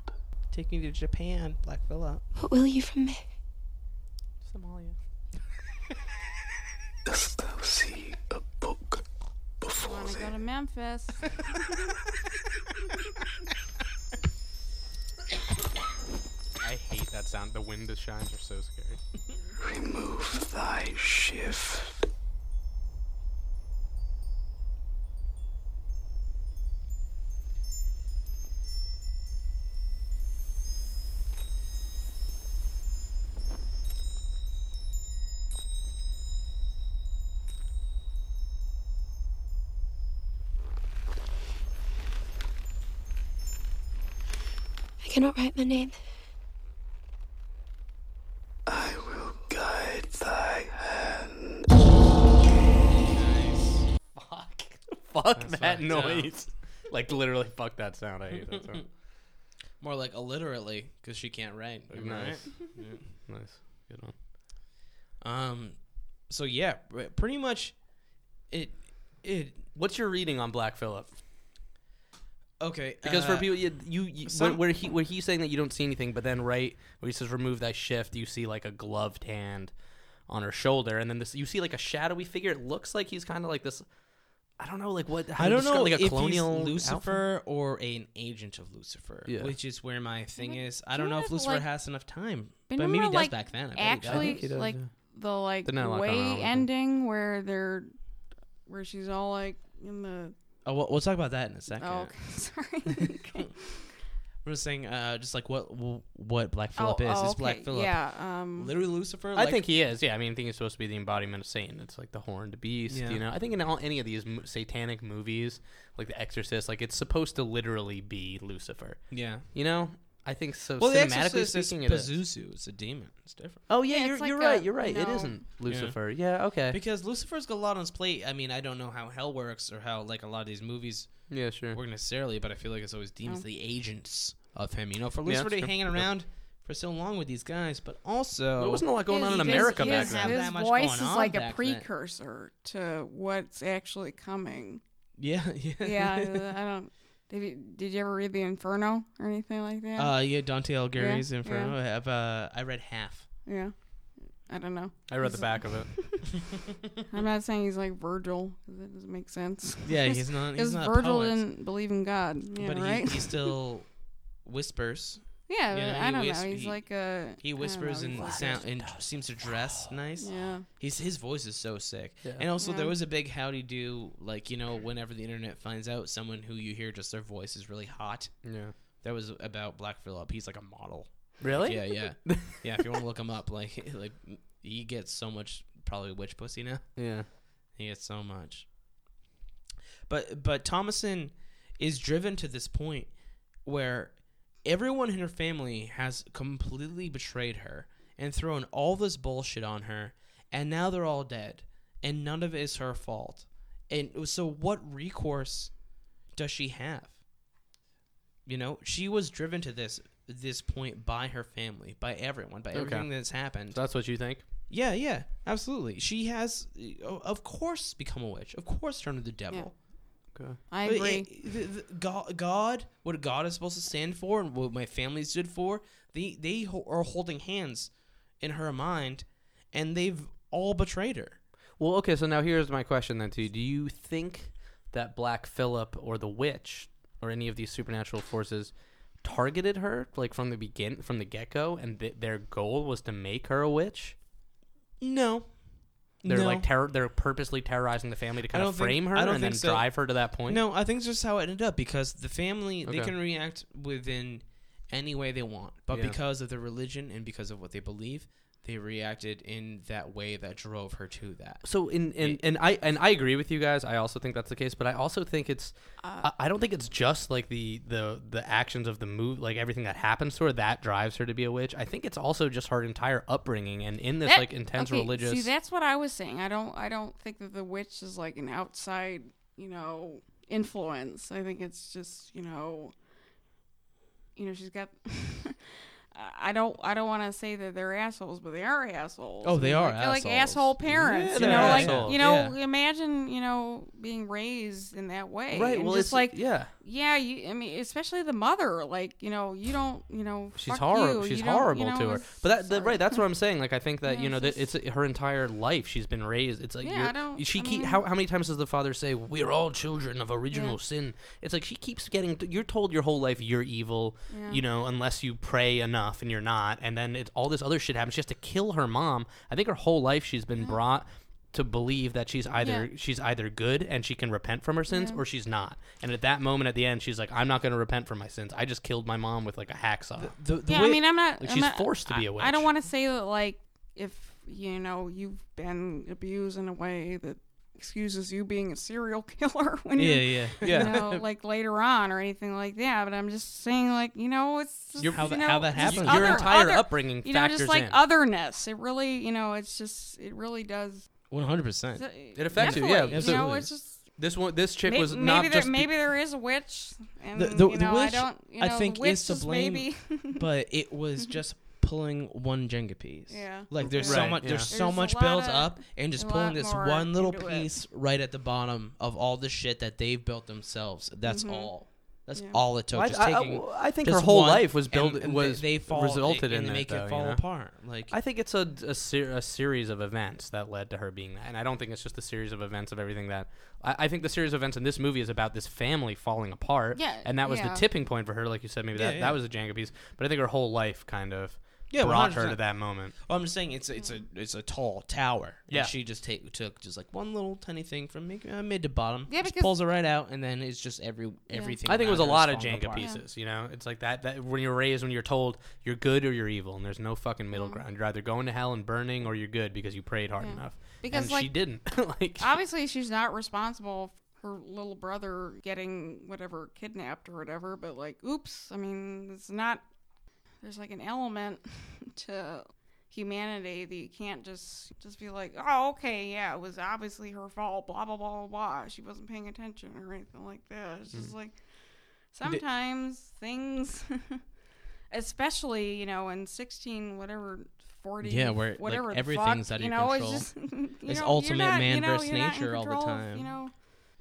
S1: take me to Japan, Black Phillip.
S11: What will you from me?
S2: Somalia.
S8: Dost thou see a book before
S3: Want to
S8: thee?
S3: go to Memphis?
S2: I hate that sound. The wind that shines are so scary.
S8: Remove thy shift.
S11: I cannot write my name.
S8: I will guide thy hand.
S2: fuck
S10: That's
S2: that
S10: fucked up.
S2: noise. like literally, fuck that sound. I hate that sound.
S10: More like alliterately, because she can't write. am I
S2: Nice.
S10: right? Yeah.
S2: nice. Good one.
S1: Um, so yeah, r- pretty much. It, it.
S2: What's your reading on Black Phillip?
S1: Okay,
S2: Because
S1: uh,
S2: for people, you, you, you
S1: some-
S2: where, where he where he's saying that you don't see anything, but then right where he says remove thy shift, you see like a gloved hand on her shoulder, and then this you see like a shadowy figure. It looks like he's kind of like this. I don't know, like what? How
S1: I
S2: do you
S1: don't know
S2: describe- like a
S1: if
S2: colonial
S1: he's
S2: outfit?
S1: Lucifer or an agent of Lucifer,
S2: Yeah.
S1: which is where my thing is. I
S3: do you
S1: don't know
S3: remember
S1: if
S3: the,
S1: Lucifer
S3: like-
S1: has enough time,
S3: But
S1: but maybe he
S3: remember,
S1: does
S3: like,
S1: back then. I bet he does.
S3: actually, like the like
S1: Didn't I like that
S3: way
S1: one?
S3: ending where they're where she's all like in the
S1: Oh, we'll, we'll talk about that in a second.
S3: oh okay, sorry okay.
S1: I'm just saying, uh, just like what what Black Phillip
S3: Oh,
S1: is.
S3: oh,
S1: is Black
S3: okay,
S1: Phillip
S3: yeah, um,
S1: literally Lucifer?
S2: I
S1: Like-
S2: think he is. Yeah, I mean, I think he's supposed to be the embodiment of Satan. It's like the horned beast.
S1: Yeah.
S2: You know, I think in all any of these mo- satanic movies, like The Exorcist, like it's supposed to literally be Lucifer.
S1: Yeah.
S2: You know, I think so.
S1: Well, The
S2: cinematically
S1: Exorcist is
S2: speaking, it is.
S1: Pazuzu. It's a demon. It's different.
S2: Oh yeah,
S1: Yeah,
S2: you're,
S1: it's like
S2: you're right.
S1: a-
S2: You're right. It
S1: no.
S2: isn't
S1: Yeah.
S2: Lucifer. Yeah. okay.
S1: Because Lucifer's got a lot on his plate. I mean, I don't know how hell works or how like a lot of these movies.
S2: Yeah, sure.
S1: Work necessarily, but I feel like it's always demons,
S10: Oh.
S3: Hmm.
S1: the agents of him. You know, for
S10: Yeah,
S1: Lucifer
S10: that's
S1: to be
S10: true.
S1: hanging
S10: Yeah.
S1: around for so long with these guys, but also
S2: There wasn't a lot going on in
S3: His-
S2: America
S3: his,
S2: back then.
S3: His
S2: That much
S3: voice
S2: going
S3: is
S2: on
S3: like a
S2: back then.
S3: precursor to what's actually coming.
S1: Yeah, yeah.
S3: yeah. I don't. Did you, did you ever read the Inferno or anything like that?
S1: Uh, yeah, Dante Alighieri's
S3: Yeah,
S1: Inferno.
S3: yeah.
S1: I have uh, I read half.
S3: Yeah. I don't know.
S2: I read
S3: He's-
S2: the back of it.
S3: I'm not saying he's like Virgil. 'cause That doesn't make sense.
S1: Yeah, he's not- he's
S3: Because
S1: not a
S3: Virgil
S1: poet.
S3: didn't believe in God. Yeah,
S1: but
S3: right.
S1: he, he still whispers.
S3: Yeah,
S1: You
S3: but
S1: know,
S3: I
S1: he
S3: don't know,
S1: whisp-
S3: he's
S1: he-
S3: like a- I
S1: He
S3: don't
S1: whispers
S3: know,
S1: and
S3: he's
S1: sound and seems to dress nice.
S3: Yeah.
S1: His his voice is so sick.
S10: Yeah.
S1: And also there
S10: Yeah.
S1: was a big howdy do like you know whenever the internet finds out someone who you hear just their voice is really hot.
S2: Yeah.
S1: That was about Black Phillip. He's like a model.
S2: Really?
S1: Yeah, yeah, yeah. If you want to look him up, like like he gets so much probably witch pussy now.
S2: Yeah.
S1: He gets so much. But but Thomason is driven to this point where everyone in her family has completely betrayed her and thrown all this bullshit on her and now they're all dead and none of it is her fault. And so what recourse does she have? You know, she was driven to this this point by her family, by everyone, by
S2: Okay.
S1: everything that's happened.
S2: So that's what you think?
S1: Yeah, yeah, absolutely. She has, uh, of course, become a witch. Of course, turned to the devil.
S2: Okay.
S3: I
S1: But
S3: agree.
S1: it- the- the God, God, what God is supposed to stand for, and what my family stood for, they they ho- are holding hands in her mind, and they've all betrayed her.
S2: Well, okay. So now here's my question then to you: Do you think that Black Phillip or the witch or any of these supernatural forces targeted her like from the begin, from the get go, and th- their goal was to make her a witch?
S1: No,
S2: They're
S1: No.
S2: like terror. They're purposely terrorizing the family to kind of
S1: don't think-
S2: frame her
S1: I don't
S2: and then
S1: think so.
S2: drive her to that point.
S1: No, I think it's just how it ended up because the family they
S2: Okay.
S1: can react within any way they want, but
S2: Yeah.
S1: because of their religion and because of what they believe, they reacted in that way that drove her to that.
S2: So in and, and I and I agree with you guys. I also think that's the case, but I also think it's
S3: Uh,
S2: I, I don't think it's just like the the the actions of the move, like everything that happens to her that drives her to be a witch. I think it's also just her entire upbringing and in this
S3: That-
S2: like intense
S3: okay,
S2: religious.
S3: See, that's what I was saying. I don't. I don't think that the witch is like an outside, you know, influence. I think it's just, you know, you know, she's got. I don't. I don't want to say that they're assholes, but they are assholes.
S1: Oh, they
S3: I mean,
S1: are
S3: like, like
S1: assholes.
S3: asshole parents.
S1: Yeah,
S3: you
S1: they're
S3: know, like
S1: assholes,
S3: you know,
S1: yeah.
S3: imagine you know being raised in that way,
S2: Right,
S3: And
S2: well, it's-
S3: just like
S2: yeah.
S3: yeah. You, I mean, especially the mother. Like you know, you don't. You know,
S2: She's
S3: fuck
S2: horrible.
S3: you,
S2: She's
S3: you don't- you
S2: horrible
S3: know,
S2: to her.
S3: it's-
S2: But that, that right, that's what I'm saying. Like I think that
S3: Yeah,
S2: you know
S3: it's
S2: that it's her entire life she's been raised. It's like
S3: Yeah,
S2: you're-
S3: I don't-
S2: she
S3: I
S2: keep
S3: mean-
S2: how how many times does the father say we're all children of original
S3: Yeah.
S2: sin? It's like she keeps getting. You're told your whole life you're evil,
S3: Yeah.
S2: you know, unless you pray enough, and you're not. And then it's all this other shit happens. She has to kill her mom. I think her whole life she's been brought. To believe that she's either
S10: Yeah.
S2: she's either good and she can repent from her sins,
S10: Yeah.
S2: or she's not. And at that moment, at the end, she's like, "I'm not going to repent from my sins. I just killed my mom with like a hacksaw."
S3: yeah, I mean, I'm not.
S2: Like,
S3: I'm
S2: she's
S3: not-
S2: forced to be
S3: I-
S2: a witch.
S3: I don't want to say that, like, if you know you've been abused in a way that excuses you being a serial killer when
S1: Yeah,
S3: you,
S1: yeah. Yeah.
S3: you know, like later on or anything like that. But I'm just saying, like, you know, it's just,
S2: Your- how
S3: you
S2: that-
S3: know,
S2: how that
S3: just
S2: happens.
S3: other-
S2: Your entire
S3: other-
S2: upbringing
S3: you know, just
S2: factors
S3: like
S2: in.
S3: otherness. It really, you know, it's just, it really does.
S1: One hundred percent.
S3: It affects you, yeah,
S1: Definitely.
S3: absolutely. You know, it's just-
S2: This one, this chick
S3: May-
S2: was
S3: maybe
S2: not
S3: there,
S2: just. be-
S3: maybe there is a witch, and
S2: The-
S1: the-
S3: you
S1: the
S3: know I
S1: witch,
S3: don't. You know,
S1: I think
S3: the witch
S1: is to blame,
S3: Maybe. Mm-hmm.
S1: but it was just pulling one Jenga piece.
S3: Yeah.
S1: Like there's so
S10: Right,
S1: much
S10: yeah.
S1: there's so
S10: There's a
S1: much
S10: lot
S1: built
S10: of-
S1: up and just
S10: a
S1: pulling
S10: lot
S1: this
S10: more
S1: one little
S10: into it.
S1: piece right at the bottom of all the shit that they've built themselves. That's
S10: Mhm.
S3: Mm-hmm.
S1: all. That's
S10: Yeah.
S1: all it took.
S2: I-
S1: just
S2: I- I-
S1: taking.
S2: I think
S1: just
S2: her whole
S1: one
S2: life was built
S1: and- and
S2: was
S1: they, they fall,
S2: resulted
S1: they,
S2: in
S1: and
S2: that,
S1: make
S2: though,
S1: it
S2: you
S1: fall
S2: know?
S1: apart. Like
S2: I think it's a a, ser- a series of events that led to her being that, and I don't think it's just a series of events of everything that. I, I think the series of events in this movie is about this family falling apart.
S10: Yeah,
S2: and that was
S10: yeah.
S2: the tipping point for her, like you said. Maybe
S1: Yeah,
S2: that
S1: yeah.
S2: that was a Jenga piece, but I think her whole life kind of
S1: yeah,
S2: brought her to
S1: 100%.
S2: that moment.
S1: Well, I'm just saying it's a, it's a it's a tall tower. and
S2: Yeah.
S1: she just take, took just like one little tiny thing from mi- uh, mid to bottom.
S10: Yeah,
S1: just
S10: because-
S1: pulls it right out, and then it's just every everything.
S2: I think it was a
S1: around her
S2: lot
S1: is
S2: of
S1: falling
S2: Jenga
S1: apart.
S2: pieces. You know, it's like that. That when you're raised, when you're told you're good or you're evil, and there's no fucking middle ground. You're either going to hell and burning, or you're good because you prayed hard
S3: Mm. Yeah.
S2: enough.
S3: Because,
S2: and she
S3: like-
S2: didn't. like
S3: Obviously, she's not responsible for her little brother getting whatever kidnapped or whatever. But like, oops. I mean, it's not. There's like an element to humanity that you can't just just be like, oh, okay, yeah, it was obviously her fault. Blah blah blah blah. blah. She wasn't paying attention or anything like that. It's just
S1: Mm-hmm.
S12: Mhm.
S3: like sometimes things. Especially, you know, in sixteen, whatever, forty,
S1: Yeah, where like,
S3: whatever, the fuck,
S1: everything's out of
S3: you
S1: your
S3: know,
S1: control.
S3: It's just you
S1: it's
S3: know,
S1: ultimate
S3: Oh, you're not-
S1: man
S3: you know,
S1: versus
S3: you're not in
S1: nature all the
S3: control of,
S1: time.
S3: You know,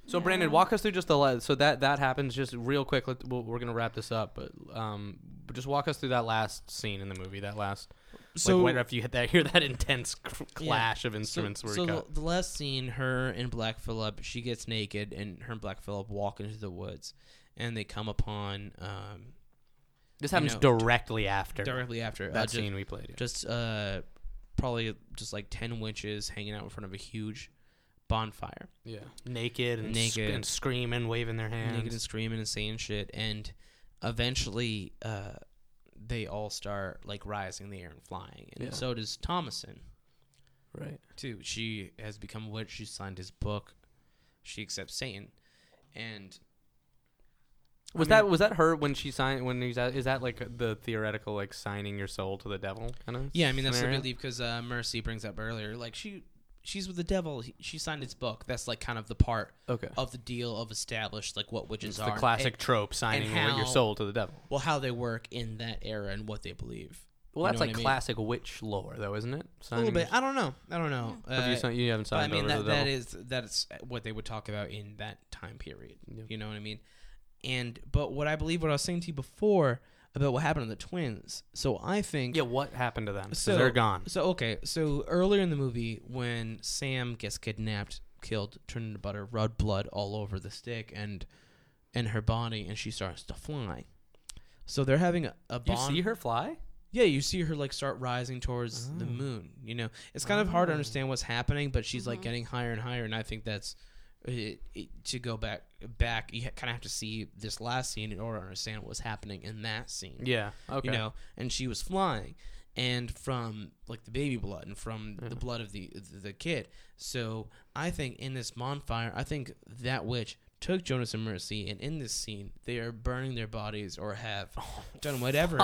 S2: So Brandon, walk us through just the la- so that that happens just real quick. Let, we'll, we're gonna wrap this up, but um, but just walk us through that last scene in the movie. That last
S1: So-
S2: like right after you hit that hear that intense cr-
S1: Yeah.
S2: clash of
S1: So-
S2: instruments where
S1: so
S2: it
S1: the,
S2: got,
S1: the last scene, her and Black Phillip, she gets naked, and her and Black Phillip walk into the woods, and they come upon. Um,
S2: This
S1: you
S2: happens
S1: know,
S2: directly after uh,
S1: Directly after
S2: that
S1: ju-
S2: scene we played, yeah.
S1: Just uh, probably just like ten winches hanging out in front of a huge bonfire.
S2: Yeah. Naked and sc- and screaming, waving their
S1: Naked
S2: hands.
S1: and screaming and saying shit, and eventually uh, they all start like rising in the air and flying, and
S2: Yeah.
S1: so does Thomason.
S2: Right.
S1: Too. She has become a witch. She signed his book. She accepts Satan, and I
S2: was that
S1: mean-
S2: was that her when she signed when he's at, is that like the theoretical like signing your soul to the devil kind of
S1: Yeah, I mean that's what I believe because uh, Mercy brings up earlier. Like she, she's with the devil. He, she signed his book. That's like kind of the part
S2: Okay.
S1: of the deal of established like what witches
S2: It's the
S1: are.
S2: classic trope, signing away your soul to the devil.
S1: Well, how they work in that era and what they believe.
S2: Well,
S1: You
S2: that's
S1: know what
S2: like
S1: I mean?
S2: classic witch lore, though, isn't it?
S1: A little bit. I don't know. I don't know. Uh,
S2: Have you sign- you haven't
S1: but
S2: signed
S1: I mean,
S2: over
S1: that,
S2: to the
S1: that
S2: devil?
S1: is that is what they would talk about in that time period. You know what I mean? And but what I believe, what I was saying to you before about what happened to the twins. So I think
S2: Yeah, what happened to them? 'Cause they're gone.
S1: So okay. So earlier in the movie, when Sam gets kidnapped, killed, turned into butter, red blood all over the stick and and her body, and she starts to fly. So they're having a, a
S2: You
S1: bond.
S2: see her fly?
S1: Yeah, you see her like start rising towards the moon. You know, it's kind of hard to
S2: Oh.
S1: understand what's happening, but she's like getting higher and higher, and I think that's uh, it, it- to go back back. You kind of have to see this last scene in order to understand what was happening in that scene.
S2: Yeah, okay.
S1: You know, and she was flying, and from like the baby blood and from
S2: Mm-hmm.
S1: the blood of the the kid. So I think in this bonfire, I think that witch. Took Jonas and Mercy, and in this scene, they are burning their bodies or have
S2: Oh,
S1: done whatever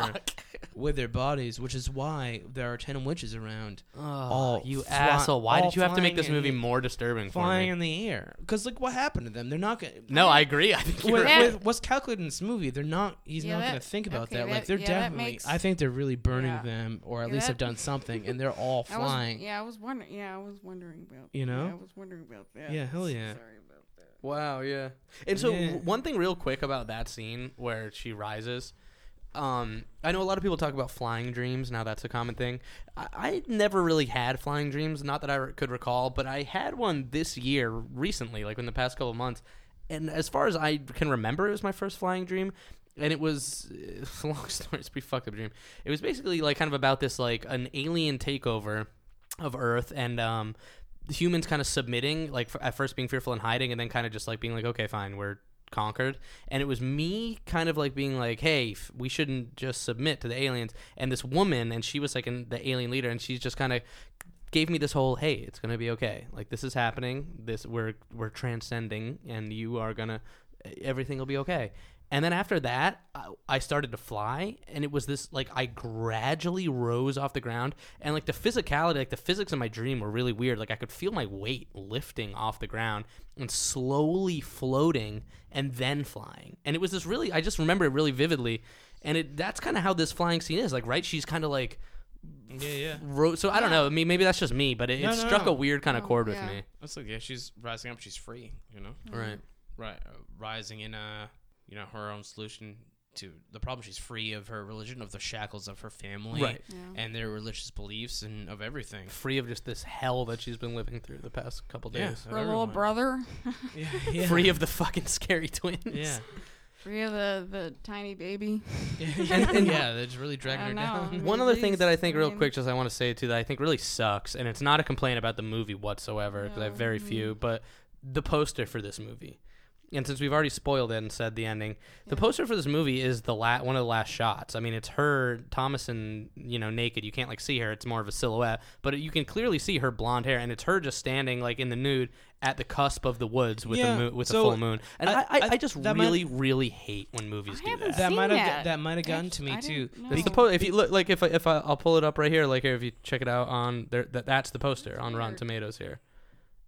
S1: with their bodies, which is why there are ten witches around. all
S2: you
S1: fly-
S2: asshole! Why
S1: all
S2: did you have to make
S1: flying
S2: this
S1: in
S2: movie
S1: the-
S2: more disturbing for
S1: Flying
S2: me?
S1: in the air, because like what happened to them? They're not gonna.
S2: No, I agree. I think
S1: with,
S2: you're right.
S1: with what's calculated in this movie, they're not. He's
S10: Yeah,
S1: not
S10: that-
S1: gonna think about
S10: okay,
S1: that. Like
S10: that-
S1: they're
S10: yeah, that
S1: definitely.
S10: makes-
S1: I think they're really burning
S3: Yeah.
S1: them, or at
S3: Yeah,
S1: least
S3: that-
S1: have done something, and they're all
S3: I was-
S1: flying.
S3: yeah, I was wondering. Yeah, I was wondering about.
S1: You know?
S3: yeah, I was wondering about that.
S1: Yeah, hell yeah.
S3: Sorry about
S2: Wow, yeah. And so
S1: Yeah.
S2: one thing real quick about that scene where she rises, um, I know a lot of people talk about flying dreams. Now that's a common thing. I, I never really had flying dreams, not that I re- could recall, but I had one this year recently, like in the past couple of months. And as far as I can remember, it was my first flying dream. And it was it's a long story. It's a pretty fucked up dream. It was basically like kind of about this like an alien takeover of Earth and um, the humans kind of submitting, like f- at first being fearful and hiding, and then kind of just like being like, okay, fine, we're conquered. And it was me kind of like being like, hey, f- we shouldn't just submit to the aliens. And this woman, and she was like in the alien leader, and she's just kind of gave me this whole hey it's gonna be okay like this is happening this we're we're transcending and you are gonna everything will be okay And then after that, I- I started to fly, and it was this like I gradually rose off the ground, and like the physicality, like the physics in my dream were really weird. Like I could feel my weight lifting off the ground and slowly floating, and then flying. And it was this really, I just remember it really vividly, and it that's kind of how this flying scene is. Like right, she's kind of like
S1: Yeah, yeah.
S2: ro- so I don't know. I mean, maybe that's just me, but it,
S1: No,
S2: it
S1: no,
S2: struck
S1: no.
S2: a weird kind of chord with me.
S1: That's like yeah, she's rising up. She's free, you know.
S2: Right.
S1: Right. uh, rising in uh, you know, her own solution to the problem. She's free of her religion, of the shackles of her family,
S2: Right.
S1: and their religious beliefs, and of everything.
S2: Free of just this hell that she's been living through the past couple
S1: Yeah,
S2: days.
S1: of
S3: Her little brother.
S1: yeah.
S2: Free of the fucking scary twins.
S1: Yeah.
S3: Free of the, the tiny baby.
S1: and, yeah, that's really dragging
S3: I
S1: her
S3: know.
S1: down.
S3: I mean,
S2: One other thing
S3: these-
S2: that I think,
S3: I
S2: real
S3: mean-
S2: quick, just I want to say too, that I think really sucks, and it's not a complaint about the movie whatsoever, because I have very few, but the poster for this movie. And since we've already spoiled it and said the ending, the poster for this movie is the la- one of the last shots. I mean, it's her Thomason, you know, naked. You can't like see her; it's more of a silhouette, but you can clearly see her blonde hair, and it's her just standing like in the nude at the cusp of the woods with
S1: Yeah,
S2: the moon, with
S1: so
S2: the full moon. And I, I, I,
S1: I-
S2: just
S1: that might-
S2: really, really hate when movies do that.
S1: That
S3: seen
S1: might have
S3: that.
S1: that might have gotten to me too.
S2: It's the po- if you look like if I, if I, I'll pull it up right here like if you check it out on there that that's the poster on Rotten Tomatoes here.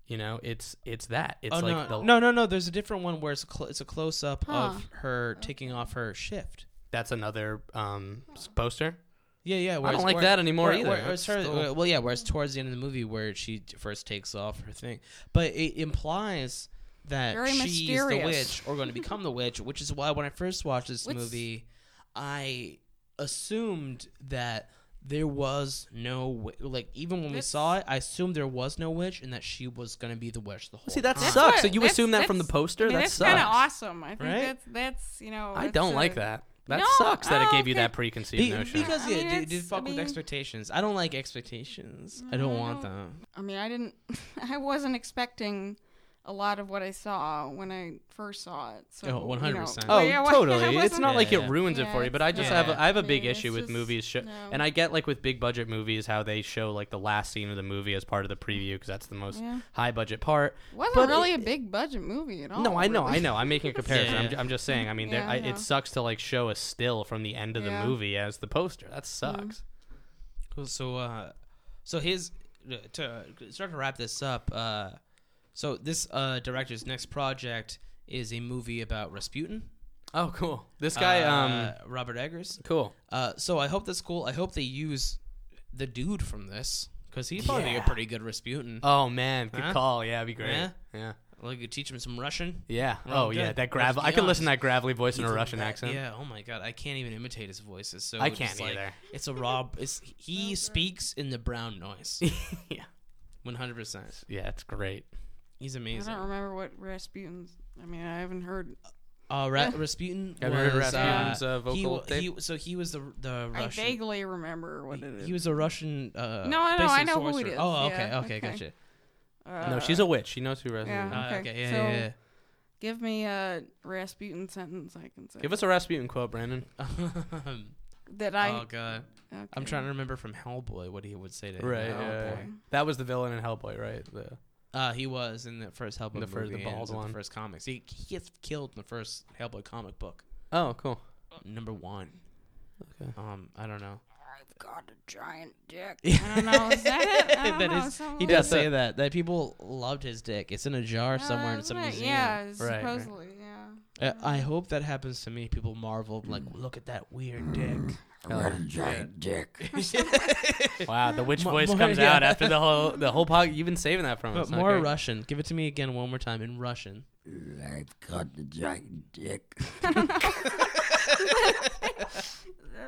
S2: You know, it's it's that. It's
S1: oh
S2: like
S1: no,
S2: the
S1: no, no, no! There's a different one where it's a cl- it's a close up
S3: Huh.
S1: of her taking off her shift.
S2: that's another um s- poster.
S1: Yeah, yeah.
S2: I
S1: where
S2: don't
S1: it's-
S2: like
S1: where-
S2: that anymore
S1: where-
S2: either.
S1: where- where
S2: That's
S1: it's her-
S2: still-
S1: where- well, yeah, whereas towards the end of the movie where she t- first takes off her thing, but it implies that
S3: Very
S1: she's the
S3: mysterious.
S1: witch or going to become the witch, which is why when I first watched this
S3: What's-
S1: movie, I assumed that there was no wi- like even when we saw it, I assumed there was no witch and that she was going to be the witch the whole.
S2: See, that
S1: time.
S2: sucks.
S3: But
S2: so you
S3: that's-
S2: assume that from the
S3: that's-
S2: poster?
S3: I mean,
S2: that
S3: that's
S2: sucks.
S3: kind of awesome. I think
S1: Right?
S3: that's that's you know.
S2: I
S3: Oh, that's
S2: don't
S3: a-
S2: like that. That
S3: No,
S2: sucks that it
S3: oh,
S2: gave you
S3: okay.
S2: that preconceived
S1: Be-
S2: notion.
S1: Because
S3: I
S1: yeah,
S3: mean,
S1: they, they
S3: it's-
S1: fuck
S3: I
S1: with
S3: mean- Mm-hmm.
S1: expectations. I don't like expectations. I don't want them.
S3: I mean, I didn't. I wasn't expecting a lot of what I saw when I first saw it.
S1: Oh,
S3: So you know,
S1: 100%.
S2: Oh,
S3: yeah, I
S2: totally. It's
S3: wasn't-
S2: not like it
S1: Yeah.
S2: ruins it
S3: Yeah,
S2: for you, but
S3: it's
S2: I just
S1: not-
S2: have a, I have a
S3: I
S2: big
S3: mean,
S2: issue
S3: it's
S2: with
S3: just-
S2: movies, sho-
S3: no.
S2: and I get like with big budget movies how they show like the last scene of the movie as part of the preview because that's the most
S3: Yeah.
S2: high budget part.
S3: wasn't
S2: But
S3: really a big budget movie at all.
S2: No, I know,
S3: Oh, really.
S2: I know. I'm making a comparison. I'm,
S1: Yeah.
S2: ju- I'm just saying. I mean, there,
S3: Yeah,
S2: I,
S3: I know.
S2: it sucks to like show a still from the end of
S3: Yeah. Mm-hmm.
S2: the movie as the poster. That sucks.
S1: Cool. So, uh, so his to start to wrap this up. Uh, so this uh, director's next project is a movie about Rasputin.
S2: Oh, cool. This guy,
S1: uh,
S2: um,
S1: Robert Eggers.
S2: cool.
S1: Uh, so I hope that's cool. I hope they use the dude from this because he'd probably be a
S2: Yeah.
S1: pretty good Rasputin.
S2: Oh man, good
S1: Huh?
S2: call. Yeah, that'd be great.
S1: Yeah?
S2: Yeah. Yeah.
S1: like you teach him some Russian.
S2: Oh
S1: good.
S2: yeah, that
S1: Let's
S2: gravel.
S1: be
S2: I could listen to
S1: honest.
S2: that gravelly voice in a
S1: He's
S2: Russian
S1: that-
S2: accent.
S1: Yeah. Oh my god, I can't even imitate his voice. It's so
S2: I
S1: just
S2: can't
S1: like-
S2: either.
S1: It's a Rob. It's he speaks in the brown noise.
S2: yeah.
S1: One hundred percent.
S2: Yeah, it's great.
S1: He's
S3: I
S1: amazing.
S3: don't remember what Rasputin's. I mean, I haven't heard.
S1: Uh, Ra- Rasputin
S2: Have
S1: was
S2: you heard of Rasputin's,
S1: uh,
S2: uh,
S1: he
S2: vocal
S1: wa-
S2: tape?
S1: he, so he was the the
S3: I
S1: Russian.
S3: vaguely remember what it is.
S1: He was a Russian. Uh,
S3: No, I know-
S1: basically
S3: I know who it
S1: sorcerer.
S3: is.
S1: Oh, okay,
S3: Yeah,
S1: okay,
S3: okay.
S1: gotcha.
S3: uh,
S2: no, she's a witch. She knows who Resident
S3: yeah.
S1: Uh,
S3: Okay,
S1: okay, yeah,
S3: so-
S1: yeah, yeah.
S3: Give me a Rasputin sentence I can say.
S2: Give us a Rasputin quote, Brandon.
S3: that I.
S1: Um, oh god, I'm
S3: Okay.
S1: trying to remember from Hellboy what he would say to him.
S2: oh,
S3: Hellboy.
S2: That was the villain in Hellboy, right? The,
S1: Uh, he was in the first Hellboy
S2: The fir-
S1: movie,
S2: the
S1: and
S2: bald
S1: in
S2: one.
S1: the first comics. He, he gets killed in the first Hellboy comic book,
S2: oh, cool.
S1: number one.
S2: Okay.
S1: Um, I don't know.
S3: I've got a giant dick. I don't know. Is that it? I don't
S1: That
S3: know.
S1: is-
S3: something
S1: he
S3: like
S1: does
S3: that.
S1: say that that people loved his dick. It's in a jar somewhere
S3: Uh,
S1: in some
S3: isn't it?
S1: museum.
S3: Yeah,
S2: Right.
S3: supposedly. Yeah.
S1: Uh, I hope that happens to me. People marvel, like, look at that weird dick. Oh,
S2: Wow, the witch
S1: Mo-
S2: voice
S1: more-
S2: comes
S1: yeah.
S2: out after the whole the whole pod. You've been saving that from
S1: But
S2: us.
S1: more
S2: okay.
S1: Russian. Give it to me again one more time in Russian.
S8: I've got a giant dick.
S3: Uh,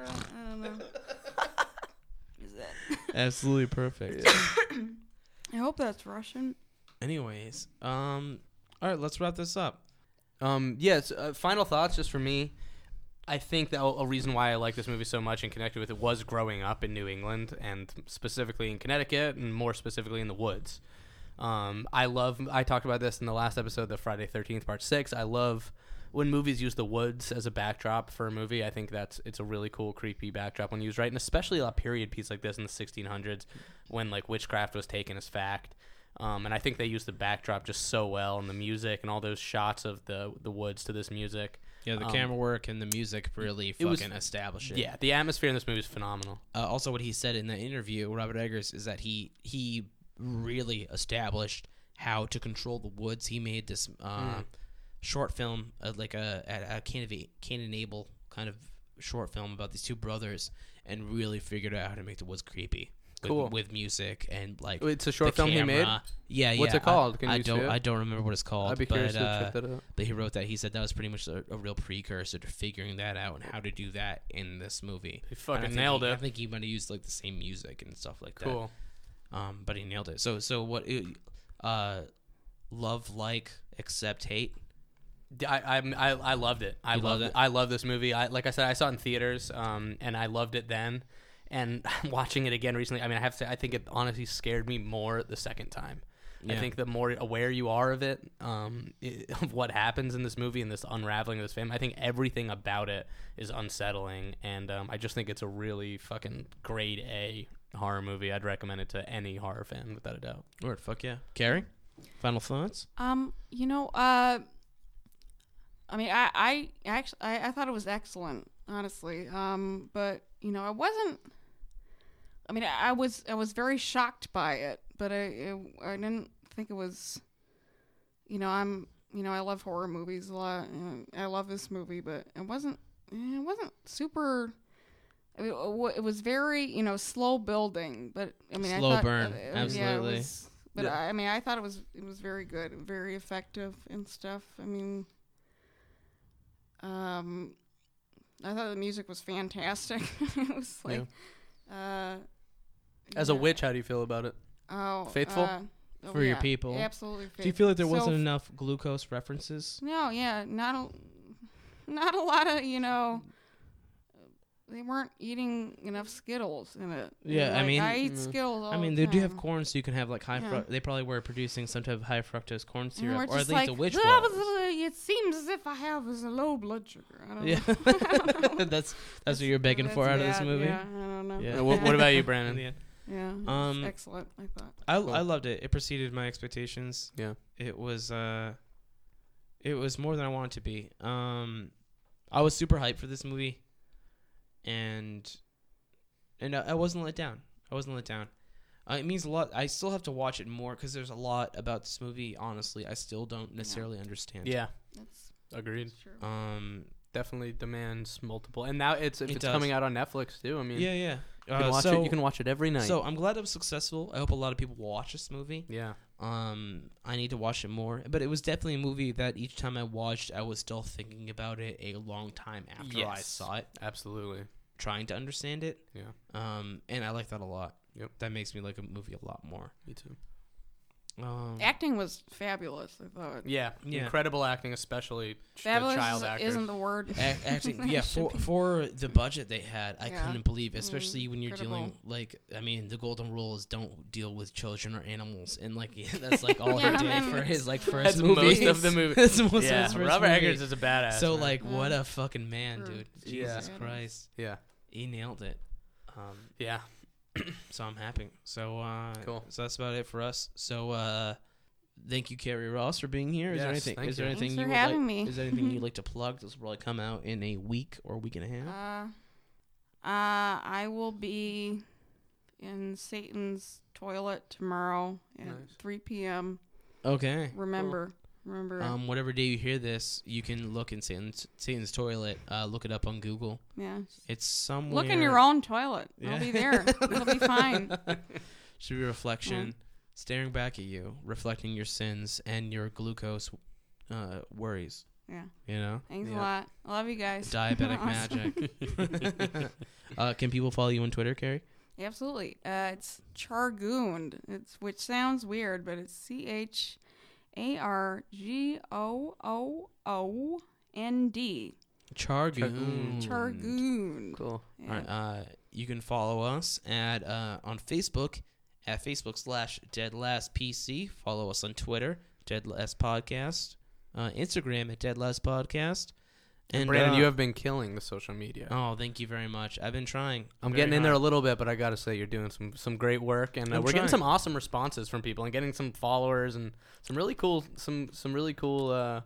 S3: I don't know. Is that?
S1: Absolutely perfect.
S3: I hope that's Russian.
S1: Anyways, um, all right, let's wrap this up.
S2: Um, yes. Uh, final thoughts, just for me. I think that a- a reason why I like this movie so much and connected with it was growing up in New England and specifically in Connecticut and more specifically in the woods. Um, I love. I talked about this in the last episode, the Friday Thirteenth Part Six. I love when movies use the woods as a backdrop for a movie. I think that's it's a really cool, creepy backdrop when used right, and especially a period piece like this in the 1600s, when like witchcraft was taken as fact. Um, and I think they use the backdrop just so well, and the music, and all those shots of the the woods to this music.
S1: Yeah, the
S2: Um,
S1: camera work and the music really
S2: it
S1: fucking
S2: was-
S1: establish it.
S2: Yeah, the atmosphere in this movie is phenomenal.
S1: Uh, also, what he said in that interview, Robert Eggers, is that he he really established how to control the woods. He made this uh,
S2: Mm.
S1: short film, uh, like a a, a Cain of- Cain and Abel kind of short film about these two brothers, and really figured out how to make the woods creepy. with-
S2: Cool.
S1: With, music and like
S2: It's a short
S1: the
S2: film he made?
S1: camera. Yeah, yeah.
S2: What's it
S1: I-
S2: called? Can
S1: I
S2: you see
S1: don't.
S2: it?
S1: I don't remember what it's called.
S2: I'd be
S1: but,
S2: curious to
S1: uh,
S2: check that out.
S1: But he wrote that. He said that was pretty much a, a real precursor to figuring that out and how to do that in this movie. He
S2: fucking nailed
S1: he, I
S2: it.
S1: think he might have used like the same music and stuff like that.
S2: Cool.
S1: Um, but he nailed it. So so what? Uh, love like accept hate.
S2: I, I'm- I I loved it. I
S1: You loved
S2: loved it.
S1: it?
S2: I love this movie. I like I said, I saw it in theaters, um, and I loved it then. And watching it again recently, I mean, I have to. say, I think it honestly scared me more the second time. I
S1: Yeah.
S2: think the more aware you are of it, um, it, of what happens in this movie and this unraveling of this family, I think everything about it is unsettling. And um, I just think it's a really fucking grade A horror movie. I'd recommend it to any horror fan without a doubt.
S1: Word. Fuck yeah. Carrie, final thoughts.
S3: Um, you know, uh, I mean, I, I actually, I, I thought it was excellent, honestly. Um, but you know, I wasn't. I mean, I, I was, I was very shocked by it, but I, it, I didn't think it was. You know, I'm, you know, I love horror movies a lot, and I love this movie, but it wasn't, eh, it wasn't super. I mean, it wa- it was very, you know, slow building, but I mean,
S1: Slow
S3: I thought,
S1: burn,
S3: uh, Yeah, it
S1: absolutely.
S3: was, but
S1: Yeah.
S3: I, I mean, I thought it was it was very good, very effective and stuff. I mean, um, I thought the music was fantastic. it was like, uh,
S2: As a witch, how do you feel about it?
S3: oh,
S2: faithful?
S3: uh, oh,
S1: for your
S3: yeah,
S1: people.
S3: absolutely.
S1: Do you feel like there
S3: faithful. So
S1: wasn't enough glucose references?
S3: no, yeah, not a, not a lot of you know. They weren't eating enough Skittles in it.
S1: Yeah, I
S3: Like,
S1: mean,
S3: I eat
S2: Mm-hmm.
S1: Mm.
S3: Skittles. All
S1: I mean,
S3: the
S1: they do have
S3: time.
S1: corn, so you can have like high.
S3: Yeah.
S1: Fru- they probably were producing some type of high fructose corn
S3: And
S1: syrup,
S3: we're
S1: or at
S3: just
S1: least a
S3: like,
S1: witch
S3: "Blah,
S1: was.
S3: blah, blah, It seems as if I have is a low blood sugar. I don't
S1: Yeah,
S3: know.
S1: that's that's what you're begging
S3: That's
S1: for out of this
S3: bad.
S1: movie.
S3: Yeah, I don't know.
S1: Yeah.
S2: And Uh, what- what about you, Brandon?
S1: Yeah.
S3: Yeah, it was
S1: Um,
S3: excellent. I thought.
S1: I, I loved it. It preceded my expectations.
S2: Yeah.
S1: It was uh it was more than I wanted to be. Um I was super hyped for this movie and and I, I wasn't let down. I wasn't let down. Uh, it means a lot. I still have to watch it more cuz there's a lot about this movie honestly I still don't necessarily understand.
S2: Yeah.
S3: That's
S2: Agreed.
S1: Um,
S2: definitely demands multiple, and now it's if
S1: It
S2: it's
S1: does.
S2: coming out on Netflix too. I mean,
S1: Yeah, yeah.
S2: you can
S1: Uh,
S2: watch
S1: so-
S2: it. You can watch it every night.
S1: So I'm glad it was successful. I hope a lot of people watch this movie.
S2: Yeah.
S1: Um, I need to watch it more, but it was definitely a movie that each time I watched, I was still thinking about it a long time after I
S2: Yes.
S1: saw it,
S2: absolutely.
S1: trying to understand it.
S2: Yeah.
S1: Um, and I like that a lot.
S2: Yep.
S1: That makes me like a movie a lot more.
S2: Me too.
S1: Um,
S3: Acting was fabulous. I thought.
S2: Yeah,
S1: Yeah.
S2: incredible acting, especially ch- the
S3: Fabulous
S2: child
S3: is-
S2: actors.
S3: isn't the word.
S1: Ac- Actually, yeah,
S3: It
S1: for,
S3: should be.
S1: for the budget they had, I
S3: Yeah.
S1: couldn't believe,
S3: Mm,
S1: especially when you're dealing
S3: incredible.
S1: like, I mean, the golden rule is don't deal with children or animals, and like that's like all
S3: Yeah,
S1: he
S3: I
S1: did
S3: mean,
S1: for his like
S3: that's
S1: first
S2: most
S1: movie.
S2: of the movie.
S1: that's most
S2: Yeah,
S1: of his first
S2: Robert
S1: movie.
S2: Eggers is a badass,
S1: So
S2: man.
S1: like, what
S3: Mm.
S2: Yeah.
S1: a fucking man,
S2: True.
S1: dude!
S2: Yeah.
S1: Jesus Christ,
S2: Yeah.
S1: he nailed it. Um,
S2: yeah.
S1: so I'm happy. So uh,
S2: Cool.
S1: So that's about it for us. So uh, thank you, Carrie Ross, for being here. Is there
S2: Yes,
S1: anything?
S2: thank
S1: Is there
S2: you.
S1: anything
S3: Thanks
S1: you
S3: for
S1: would
S3: having
S1: like,
S3: me.
S1: Is there anything you'd like to plug? This will probably come out in a week or a week and a half.
S3: Uh, uh, I will be in Satan's toilet tomorrow at 3 p.m.
S1: Okay. cool.
S3: Remember, remember.
S1: Um, whatever day you hear this, you can look in Satan's, Satan's toilet. Uh, look it up on Google.
S3: Yeah.
S1: It's somewhere.
S3: Look in your own toilet.
S1: Yeah.
S3: I'll be there. It'll be fine.
S1: Should be reflection,
S3: Mm.
S1: staring back at you, reflecting your sins and your glucose uh, worries.
S3: Yeah.
S1: You know.
S3: Thanks a lot. I love you guys.
S1: Diabetic
S3: Awesome.
S1: magic. uh, can people follow you on Twitter, Carrie?
S3: Absolutely. Uh, it's chargooned. It's which sounds weird, but it's C H A R G O O O N D.
S1: Chargoon.
S3: Chargoon.
S2: Cool.
S3: Yeah.
S1: All right. Uh, you can follow us at uh, on Facebook at Facebook slash Dead Last PC. Follow us on Twitter, Dead Last Podcast, uh, Instagram at Dead Last Podcast,
S2: And Brandon, you have been killing the social media.
S1: Oh, thank you very much. I've been trying.
S2: I'm
S1: very
S2: getting in there a
S1: hard.
S2: little bit, but I gotta say you're doing some some great work, and uh,
S1: I'm
S2: we're getting
S1: trying.
S2: some awesome responses from people, and getting some followers, and some really cool some some really cool uh,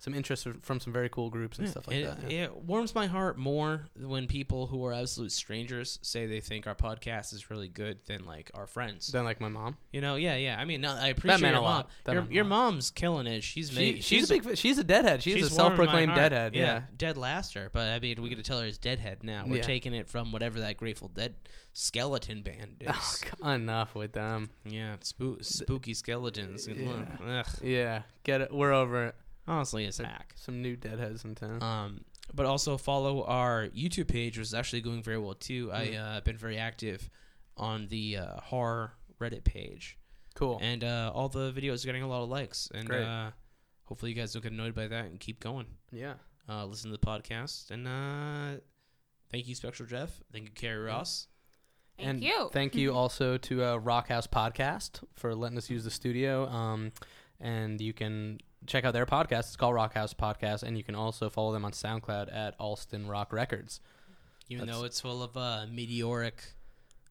S2: some interest f- from some very cool groups and
S1: Yeah,
S2: stuff like
S1: it,
S2: that. yeah.
S1: It warms my heart more when people who are absolute strangers say they think our podcast is really good than like our friends.
S2: Than like my mom.
S1: You know, yeah, yeah. I mean, no, I appreciate
S2: meant
S1: your
S2: a
S1: mom.
S2: lot. That
S1: Your,
S2: meant a
S1: your mom's killing it. She's
S2: She-
S1: made,
S2: she's a big- she's a deadhead. She's a
S1: warming my
S2: self-proclaimed
S1: heart.
S2: deadhead, yeah.
S1: dead laster. But I mean, we get to tell her it's deadhead now. We're
S2: Yeah.
S1: taking it from whatever that Grateful Dead skeleton band
S2: Oh,
S1: is.
S2: Enough with them.
S1: Yeah, spoo- spooky skeletons.
S2: Yeah.
S1: Ugh.
S2: Yeah, get it. We're over it.
S1: Honestly, it's hack.
S2: Some new deadheads in town.
S1: Um, but also follow our YouTube page, which is actually going very well too. I
S2: Mm.
S1: uh, have been very active on the uh, horror Reddit page.
S2: Cool.
S1: And uh, all the videos are getting a lot of likes, and
S2: Great.
S1: uh, hopefully you guys don't get annoyed by that and keep going.
S2: Yeah.
S1: Uh, listen to the podcast, and uh, thank you, Spectral Jeff. Thank you, Carrie Ross.
S3: Thank
S2: and
S3: you.
S2: Thank you also to uh, Rock House Podcast for letting us use the studio. Um, and you can check out their podcast. It's called Rock House Podcast, and you can also follow them on SoundCloud at Alston Rock Records.
S1: Even
S2: That's-
S1: though it's full of uh, meteoric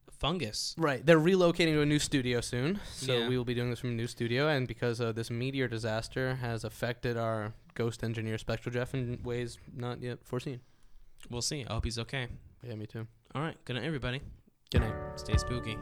S1: fungus.
S2: Right, they're relocating to a new studio soon, so
S1: Yeah.
S2: we will be doing this from a new studio. And because uh, this meteor disaster has affected our ghost engineer Spectral Jeff in ways not yet foreseen.
S1: We'll see. I hope he's okay.
S2: Yeah, me too.
S1: All right. Good night, everybody.
S2: Good night.
S1: Stay spooky.